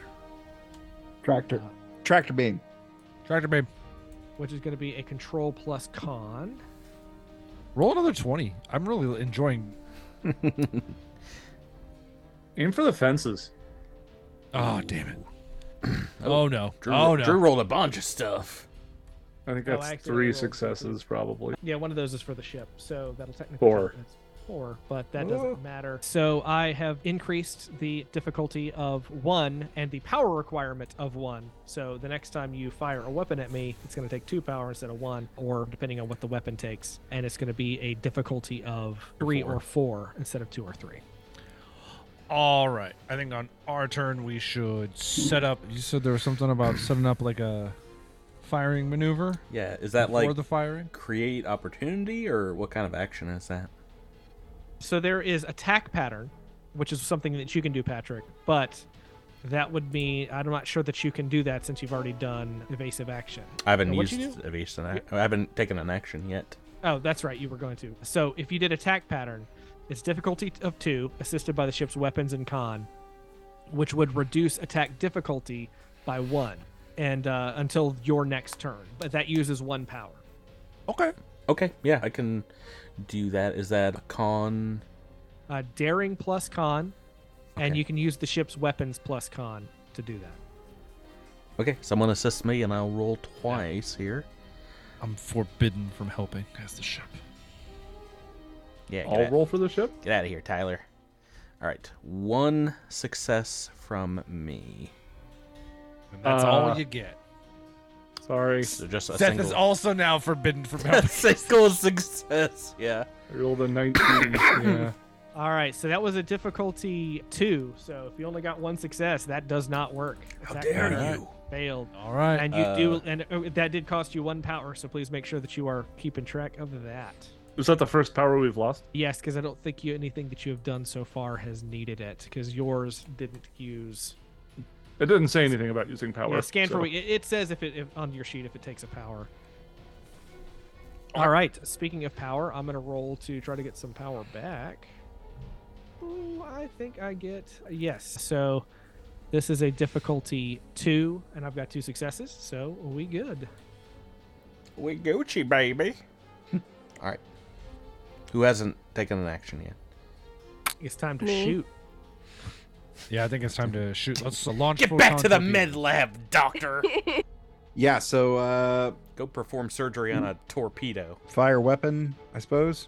[SPEAKER 7] Tractor. Tractor beam.
[SPEAKER 6] Tractor babe,
[SPEAKER 1] Which is going to be a control plus con.
[SPEAKER 6] roll another twenty. I'm really enjoying.
[SPEAKER 2] Aim for the fences.
[SPEAKER 6] Oh damn it. oh no.
[SPEAKER 4] Drew,
[SPEAKER 6] oh no.
[SPEAKER 4] Drew rolled a bunch of stuff.
[SPEAKER 2] I think
[SPEAKER 1] Oh,
[SPEAKER 2] that's
[SPEAKER 1] I accidentally
[SPEAKER 2] three
[SPEAKER 1] rolled
[SPEAKER 2] successes, probably.
[SPEAKER 1] Yeah, one of those is for the ship, so that'll technically.
[SPEAKER 2] Four.
[SPEAKER 1] count as- four, but that doesn't matter. So I have increased the difficulty of one and the power requirement of one. So the next time you fire a weapon at me, it's going to take two power instead of one, or depending on what the weapon takes. And it's going to be a difficulty of three or four instead of two or three.
[SPEAKER 6] All right. I think on our turn we should set up. You said there was something about setting up like a firing maneuver
[SPEAKER 4] Yeah, is that
[SPEAKER 6] before
[SPEAKER 4] like
[SPEAKER 6] the firing.
[SPEAKER 4] create opportunity or what kind of action is that?
[SPEAKER 1] So there is attack pattern, which is something that you can do, Patrick, but that would be I'm not sure that you can do that since you've already done evasive action.
[SPEAKER 4] I haven't
[SPEAKER 1] Uh, what'd
[SPEAKER 4] used
[SPEAKER 1] you
[SPEAKER 4] evasion. ac- I haven't taken an action yet.
[SPEAKER 1] Oh, that's right, you were going to. So if you did attack pattern, it's difficulty of two, assisted by the ship's weapons and con, which would reduce attack difficulty by one, and uh, until your next turn. But that uses one power.
[SPEAKER 6] Okay.
[SPEAKER 4] Okay, yeah, I can do that. Is that a con?
[SPEAKER 1] Uh, daring plus con, and
[SPEAKER 4] Okay.
[SPEAKER 1] you can use the ship's weapons plus con to do that.
[SPEAKER 4] Okay, someone assist me and I'll roll twice here.
[SPEAKER 6] I'm forbidden from helping as the ship.
[SPEAKER 4] Yeah,
[SPEAKER 2] I'll roll for the ship.
[SPEAKER 4] Get out of here, Tyler. All right, one success from me.
[SPEAKER 6] And that's
[SPEAKER 2] Uh,
[SPEAKER 6] all you get.
[SPEAKER 2] Sorry,
[SPEAKER 4] So just a
[SPEAKER 6] Seth
[SPEAKER 4] single.
[SPEAKER 6] is also now forbidden from helping.
[SPEAKER 4] single success. Yeah.
[SPEAKER 2] I rolled a 19. yeah.
[SPEAKER 1] All right, so that was a difficulty two. So if you only got one success, that does not work. How
[SPEAKER 4] dare you.
[SPEAKER 1] Failed.
[SPEAKER 6] All right.
[SPEAKER 1] And you do,
[SPEAKER 4] Uh,
[SPEAKER 1] and uh, that did cost you one power. So please make sure that you are keeping track of that.
[SPEAKER 2] Is that the first power we've lost?
[SPEAKER 1] Yes, because I don't think you anything that you have done so far has needed it, because yours didn't use.
[SPEAKER 2] It didn't say anything about using power.
[SPEAKER 1] Yeah, scan for
[SPEAKER 2] so-
[SPEAKER 1] weak. It, it says if it if, on your sheet if it takes a power. All right. Speaking of power, I'm gonna roll to try to get some power back. Ooh, I think I get yes. So this is a difficulty two, and I've got two successes, so we good.
[SPEAKER 4] We Gucci, baby. All right. Who hasn't taken an action yet?
[SPEAKER 1] It's time to
[SPEAKER 3] Me?
[SPEAKER 1] shoot.
[SPEAKER 6] Yeah, I think it's time to shoot. Let's uh, launch.
[SPEAKER 4] Get back
[SPEAKER 6] photon
[SPEAKER 4] to the
[SPEAKER 6] torpedo.
[SPEAKER 4] med lab, doctor.
[SPEAKER 7] Yeah, so uh
[SPEAKER 4] Go perform surgery
[SPEAKER 7] Hmm?
[SPEAKER 4] on a torpedo.
[SPEAKER 7] fire weapon, I suppose.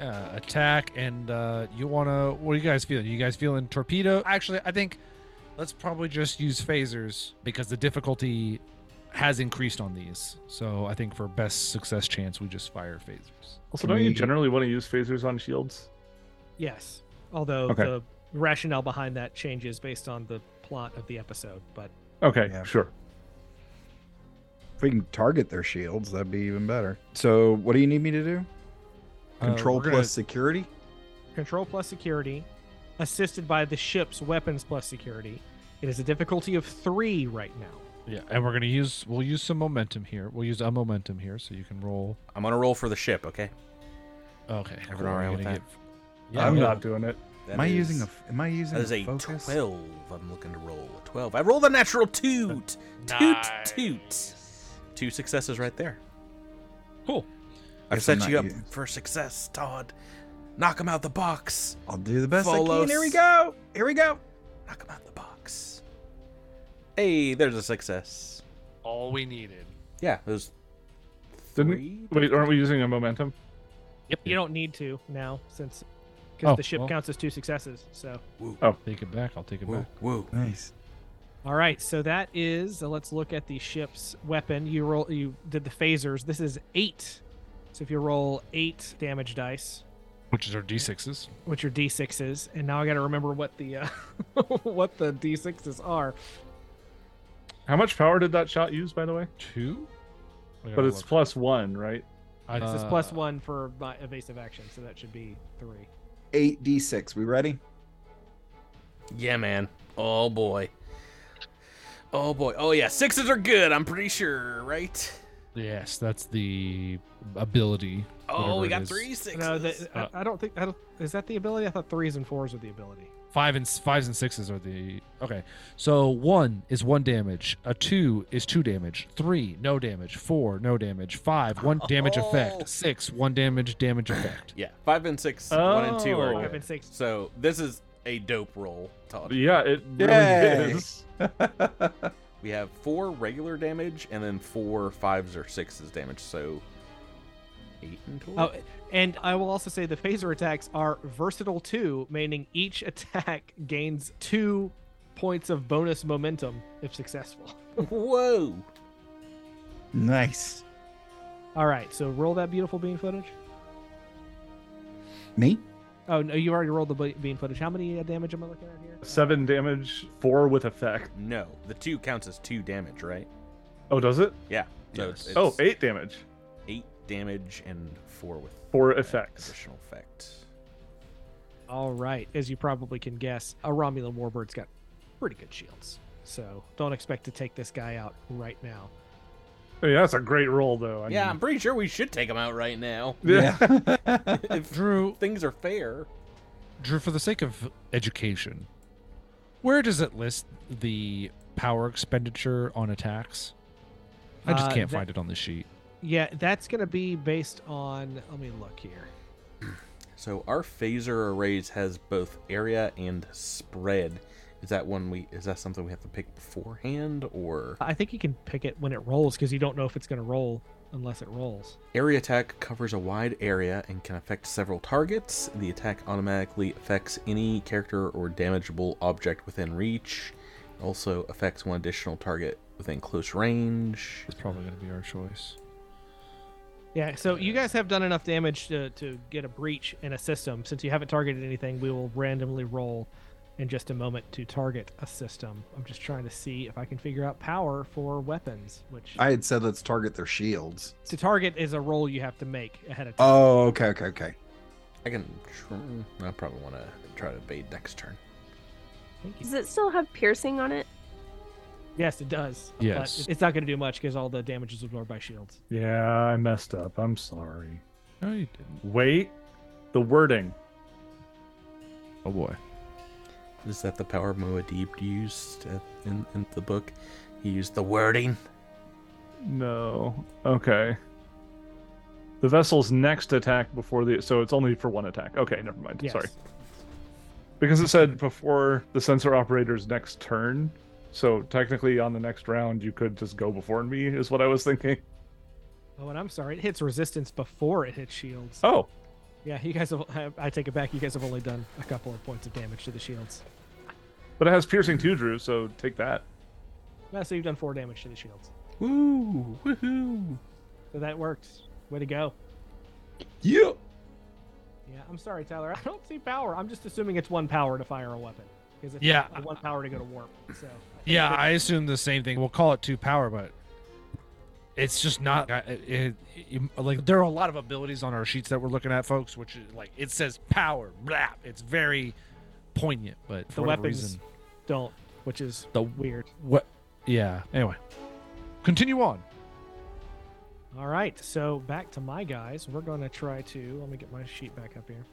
[SPEAKER 6] uh, attack and uh, you want to what are you guys feeling you guys feeling torpedo actually i think let's probably just use phasers because the difficulty has increased on these so i think for best success chance we just fire phasers
[SPEAKER 2] Also,
[SPEAKER 7] Can
[SPEAKER 2] don't you
[SPEAKER 7] we-
[SPEAKER 2] generally want to use phasers on shields?
[SPEAKER 1] Yes. Although
[SPEAKER 2] Okay.
[SPEAKER 1] the rationale behind that changes based on the plot of the episode, but
[SPEAKER 2] Okay,
[SPEAKER 7] Yeah.
[SPEAKER 2] sure.
[SPEAKER 7] If we can target their shields, that'd be even better. So what do you need me to do?
[SPEAKER 6] Uh,
[SPEAKER 7] Control
[SPEAKER 6] we're
[SPEAKER 7] plus
[SPEAKER 6] gonna-
[SPEAKER 7] security?
[SPEAKER 1] control plus security, assisted by the ship's weapons plus security. It is a difficulty of three right now.
[SPEAKER 6] yeah and we're gonna use we'll use some momentum here we'll use a momentum here so you can roll
[SPEAKER 4] I'm gonna roll for the ship, okay?
[SPEAKER 6] okay
[SPEAKER 4] Everyone
[SPEAKER 6] we're
[SPEAKER 4] alright
[SPEAKER 6] gonna
[SPEAKER 4] with that?
[SPEAKER 6] yeah,
[SPEAKER 2] I'm
[SPEAKER 6] yeah.
[SPEAKER 2] not doing it.
[SPEAKER 4] That
[SPEAKER 7] Am I using
[SPEAKER 4] is-
[SPEAKER 7] a am I using
[SPEAKER 4] That is a
[SPEAKER 7] focus?
[SPEAKER 4] twelve. I'm looking to roll a twelve. I rolled a natural toot. Toot toot. Two successes right there.
[SPEAKER 6] Cool.
[SPEAKER 4] I
[SPEAKER 7] Guess
[SPEAKER 4] set
[SPEAKER 7] I'm not
[SPEAKER 4] you up
[SPEAKER 7] using-
[SPEAKER 4] for success, Todd. Knock him out the box.
[SPEAKER 7] I'll do the best I
[SPEAKER 4] Volos.
[SPEAKER 7] can. Here we go. Here we go.
[SPEAKER 4] Knock him out the box. Hey, there's a success.
[SPEAKER 6] all we needed
[SPEAKER 4] Yeah, there's
[SPEAKER 2] Didn't-
[SPEAKER 4] three.
[SPEAKER 2] Wait, aren't we using a momentum?
[SPEAKER 1] Yep. You don't need to now since because
[SPEAKER 6] Oh,
[SPEAKER 1] the ship
[SPEAKER 6] well.
[SPEAKER 1] counts as two successes. So
[SPEAKER 6] take it back i'll take it
[SPEAKER 4] Woo,
[SPEAKER 6] back
[SPEAKER 4] woo.
[SPEAKER 7] Nice.
[SPEAKER 1] all right, so that is. uh, let's look at the ship's weapon. You roll. You did the phasers. This is eight. So if you roll eight damage dice,
[SPEAKER 6] which is our d6s
[SPEAKER 1] which are d6s, and now I got to remember what the uh, what the d6s are.
[SPEAKER 2] How much power did that shot use, by the way?
[SPEAKER 6] two I
[SPEAKER 2] But
[SPEAKER 6] gotta
[SPEAKER 2] it's
[SPEAKER 6] look.
[SPEAKER 2] plus one, right?
[SPEAKER 6] I-
[SPEAKER 1] This is plus
[SPEAKER 6] uh,
[SPEAKER 1] one for my evasive action, so that should be three.
[SPEAKER 7] Eight D six. We ready?
[SPEAKER 4] Yeah, man. Oh boy. Oh boy. Oh yeah, sixes are good. I'm pretty sure, right?
[SPEAKER 6] Yes, that's the ability.
[SPEAKER 4] Oh,
[SPEAKER 6] whatever
[SPEAKER 4] we
[SPEAKER 6] it
[SPEAKER 4] got
[SPEAKER 6] is.
[SPEAKER 4] three sixes.
[SPEAKER 1] No, the,
[SPEAKER 6] Uh,
[SPEAKER 1] I, I don't think I don't, is that the ability. I thought threes and fours are the ability.
[SPEAKER 6] Five and s- fives and sixes are the okay. So one is one damage. A two is two damage. Three, no damage. Four, no damage. Five, one damage
[SPEAKER 4] Oh.
[SPEAKER 6] effect. Six, one damage damage effect.
[SPEAKER 4] Yeah, five and six, one and two are
[SPEAKER 2] Oh.
[SPEAKER 1] Five
[SPEAKER 4] good.
[SPEAKER 1] and six.
[SPEAKER 4] So this is a dope roll, Todd.
[SPEAKER 2] Yeah, it really
[SPEAKER 7] Yay.
[SPEAKER 2] is.
[SPEAKER 4] We have four regular damage and then four fives or sixes damage. So Eight and twelve.
[SPEAKER 1] Oh, and I will also say the phaser attacks are versatile too, meaning each attack gains two points of bonus momentum if successful.
[SPEAKER 4] Whoa!
[SPEAKER 7] Nice.
[SPEAKER 1] All right, so roll that beautiful bean footage.
[SPEAKER 7] Me?
[SPEAKER 1] Oh no, you already rolled the be- bean footage. How many uh, damage am I looking at here?
[SPEAKER 2] Seven damage, four with effect.
[SPEAKER 4] No, the two counts as two damage, right?
[SPEAKER 2] Oh, does it?
[SPEAKER 4] Yeah. So
[SPEAKER 6] Yes.
[SPEAKER 4] it's
[SPEAKER 2] Oh, eight damage,
[SPEAKER 4] eight damage and four with
[SPEAKER 2] four effects.
[SPEAKER 4] additional effect.
[SPEAKER 1] All right, as you probably can guess, a Romulan warbird's got pretty good shields, so don't expect to take this guy out right now.
[SPEAKER 2] I mean, that's a great roll, though. I
[SPEAKER 4] yeah, I'm
[SPEAKER 2] mean-
[SPEAKER 4] pretty sure we should take him out right now.
[SPEAKER 2] yeah.
[SPEAKER 4] if
[SPEAKER 6] Drew,
[SPEAKER 4] things are fair.
[SPEAKER 6] Drew, for the sake of education, where does it list the power expenditure on attacks? I just
[SPEAKER 1] Uh,
[SPEAKER 6] can't
[SPEAKER 1] that-
[SPEAKER 6] find it on the sheet.
[SPEAKER 1] Yeah, that's gonna be based on. Let me look here.
[SPEAKER 4] So our phaser arrays has both area and spread. Is that one we? Is that something we have to pick beforehand, or
[SPEAKER 1] I think you can pick it when it rolls because you don't know if it's gonna roll unless it rolls.
[SPEAKER 4] Area attack covers a wide area and can affect several targets. The attack automatically affects any character or damageable object within reach. It also affects one additional target within close range.
[SPEAKER 6] It's probably going to be our choice.
[SPEAKER 1] Yeah, so you guys have done enough damage to, to get a breach in a system. Since you haven't targeted anything, we will randomly roll in just a moment to target a system. I'm just trying to see if I can figure out power for weapons, which
[SPEAKER 7] I had said let's target their shields.
[SPEAKER 1] to target is a roll you have to make ahead of time.
[SPEAKER 7] Oh, okay, okay, okay.
[SPEAKER 4] I can. Tr- I probably want to try to evade next turn.
[SPEAKER 1] Thank you.
[SPEAKER 3] Does it still have piercing on it?
[SPEAKER 1] Yes, it does. but
[SPEAKER 6] Yes.
[SPEAKER 1] it's not going to do much because all the damage is absorbed by shields.
[SPEAKER 2] Yeah, I messed up. I'm sorry.
[SPEAKER 6] No, you didn't.
[SPEAKER 2] Wait, the wording.
[SPEAKER 6] Oh boy.
[SPEAKER 4] Is that the power Moadib used at, in, in the book? He used the wording.
[SPEAKER 2] No. Okay. The vessel's next attack before the so it's only for one attack. Okay, never mind.
[SPEAKER 1] Yes.
[SPEAKER 2] Sorry. Because it said before the sensor operator's next turn. So technically on the next round you could just go before me is what I was thinking.
[SPEAKER 1] Oh, and I'm sorry. It hits resistance before it hits shields.
[SPEAKER 2] Oh,
[SPEAKER 1] Yeah, you guys have. I- I take it back. You guys have only done a couple of points of damage to the shields.
[SPEAKER 2] but it has piercing too, Drew, so take that.
[SPEAKER 1] Yeah, so you've done four damage to the shields.
[SPEAKER 4] Woo! Woohoo!
[SPEAKER 1] So that works. Way to go.
[SPEAKER 7] Yeah.
[SPEAKER 1] Yeah, I'm sorry, Tyler. I don't see power. I'm just assuming it's one power to fire a weapon. Because it's
[SPEAKER 6] Yeah.
[SPEAKER 1] one power to go to warp. So
[SPEAKER 6] Yeah, I assume the same thing. We'll call it two power, but it's just not I- it, it- like there are a lot of abilities on our sheets that we're looking at, folks. Which is like it says power, blah. It's very poignant, but for
[SPEAKER 1] the
[SPEAKER 6] whatever
[SPEAKER 1] weapons
[SPEAKER 6] reason,
[SPEAKER 1] don't, which is
[SPEAKER 6] the
[SPEAKER 1] weird.
[SPEAKER 6] what? Yeah. Anyway, continue on.
[SPEAKER 1] All right, so back to my guys. We're going to try to. Let me get my sheet back up here.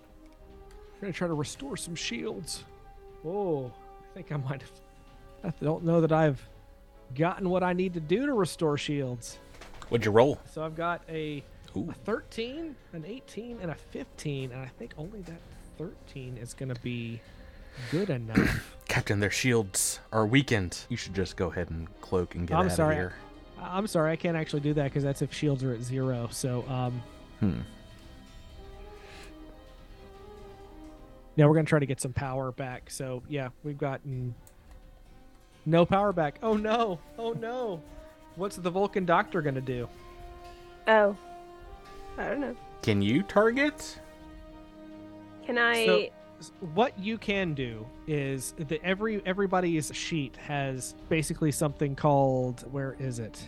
[SPEAKER 1] We're going to try to restore some shields. Oh, I think I might have. I don't know that I've gotten what I need to do to restore shields.
[SPEAKER 4] What'd you roll?
[SPEAKER 1] So I've got a
[SPEAKER 4] Ooh.
[SPEAKER 1] a 13, an 18, and a 15, and I think only that 13 is going to be good enough.
[SPEAKER 4] Captain, their shields are weakened. You should just go ahead and cloak and get
[SPEAKER 1] I'm
[SPEAKER 4] out
[SPEAKER 1] sorry.
[SPEAKER 4] of here.
[SPEAKER 1] I- I'm sorry, I can't actually do that because that's if shields are at zero. So, um,
[SPEAKER 4] Hmm.
[SPEAKER 1] yeah, we're going to try to get some power back. So, yeah, we've gotten no power back. Oh, no. Oh, no. What's the Vulcan doctor going to do?
[SPEAKER 3] Oh, I don't know.
[SPEAKER 4] Can you target?
[SPEAKER 3] Can I?
[SPEAKER 1] So- what you can do is that every everybody's sheet has basically something called where is it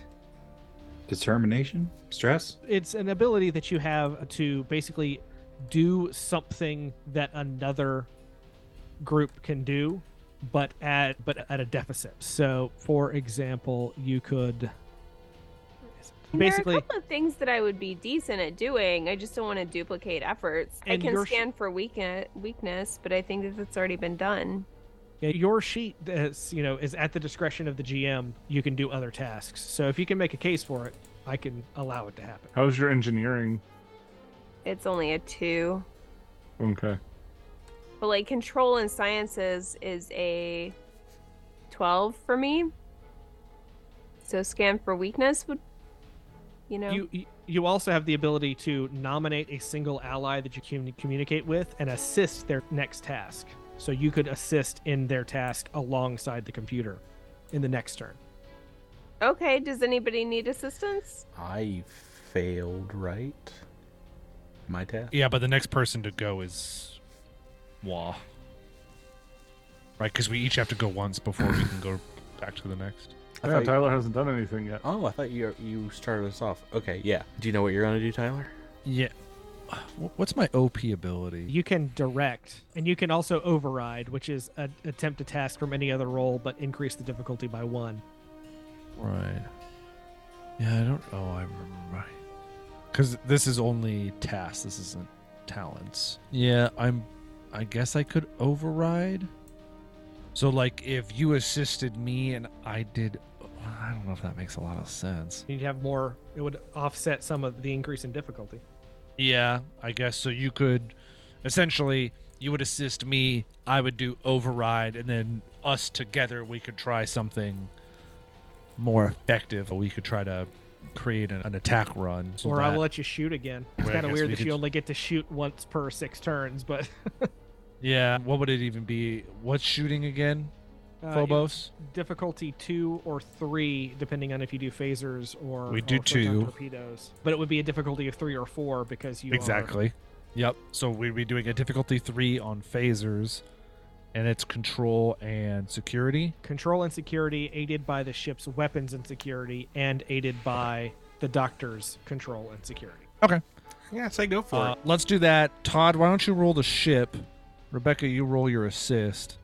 [SPEAKER 7] Determination? Stress?
[SPEAKER 1] it's an ability that you have to basically do something that another group can do but at but at a deficit so for example you could
[SPEAKER 3] And
[SPEAKER 1] basically
[SPEAKER 3] there are a couple of things that I would be decent at doing. I just don't want to duplicate efforts. I
[SPEAKER 1] And
[SPEAKER 3] can
[SPEAKER 1] your sh-
[SPEAKER 3] scan for weakness, weakness, but I think that that's already been done.
[SPEAKER 1] Yeah, your sheet is, you know is at the discretion of the gm you can do other tasks so if you can make a case for it i can allow it to happen
[SPEAKER 2] How's your engineering?
[SPEAKER 3] It's only a two,
[SPEAKER 2] Okay.
[SPEAKER 3] but like control and sciences is a twelve for me. So scan for weakness would, you know,
[SPEAKER 1] you you- You also have the ability to nominate a single ally that you can communicate with and assist their next task. So you could assist in their task alongside the computer in the next turn.
[SPEAKER 3] Okay, does anybody need assistance?
[SPEAKER 4] I failed, right? My task.
[SPEAKER 6] Yeah, but the next person to go is Wah. Right, because we each have to go once before we can go back to the next.
[SPEAKER 4] I
[SPEAKER 2] Yeah,
[SPEAKER 4] thought-
[SPEAKER 2] Tyler hasn't done anything yet.
[SPEAKER 4] Oh, I thought you you started us off. Okay, yeah. Do you know what you're gonna do, Tyler?
[SPEAKER 6] Yeah. What's my OP ability?
[SPEAKER 1] You can direct, and you can also override, which is a, attempt a task from any other role but increase the difficulty by one.
[SPEAKER 6] Right. Yeah, I don't. Oh, I remember. Because this is only tasks. This isn't talents. Yeah, I'm. I guess I could override. So, like, if you assisted me and I did, I don't know if that makes a lot of sense.
[SPEAKER 1] You'd have more, it would offset some of the increase in difficulty.
[SPEAKER 6] Yeah, I guess so. You could, essentially, you would assist me. I would do override, and then us together, we could try something more effective. We could try to create an, an attack run. so
[SPEAKER 1] or I
[SPEAKER 6] that-
[SPEAKER 1] will let you shoot again. It's
[SPEAKER 6] Well, I
[SPEAKER 1] kind of
[SPEAKER 6] guess
[SPEAKER 1] weird
[SPEAKER 6] we
[SPEAKER 1] that
[SPEAKER 6] could-
[SPEAKER 1] you only get to shoot once per six turns, but.
[SPEAKER 6] Yeah. What would it even be? What's shooting again?
[SPEAKER 1] Uh,
[SPEAKER 6] Phobos.
[SPEAKER 1] difficulty two or three, depending on if you do phasers or
[SPEAKER 6] We do
[SPEAKER 1] or photon
[SPEAKER 6] two.
[SPEAKER 1] torpedoes. But it would be a difficulty of three or four because you are-
[SPEAKER 6] Exactly. Yep. So we'd be doing a difficulty three on phasers, and it's control and security.
[SPEAKER 1] control and security aided by the ship's weapons and security, and aided by the doctor's control and security.
[SPEAKER 4] Yeah, say go for
[SPEAKER 6] Uh, let's do that. Todd, why don't you roll the ship? Rebecca, you roll your assist,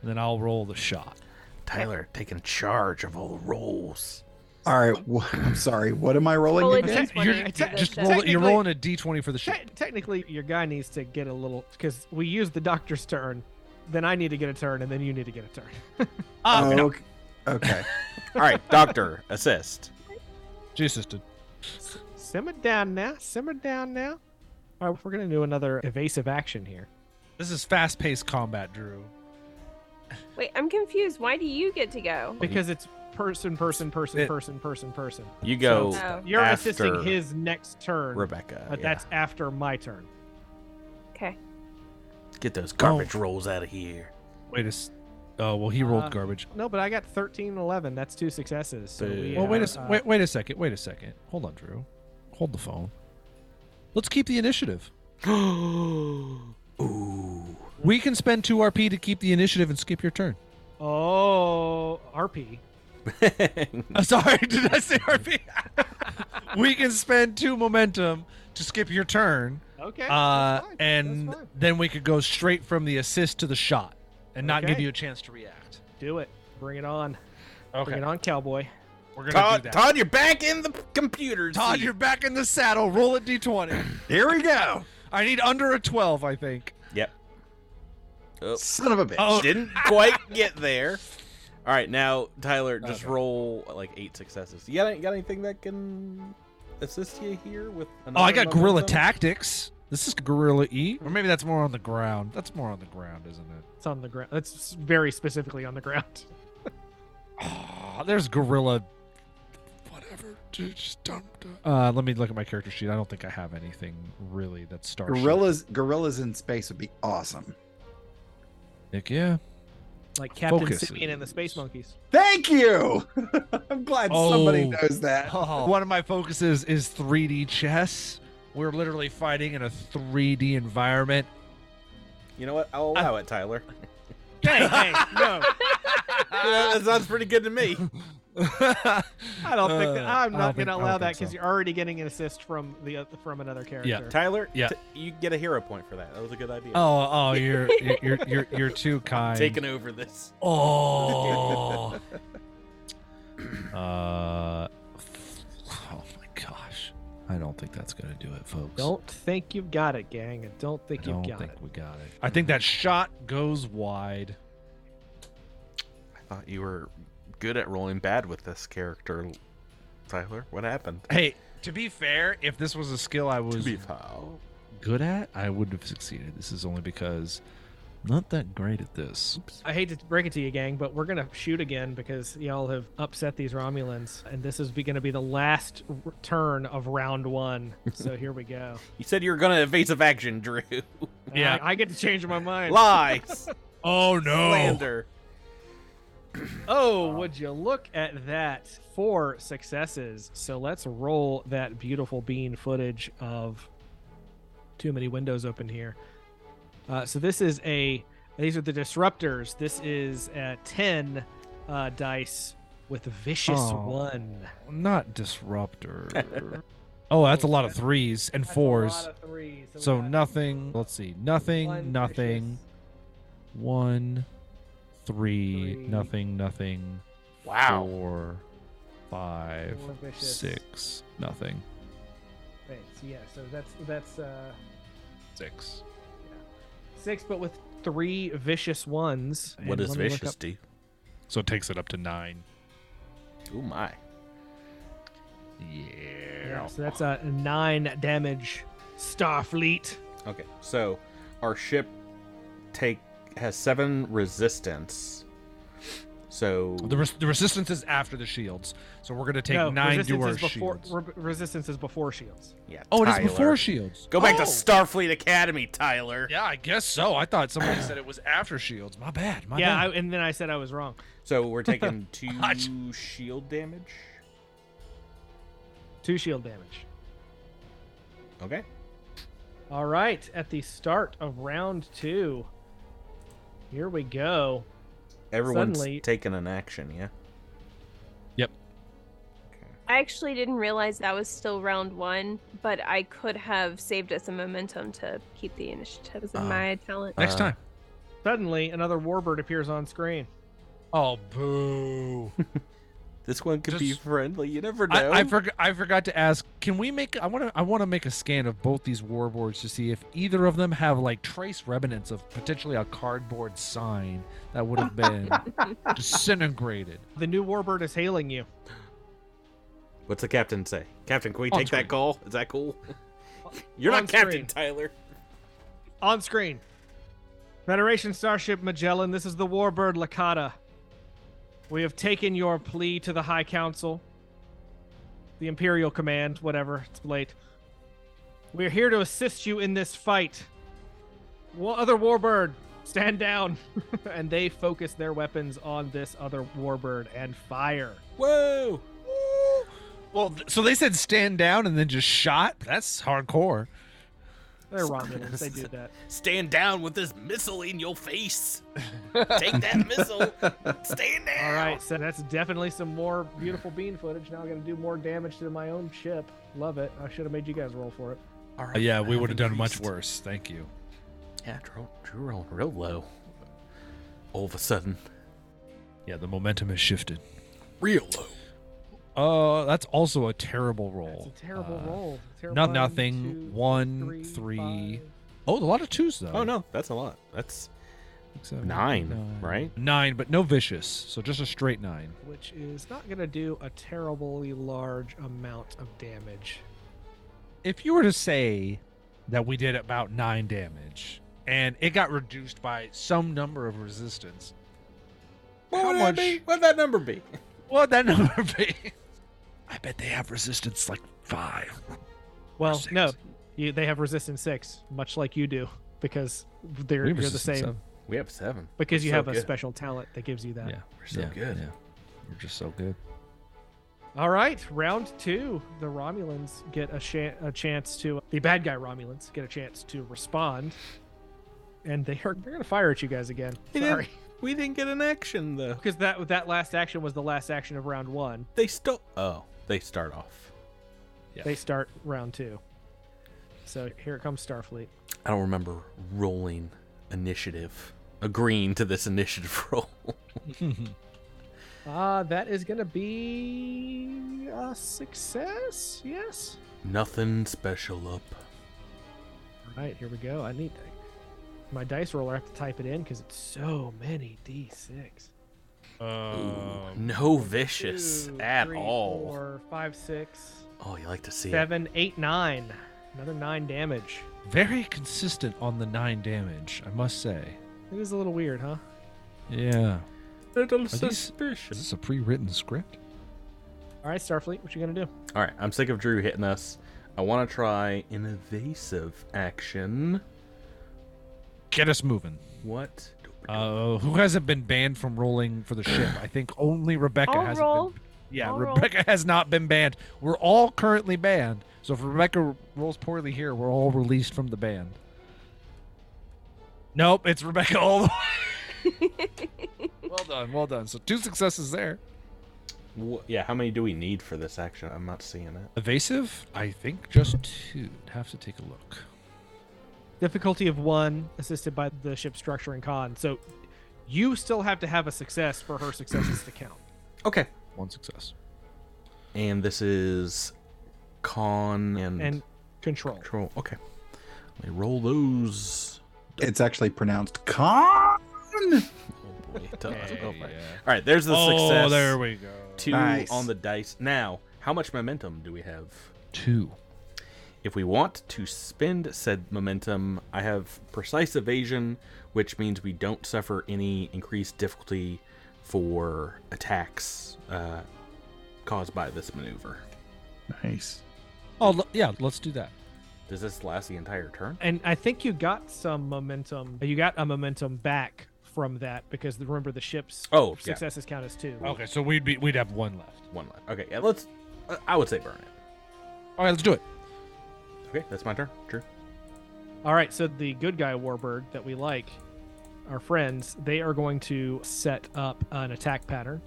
[SPEAKER 6] and then I'll roll the shot.
[SPEAKER 4] Tyler taking charge of all rolls.
[SPEAKER 7] All right. wh- I'm sorry. What am I rolling
[SPEAKER 3] Roll a
[SPEAKER 7] again?
[SPEAKER 3] d20
[SPEAKER 6] You're,
[SPEAKER 3] for
[SPEAKER 1] te-
[SPEAKER 3] the
[SPEAKER 6] just
[SPEAKER 3] ship.
[SPEAKER 6] roll it. You're
[SPEAKER 1] Technically-
[SPEAKER 6] rolling a d20 for the ship.
[SPEAKER 1] Te- technically, your guy needs to get a little because we use the doctor's turn. Then I need to get a turn, and then you need to get a turn.
[SPEAKER 7] Oh, okay. okay.
[SPEAKER 4] All right, doctor, assist.
[SPEAKER 6] She assisted.
[SPEAKER 1] Simmer down now. Simmer down now. All right, we're gonna do another evasive action here.
[SPEAKER 6] This is fast-paced combat, Drew.
[SPEAKER 3] Wait, I'm confused. Why do you get to go?
[SPEAKER 1] Because it's person, person, person,
[SPEAKER 6] It-
[SPEAKER 1] person, person, person.
[SPEAKER 4] You go
[SPEAKER 3] So- Oh.
[SPEAKER 1] You're
[SPEAKER 4] after
[SPEAKER 1] assisting his next turn,
[SPEAKER 4] Rebecca.
[SPEAKER 1] uh, but
[SPEAKER 4] yeah.
[SPEAKER 1] that's after my turn.
[SPEAKER 3] Okay.
[SPEAKER 4] Get those garbage rolls out of here.
[SPEAKER 6] Wait a. s- Oh well, he rolled
[SPEAKER 1] Uh,
[SPEAKER 6] garbage.
[SPEAKER 1] No, but I got 13 and 11. That's two successes. So we,
[SPEAKER 4] Well,
[SPEAKER 6] Well, wait a
[SPEAKER 1] are,
[SPEAKER 6] s-
[SPEAKER 1] uh,
[SPEAKER 6] wait, wait a second. Wait a second. Hold on, Drew. Hold the phone. Let's keep the initiative.
[SPEAKER 4] Ooh.
[SPEAKER 6] We can spend two RP to keep the initiative and skip your turn.
[SPEAKER 1] Oh, RP.
[SPEAKER 6] Uh, sorry, did I say RP? we can spend two momentum to skip your turn,
[SPEAKER 1] Okay.
[SPEAKER 6] uh,
[SPEAKER 1] that's fine.
[SPEAKER 6] and
[SPEAKER 1] That's fine.
[SPEAKER 6] then we could go straight from the assist to the shot, and not give
[SPEAKER 1] Okay.
[SPEAKER 6] you a chance to react.
[SPEAKER 1] do it. Bring it on. Bring
[SPEAKER 6] Okay,
[SPEAKER 1] it on, cowboy.
[SPEAKER 6] we're gonna do
[SPEAKER 4] Todd,
[SPEAKER 6] that.
[SPEAKER 4] Todd, you're back in the computer.
[SPEAKER 6] Todd,
[SPEAKER 4] seat.
[SPEAKER 6] you're back in the saddle. Roll a d20.
[SPEAKER 7] Here we go.
[SPEAKER 6] I need under a 12, I think.
[SPEAKER 4] Yep. Oh,
[SPEAKER 7] Son of a bitch.
[SPEAKER 6] Oh,
[SPEAKER 4] didn't quite get there. All right, now Tyler, just
[SPEAKER 6] Okay.
[SPEAKER 4] roll like eight successes. You got, you got anything that can assist you here with?
[SPEAKER 6] Oh, I
[SPEAKER 4] another
[SPEAKER 6] got guerrilla
[SPEAKER 4] momentum?
[SPEAKER 6] tactics. This is guerrilla E, or maybe that's more on the ground. That's more on the ground, isn't it?
[SPEAKER 1] It's on the ground. That's s- very specifically on the ground.
[SPEAKER 6] Oh, there's guerrilla. Whatever, dude, just dump. Uh, let me look at my character sheet. I don't think I have anything really that's starship.
[SPEAKER 7] Gorillas, gorillas in space would be awesome.
[SPEAKER 6] Heck yeah.
[SPEAKER 1] Like Captain
[SPEAKER 6] Focus
[SPEAKER 1] Simeon and the Space
[SPEAKER 6] is-
[SPEAKER 1] Monkeys.
[SPEAKER 7] Thank you. I'm glad somebody
[SPEAKER 6] Oh.
[SPEAKER 7] knows that.
[SPEAKER 6] One of my focuses is 3D chess. We're literally fighting in a 3D environment.
[SPEAKER 4] You know what? I'll allow it, Tyler.
[SPEAKER 1] hey, hey, no.
[SPEAKER 4] You know, that sounds pretty good to me.
[SPEAKER 6] Oh, I
[SPEAKER 1] I don't think that. I'm not going to allow that
[SPEAKER 6] because
[SPEAKER 1] because you're already getting an assist from the oth- from another character.
[SPEAKER 4] Tyler,
[SPEAKER 6] Yeah.
[SPEAKER 4] t- you get a hero point for that. That was a good idea.
[SPEAKER 6] Oh, oh, you're you're- you're you're, you're too kind.
[SPEAKER 4] Taking over this.
[SPEAKER 6] Oh. uh. Oh my gosh. I don't think that's gonna do it, folks.
[SPEAKER 1] Don't think you've got it, gang. I don't think
[SPEAKER 6] I
[SPEAKER 1] you've
[SPEAKER 6] don't
[SPEAKER 1] got
[SPEAKER 6] think
[SPEAKER 1] it.
[SPEAKER 6] we got it. I think that shot goes wide.
[SPEAKER 4] I thought you were good at rolling bad with this character, Tyler. What happened?
[SPEAKER 6] Hey, to be fair, if this was a skill I was
[SPEAKER 4] foul.
[SPEAKER 6] good at, I wouldn't have succeeded. This is only because Not that great at this.
[SPEAKER 1] I hate to break it to you, gang, but we're gonna shoot again because y'all have upset these Romulans, and this is be- gonna be the last r- turn of round one. So here we go.
[SPEAKER 4] You said you were gonna evasive action, Drew.
[SPEAKER 6] Yeah.
[SPEAKER 1] I, I get to change my mind.
[SPEAKER 4] Lies,
[SPEAKER 6] Oh no!
[SPEAKER 4] slander.
[SPEAKER 1] Oh, would you look at that? Four successes. So let's roll that beautiful bean footage of too many windows open here. Uh, so this is a. These are the disruptors. This is a ten uh, dice with vicious
[SPEAKER 6] Oh.
[SPEAKER 1] one.
[SPEAKER 6] Not disruptor. oh, that's a lot of threes and fours. So nothing. Let's see. Nothing. Nothing. One, three,
[SPEAKER 1] Three.
[SPEAKER 6] nothing, nothing.
[SPEAKER 4] Wow.
[SPEAKER 6] Four, five, six, nothing,
[SPEAKER 1] Yeah. So that's that's uh,
[SPEAKER 6] six.
[SPEAKER 1] six, but with three vicious ones. And
[SPEAKER 4] What does
[SPEAKER 1] let me look
[SPEAKER 4] vicious
[SPEAKER 1] up-
[SPEAKER 4] do?
[SPEAKER 6] So it takes it up to nine.
[SPEAKER 4] Oh my.
[SPEAKER 1] Yeah, so that's a nine damage. Starfleet.
[SPEAKER 4] Okay, so our ship take has seven resistance. So
[SPEAKER 6] The, res- the resistance is after the shields, so we're gonna take
[SPEAKER 1] no,
[SPEAKER 6] nine to
[SPEAKER 1] resistance
[SPEAKER 6] our
[SPEAKER 1] is before,
[SPEAKER 6] shields.
[SPEAKER 1] re- resistance is before shields.
[SPEAKER 4] yeah,
[SPEAKER 6] oh, it is
[SPEAKER 4] Tyler.
[SPEAKER 6] before shields.
[SPEAKER 4] Go back
[SPEAKER 6] Oh!
[SPEAKER 4] to Starfleet Academy, Tyler.
[SPEAKER 6] Yeah, I guess so. I thought somebody said it was after shields. My bad. My
[SPEAKER 1] yeah, I,
[SPEAKER 6] bad.
[SPEAKER 1] and then I said I was wrong.
[SPEAKER 4] So we're taking two
[SPEAKER 6] Hutch.
[SPEAKER 4] shield damage.
[SPEAKER 1] Two shield damage.
[SPEAKER 4] Okay.
[SPEAKER 1] All right, at the start of round two. Here we go.
[SPEAKER 4] Everyone's
[SPEAKER 1] Suddenly-
[SPEAKER 4] taking an action, yeah.
[SPEAKER 3] I actually didn't realize that was still round one, but I could have saved us some momentum to keep the initiative as
[SPEAKER 4] Ah.
[SPEAKER 3] my talent.
[SPEAKER 6] Next
[SPEAKER 4] Uh,
[SPEAKER 6] time.
[SPEAKER 1] Suddenly, another warbird appears on screen.
[SPEAKER 6] Oh, boo.
[SPEAKER 4] This one could be
[SPEAKER 6] Just-
[SPEAKER 4] friendly. You never know.
[SPEAKER 6] I, I forgot. I forgot to ask. Can we make? I want to. I want to make a scan of both these warboards to see if either of them have like trace remnants of potentially a cardboard sign that would have been disintegrated.
[SPEAKER 1] The new warbird is hailing you.
[SPEAKER 4] What's the captain say? Captain, can we
[SPEAKER 6] On
[SPEAKER 4] take
[SPEAKER 6] screen.
[SPEAKER 4] that call? Is that cool? You're
[SPEAKER 1] on
[SPEAKER 4] not captain,
[SPEAKER 1] screen.
[SPEAKER 4] Tyler.
[SPEAKER 1] On screen. Federation Starship Magellan, this is the Warbird Lakata. We have taken your plea to the High Council, the Imperial Command, whatever, it's late. We're here to assist you in this fight. Wa- other Warbird, stand down. and they focus their weapons on this other Warbird and fire.
[SPEAKER 4] Whoa!
[SPEAKER 6] Well, th- so they said stand down and then just shot. That's hardcore.
[SPEAKER 1] They're Romulans, they do that.
[SPEAKER 4] Stand down with this missile in your face. Take that missile. Stand down.
[SPEAKER 1] All right, so that's definitely some more beautiful bean footage. Now I'm gonna do more damage to my own ship. Love it. I should have made you guys roll for it.
[SPEAKER 6] Uh, yeah, we would have done much worse. Thank you.
[SPEAKER 4] Yeah, Drew, Drew rolling real low. All of a sudden,
[SPEAKER 6] Yeah, the momentum has shifted.
[SPEAKER 4] real low.
[SPEAKER 6] Oh, that's also a terrible roll.
[SPEAKER 1] It's a terrible
[SPEAKER 6] Uh,
[SPEAKER 1] roll. Terrible
[SPEAKER 6] not
[SPEAKER 1] one,
[SPEAKER 6] nothing.
[SPEAKER 1] two,
[SPEAKER 6] One,
[SPEAKER 1] three,
[SPEAKER 6] three.
[SPEAKER 1] five.
[SPEAKER 6] Oh, a lot of twos though.
[SPEAKER 4] Oh no, that's a lot. That's
[SPEAKER 6] Six, seven, eight,
[SPEAKER 4] Nine,
[SPEAKER 6] nine.
[SPEAKER 4] right?
[SPEAKER 6] Nine, but no vicious. So just a straight nine.
[SPEAKER 1] Which is not gonna do a terribly large amount of damage.
[SPEAKER 6] if you were to say that we did about nine damage and it got reduced by some number of resistance,
[SPEAKER 4] what
[SPEAKER 6] How
[SPEAKER 4] would
[SPEAKER 6] much-
[SPEAKER 4] that be? What'd that number be?
[SPEAKER 6] what would that number be? I bet they have resistance like five.
[SPEAKER 1] Well,
[SPEAKER 6] Six.
[SPEAKER 1] no, you, they have resistance six, much like you do, because they're you're
[SPEAKER 6] We have
[SPEAKER 1] the
[SPEAKER 6] resistance
[SPEAKER 1] same.
[SPEAKER 6] seven.
[SPEAKER 4] We have seven.
[SPEAKER 1] Because
[SPEAKER 4] We're
[SPEAKER 1] you
[SPEAKER 4] so
[SPEAKER 1] have a
[SPEAKER 4] good.
[SPEAKER 1] special talent that gives you that.
[SPEAKER 6] Yeah.
[SPEAKER 4] We're so
[SPEAKER 6] yeah,
[SPEAKER 4] good.
[SPEAKER 6] Yeah. We're just so good.
[SPEAKER 1] All right, round two. The Romulans get a, shan a chance to. The bad guy Romulans get a chance to respond, and they are they're gonna fire at you guys again.
[SPEAKER 4] They did.
[SPEAKER 1] Sorry,
[SPEAKER 4] We didn't get an action though.
[SPEAKER 1] because that that last action was the last action of round one.
[SPEAKER 4] They still. Oh, they start off.
[SPEAKER 6] Yeah.
[SPEAKER 1] They start round two. So here comes Starfleet.
[SPEAKER 4] I don't remember rolling initiative, agreeing to this initiative roll.
[SPEAKER 1] Uh, that is gonna be a success. Yes.
[SPEAKER 4] Nothing special up.
[SPEAKER 1] All right, here we go. I need my dice roller. I have to type it in because it's so many d6.
[SPEAKER 4] Ooh, no vicious
[SPEAKER 1] Two,
[SPEAKER 4] at
[SPEAKER 1] three,
[SPEAKER 4] all.
[SPEAKER 1] four, five, six,
[SPEAKER 4] Oh, you like to see it.
[SPEAKER 1] seven, eight, nine. Another nine damage.
[SPEAKER 6] Very consistent on the nine damage, I must say.
[SPEAKER 1] It is a little weird, huh?
[SPEAKER 6] Yeah.
[SPEAKER 4] Little
[SPEAKER 6] these- Is this a pre-written script?
[SPEAKER 1] All right, Starfleet, what you gonna do?
[SPEAKER 4] All right, I'm sick of Drew hitting us. I want to try an evasive action.
[SPEAKER 6] Get us moving.
[SPEAKER 4] What?
[SPEAKER 6] Uh, who hasn't been banned from rolling for the ship? I think only Rebecca
[SPEAKER 3] I'll
[SPEAKER 6] hasn't.
[SPEAKER 3] roll.
[SPEAKER 6] Been, yeah,
[SPEAKER 3] I'll roll.
[SPEAKER 6] Rebecca has not been banned. We're all currently banned. So if Rebecca rolls poorly here, we're all released from the band. Nope, it's Rebecca all the Well done, well done. So two successes there.
[SPEAKER 4] Wh- yeah, how many do we need for this action? I'm not seeing it.
[SPEAKER 6] Evasive? I think just two. Have to take a look.
[SPEAKER 1] Difficulty of one, assisted by the ship structure and con. So you still have to have a success for her successes to count.
[SPEAKER 4] Okay.
[SPEAKER 6] One success.
[SPEAKER 4] And this is con and,
[SPEAKER 1] And control.
[SPEAKER 4] control. Okay. Let me roll those.
[SPEAKER 7] It's actually pronounced con.
[SPEAKER 4] Oh boy. it does- oh, my- All right, there's the success.
[SPEAKER 6] Oh, there we go.
[SPEAKER 4] Two
[SPEAKER 7] Nice.
[SPEAKER 4] on the dice. Now, how much momentum do we have?
[SPEAKER 6] Two.
[SPEAKER 4] If we want to spend said momentum, I have precise evasion, which means we don't suffer any increased difficulty for attacks uh, caused by this maneuver.
[SPEAKER 7] Nice.
[SPEAKER 6] Oh, l- yeah, let's do that.
[SPEAKER 4] Does this last the entire turn?
[SPEAKER 1] And I think you got some momentum. You got a momentum back from that because the- remember the ship's
[SPEAKER 4] Oh, yeah.
[SPEAKER 1] successes count as two.
[SPEAKER 6] Okay, so we'd be we'd have one left.
[SPEAKER 4] One left. Okay, yeah, let's. Uh, I would say burn it.
[SPEAKER 6] All right, let's do it.
[SPEAKER 4] Okay, that's my turn. True.
[SPEAKER 1] All right, so the good guy warbird that we like, our friends, they are going to set up an attack pattern.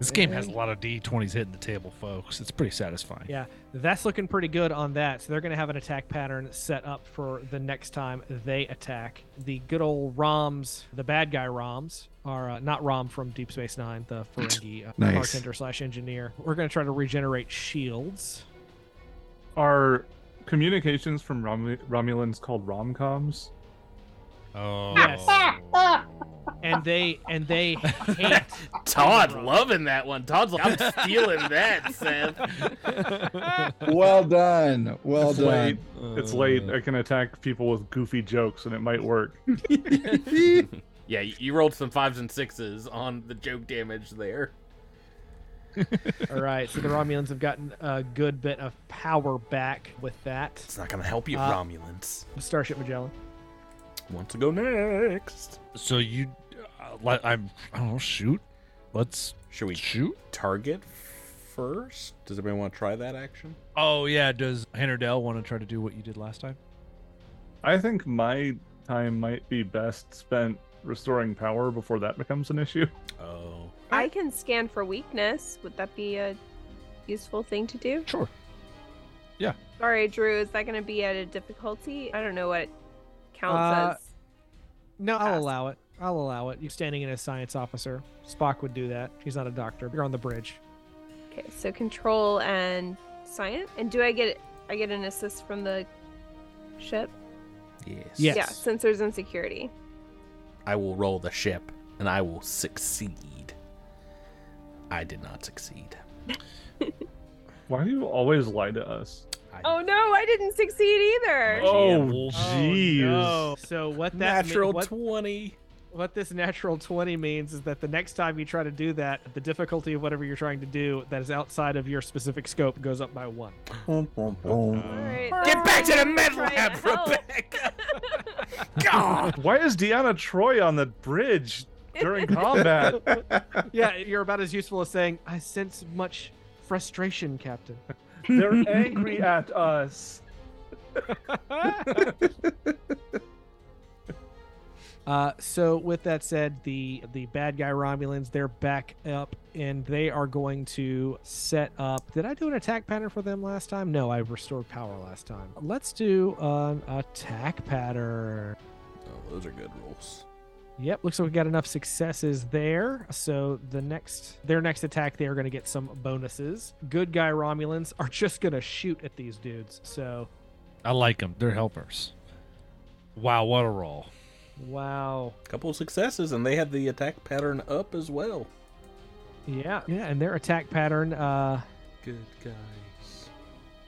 [SPEAKER 6] This game has a lot of d20s hitting the table, folks. It's pretty satisfying.
[SPEAKER 1] Yeah, that's looking pretty good on that. So they're going to have an attack pattern set up for the next time they attack. The good old ROMs, the bad guy ROMs, are uh, not ROM from Deep Space Nine, the Ferengi uh,
[SPEAKER 7] Nice.
[SPEAKER 1] bartender slash engineer. We're going to try to regenerate shields.
[SPEAKER 2] Are communications from Rom- Romulans called romcoms?
[SPEAKER 6] Oh.
[SPEAKER 1] and they and they hate
[SPEAKER 10] Todd loving that one. Todd's like, I'm stealing that, Seth.
[SPEAKER 7] Well done. Well
[SPEAKER 2] It's
[SPEAKER 7] done.
[SPEAKER 2] late. It's late. I can attack people with goofy jokes, and it might work.
[SPEAKER 10] Yeah, you you rolled some fives and sixes on the joke damage there.
[SPEAKER 1] all right so the romulans have gotten a good bit of power back with that
[SPEAKER 4] It's not gonna help you,
[SPEAKER 1] Uh,
[SPEAKER 4] Romulans.
[SPEAKER 1] starship magellan
[SPEAKER 4] Want to go next?
[SPEAKER 6] So you, uh, let, I'm. I don't know. Shoot. Let's
[SPEAKER 4] Should we
[SPEAKER 6] shoot.
[SPEAKER 4] target first? Does everybody want to try that action?
[SPEAKER 6] Oh yeah. Does Henry Dell want to try to do what you did last time?
[SPEAKER 2] I think my time might be best spent restoring power before that becomes an issue.
[SPEAKER 4] Oh.
[SPEAKER 3] I can scan for weakness. Would that be a useful thing to do?
[SPEAKER 6] Sure.
[SPEAKER 3] Sorry, Drew. Is that going to be at a difficulty? I don't know what
[SPEAKER 1] Uh,
[SPEAKER 3] counts as.
[SPEAKER 1] no i'll
[SPEAKER 3] Pass.
[SPEAKER 1] allow it i'll allow it you're standing in as science officer spock would do that she's not a doctor you're on the bridge
[SPEAKER 3] Okay, so control and science. And do I get I get an assist from the ship?
[SPEAKER 4] Yes.
[SPEAKER 1] Yes.
[SPEAKER 3] Yeah, sensors and security.
[SPEAKER 4] I will roll the ship and I will succeed. I did not succeed.
[SPEAKER 2] Why do you always lie to us?
[SPEAKER 4] I,
[SPEAKER 3] Oh no, I didn't succeed either.
[SPEAKER 4] Oh,
[SPEAKER 2] Oh,
[SPEAKER 1] Oh,
[SPEAKER 2] jeez.
[SPEAKER 1] no. so what that natural
[SPEAKER 4] Natural
[SPEAKER 1] what,
[SPEAKER 4] 20.
[SPEAKER 1] what this natural 20 means is that the next time you try to do that the difficulty of whatever you're trying to do that is outside of your specific scope goes up by one
[SPEAKER 3] All right,
[SPEAKER 10] Get
[SPEAKER 3] that's
[SPEAKER 10] back to the
[SPEAKER 3] fine.
[SPEAKER 10] med
[SPEAKER 3] Trying to
[SPEAKER 10] lab,
[SPEAKER 3] help.
[SPEAKER 10] Rebecca! God!
[SPEAKER 2] Why is Deanna Troy on the bridge during combat?
[SPEAKER 1] yeah you're about as useful as saying i sense much frustration captain
[SPEAKER 2] They're angry at us.
[SPEAKER 1] Uh, so with that said, the the bad guy Romulans they're back up and they are going to set up. Did I do an attack pattern for them last time? No, I restored power last time. Let's do an attack pattern.
[SPEAKER 4] Oh, those are good rolls.
[SPEAKER 1] Yep, looks like we got enough successes there. So the next their next attack, they are going to get some bonuses. Good guy Romulans are just going to shoot at these dudes. So
[SPEAKER 6] I like them. They're helpers. Wow, what a roll.
[SPEAKER 1] wow,
[SPEAKER 4] couple of successes and they had the attack pattern up as well.
[SPEAKER 1] yeah, yeah, and their attack pattern. Uh,
[SPEAKER 4] Good guys.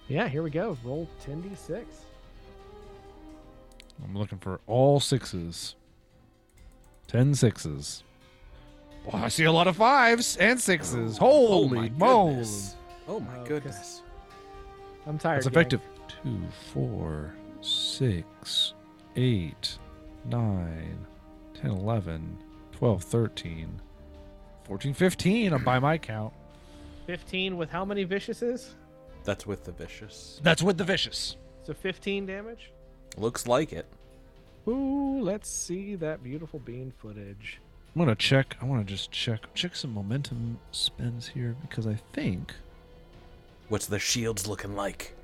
[SPEAKER 1] yeah, here we go. Roll ten d six.
[SPEAKER 6] I'm looking for all sixes. Ten sixes. Well, I see a lot of fives and sixes. Holy
[SPEAKER 4] Oh my
[SPEAKER 6] moly.
[SPEAKER 4] goodness. Oh my
[SPEAKER 1] Oh,
[SPEAKER 4] goodness.
[SPEAKER 1] I'm tired.
[SPEAKER 6] That's
[SPEAKER 1] gang.
[SPEAKER 6] effective. Two, four, six, eight, nine, 10, 11, 12, 13, 14, 15. I'm by my count.
[SPEAKER 1] 15 with how many viciouses?
[SPEAKER 4] That's with the vicious.
[SPEAKER 6] That's with the vicious.
[SPEAKER 1] So 15 damage.
[SPEAKER 4] Looks like it.
[SPEAKER 1] Ooh, let's see that beautiful bean footage.
[SPEAKER 6] I'm gonna check. I want to just check check some momentum spins here because I think
[SPEAKER 4] What's the shields looking like?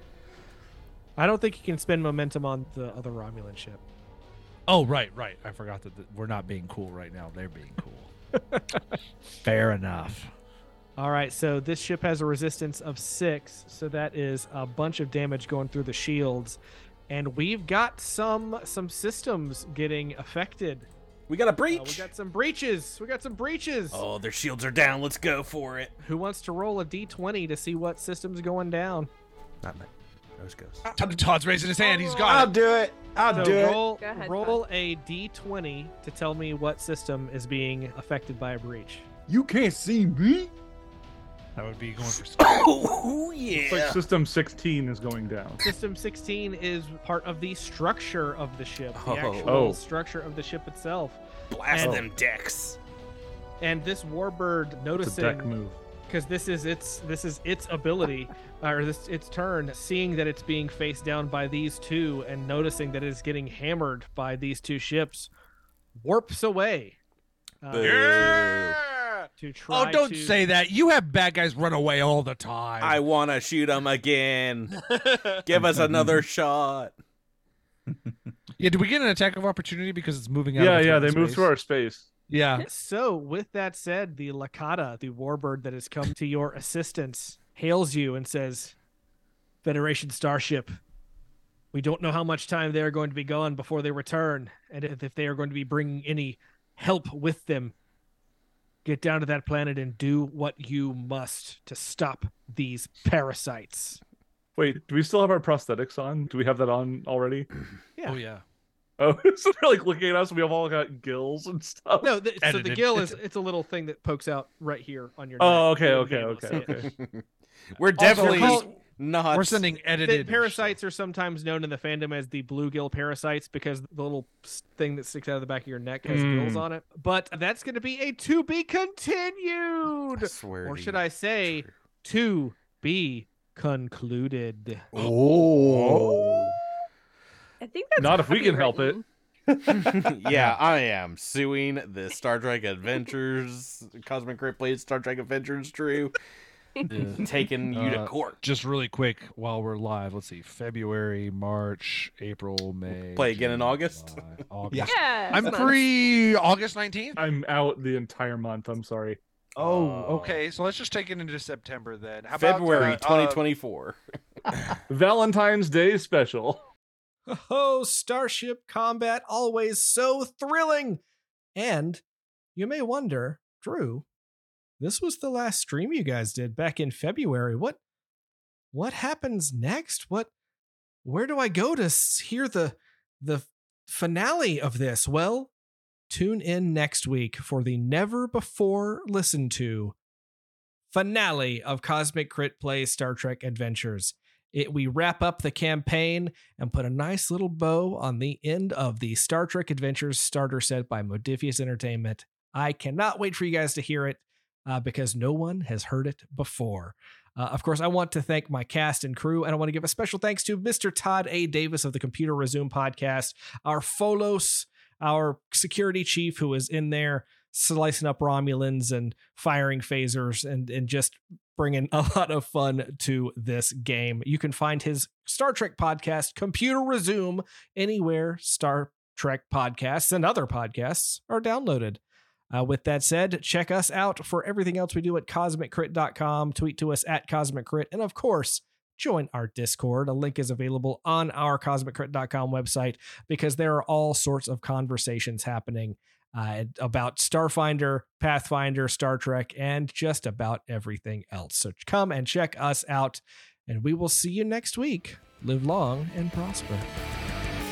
[SPEAKER 1] I don't think you can spend momentum on the other Romulan ship.
[SPEAKER 6] Oh, right, right. I forgot that th- we're not being cool right now. They're being cool. Fair enough.
[SPEAKER 1] All right, so this ship has a resistance of six, so that is a bunch of damage going through the shields, and we've got some some systems getting affected.
[SPEAKER 4] Oh, We got a
[SPEAKER 1] Uh,
[SPEAKER 4] breach.
[SPEAKER 1] we got some breaches. We got some breaches.
[SPEAKER 4] Oh, their shields are down. Let's go for it.
[SPEAKER 1] Who wants to roll a d20 to see what system's going down?
[SPEAKER 4] Not me. Rose goes.
[SPEAKER 6] T- Todd's raising his hand. He's
[SPEAKER 8] I'll
[SPEAKER 6] got it.
[SPEAKER 8] do it. I'll
[SPEAKER 1] So
[SPEAKER 8] do it.
[SPEAKER 1] roll
[SPEAKER 3] Go ahead,
[SPEAKER 1] roll a d20 to tell me what system is being affected by a breach.
[SPEAKER 7] You can't see me.
[SPEAKER 6] That would be going for.
[SPEAKER 4] Oh
[SPEAKER 2] It's like
[SPEAKER 4] yeah.
[SPEAKER 2] system 16 is going down.
[SPEAKER 1] System 16 is part of the structure of the ship, the
[SPEAKER 4] Oh.
[SPEAKER 1] actual
[SPEAKER 2] Oh.
[SPEAKER 1] structure of the ship itself.
[SPEAKER 4] Blast
[SPEAKER 1] and-
[SPEAKER 4] them decks.
[SPEAKER 1] And this warbird
[SPEAKER 2] It's a deck
[SPEAKER 1] noticing
[SPEAKER 2] move.
[SPEAKER 1] because this is its this is its ability or this its turn, seeing that it's being faced down by these two and noticing that it is getting hammered by these two ships, warps away uh, to try.
[SPEAKER 6] Oh, don't
[SPEAKER 1] to-
[SPEAKER 6] say that. You have bad guys run away all the time.
[SPEAKER 4] I want to shoot them again. Give us another shot.
[SPEAKER 6] yeah, did we get an attack of opportunity because it's moving out?
[SPEAKER 2] Yeah,
[SPEAKER 6] of
[SPEAKER 2] yeah, they
[SPEAKER 6] its
[SPEAKER 2] move
[SPEAKER 6] space?
[SPEAKER 2] through our space.
[SPEAKER 6] Yeah.
[SPEAKER 1] So, with that said, the Lakata, the warbird that has come to your assistance, hails you and says, Federation starship, we don't know how much time they are going to be gone before they return, and if if they are going to be bringing any help with them. Get down to that planet and do what you must to stop these parasites.
[SPEAKER 2] Wait, do we still have our prosthetics on? Do we have that on already?
[SPEAKER 1] Yeah.
[SPEAKER 6] Oh yeah.
[SPEAKER 2] Oh, so they're like looking at us. We have all got gills and stuff.
[SPEAKER 1] No, the, so the
[SPEAKER 6] Edited.
[SPEAKER 1] gill is
[SPEAKER 6] It's-
[SPEAKER 1] it's a little thing that pokes out right here on your.
[SPEAKER 2] Oh,
[SPEAKER 1] neck.
[SPEAKER 2] okay,
[SPEAKER 1] You wouldn't be
[SPEAKER 2] okay,
[SPEAKER 1] able to
[SPEAKER 2] okay,
[SPEAKER 1] see it.
[SPEAKER 2] okay.
[SPEAKER 4] We're definitely
[SPEAKER 6] call-
[SPEAKER 4] not.
[SPEAKER 6] We're sending
[SPEAKER 1] Uh, The
[SPEAKER 6] edited
[SPEAKER 1] parasites are sometimes known in the fandom as the bluegill parasites because the little s- thing that sticks out of the back of your neck has
[SPEAKER 2] Mm.
[SPEAKER 1] gills on it. But that's going to be a to be
[SPEAKER 4] I
[SPEAKER 1] continued,
[SPEAKER 4] swear.
[SPEAKER 1] or
[SPEAKER 4] to
[SPEAKER 1] should
[SPEAKER 4] you.
[SPEAKER 1] I say, to be concluded.
[SPEAKER 7] Oh.
[SPEAKER 3] I think that's
[SPEAKER 2] Not if we can help it.
[SPEAKER 3] copywritten.
[SPEAKER 4] yeah, I am suing the Star Trek Adventures, Cosmic Crit Blade Star Trek Adventures, Drew, taking you to
[SPEAKER 6] Uh,
[SPEAKER 4] court.
[SPEAKER 6] Just really quick while we're live, let's see: February, March, April, May.
[SPEAKER 4] play again in
[SPEAKER 6] June,
[SPEAKER 4] August?
[SPEAKER 6] July,
[SPEAKER 7] Yeah.
[SPEAKER 6] August.
[SPEAKER 3] Yeah.
[SPEAKER 6] I'm
[SPEAKER 3] it's not-
[SPEAKER 6] free August nineteenth.
[SPEAKER 2] I'm out the entire month. I'm sorry.
[SPEAKER 6] Oh,
[SPEAKER 4] Uh,
[SPEAKER 6] okay. So let's just take it into September then. How
[SPEAKER 4] February
[SPEAKER 6] about, uh, uh,
[SPEAKER 4] 2024.
[SPEAKER 2] Valentine's Day special.
[SPEAKER 9] Oh, starship combat always so thrilling. And you may wonder, Drew, this was the last stream you guys did back in February. What what happens next? What where do I go to s- hear the the finale of this? Well, tune in next week for the never before listened to finale of Cosmic Crit Play Star Trek Adventures. It we wrap up the campaign and put a nice little bow on the end of the Star Trek Adventures starter set by Modifius Entertainment. I cannot wait for you guys to hear it uh, because no one has heard it before. Uh, of course, I want to thank my cast and crew, and I want to give a special thanks to Mr. Todd A. Davis of the Computer Resume podcast, our Folos, our security chief who is in there slicing up Romulans and firing phasers and, and just bringing a lot of fun to this game. You can find his Star Trek podcast, Computer Resume, anywhere Star Trek podcasts and other podcasts are downloaded. Uh, with that said, check us out for everything else we do at cosmiccrit.com. Tweet to us at cosmiccrit. And of course, join our Discord. A link is available on our cosmiccrit.com website because there are all sorts of conversations happening uh, about Starfinder, Pathfinder, Star Trek, and just about everything else. So come and check us out, and we will see you next week. Live long and prosper.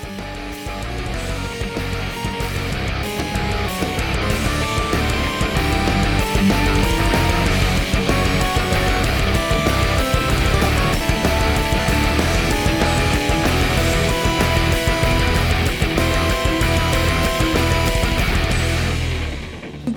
[SPEAKER 11] Thank You've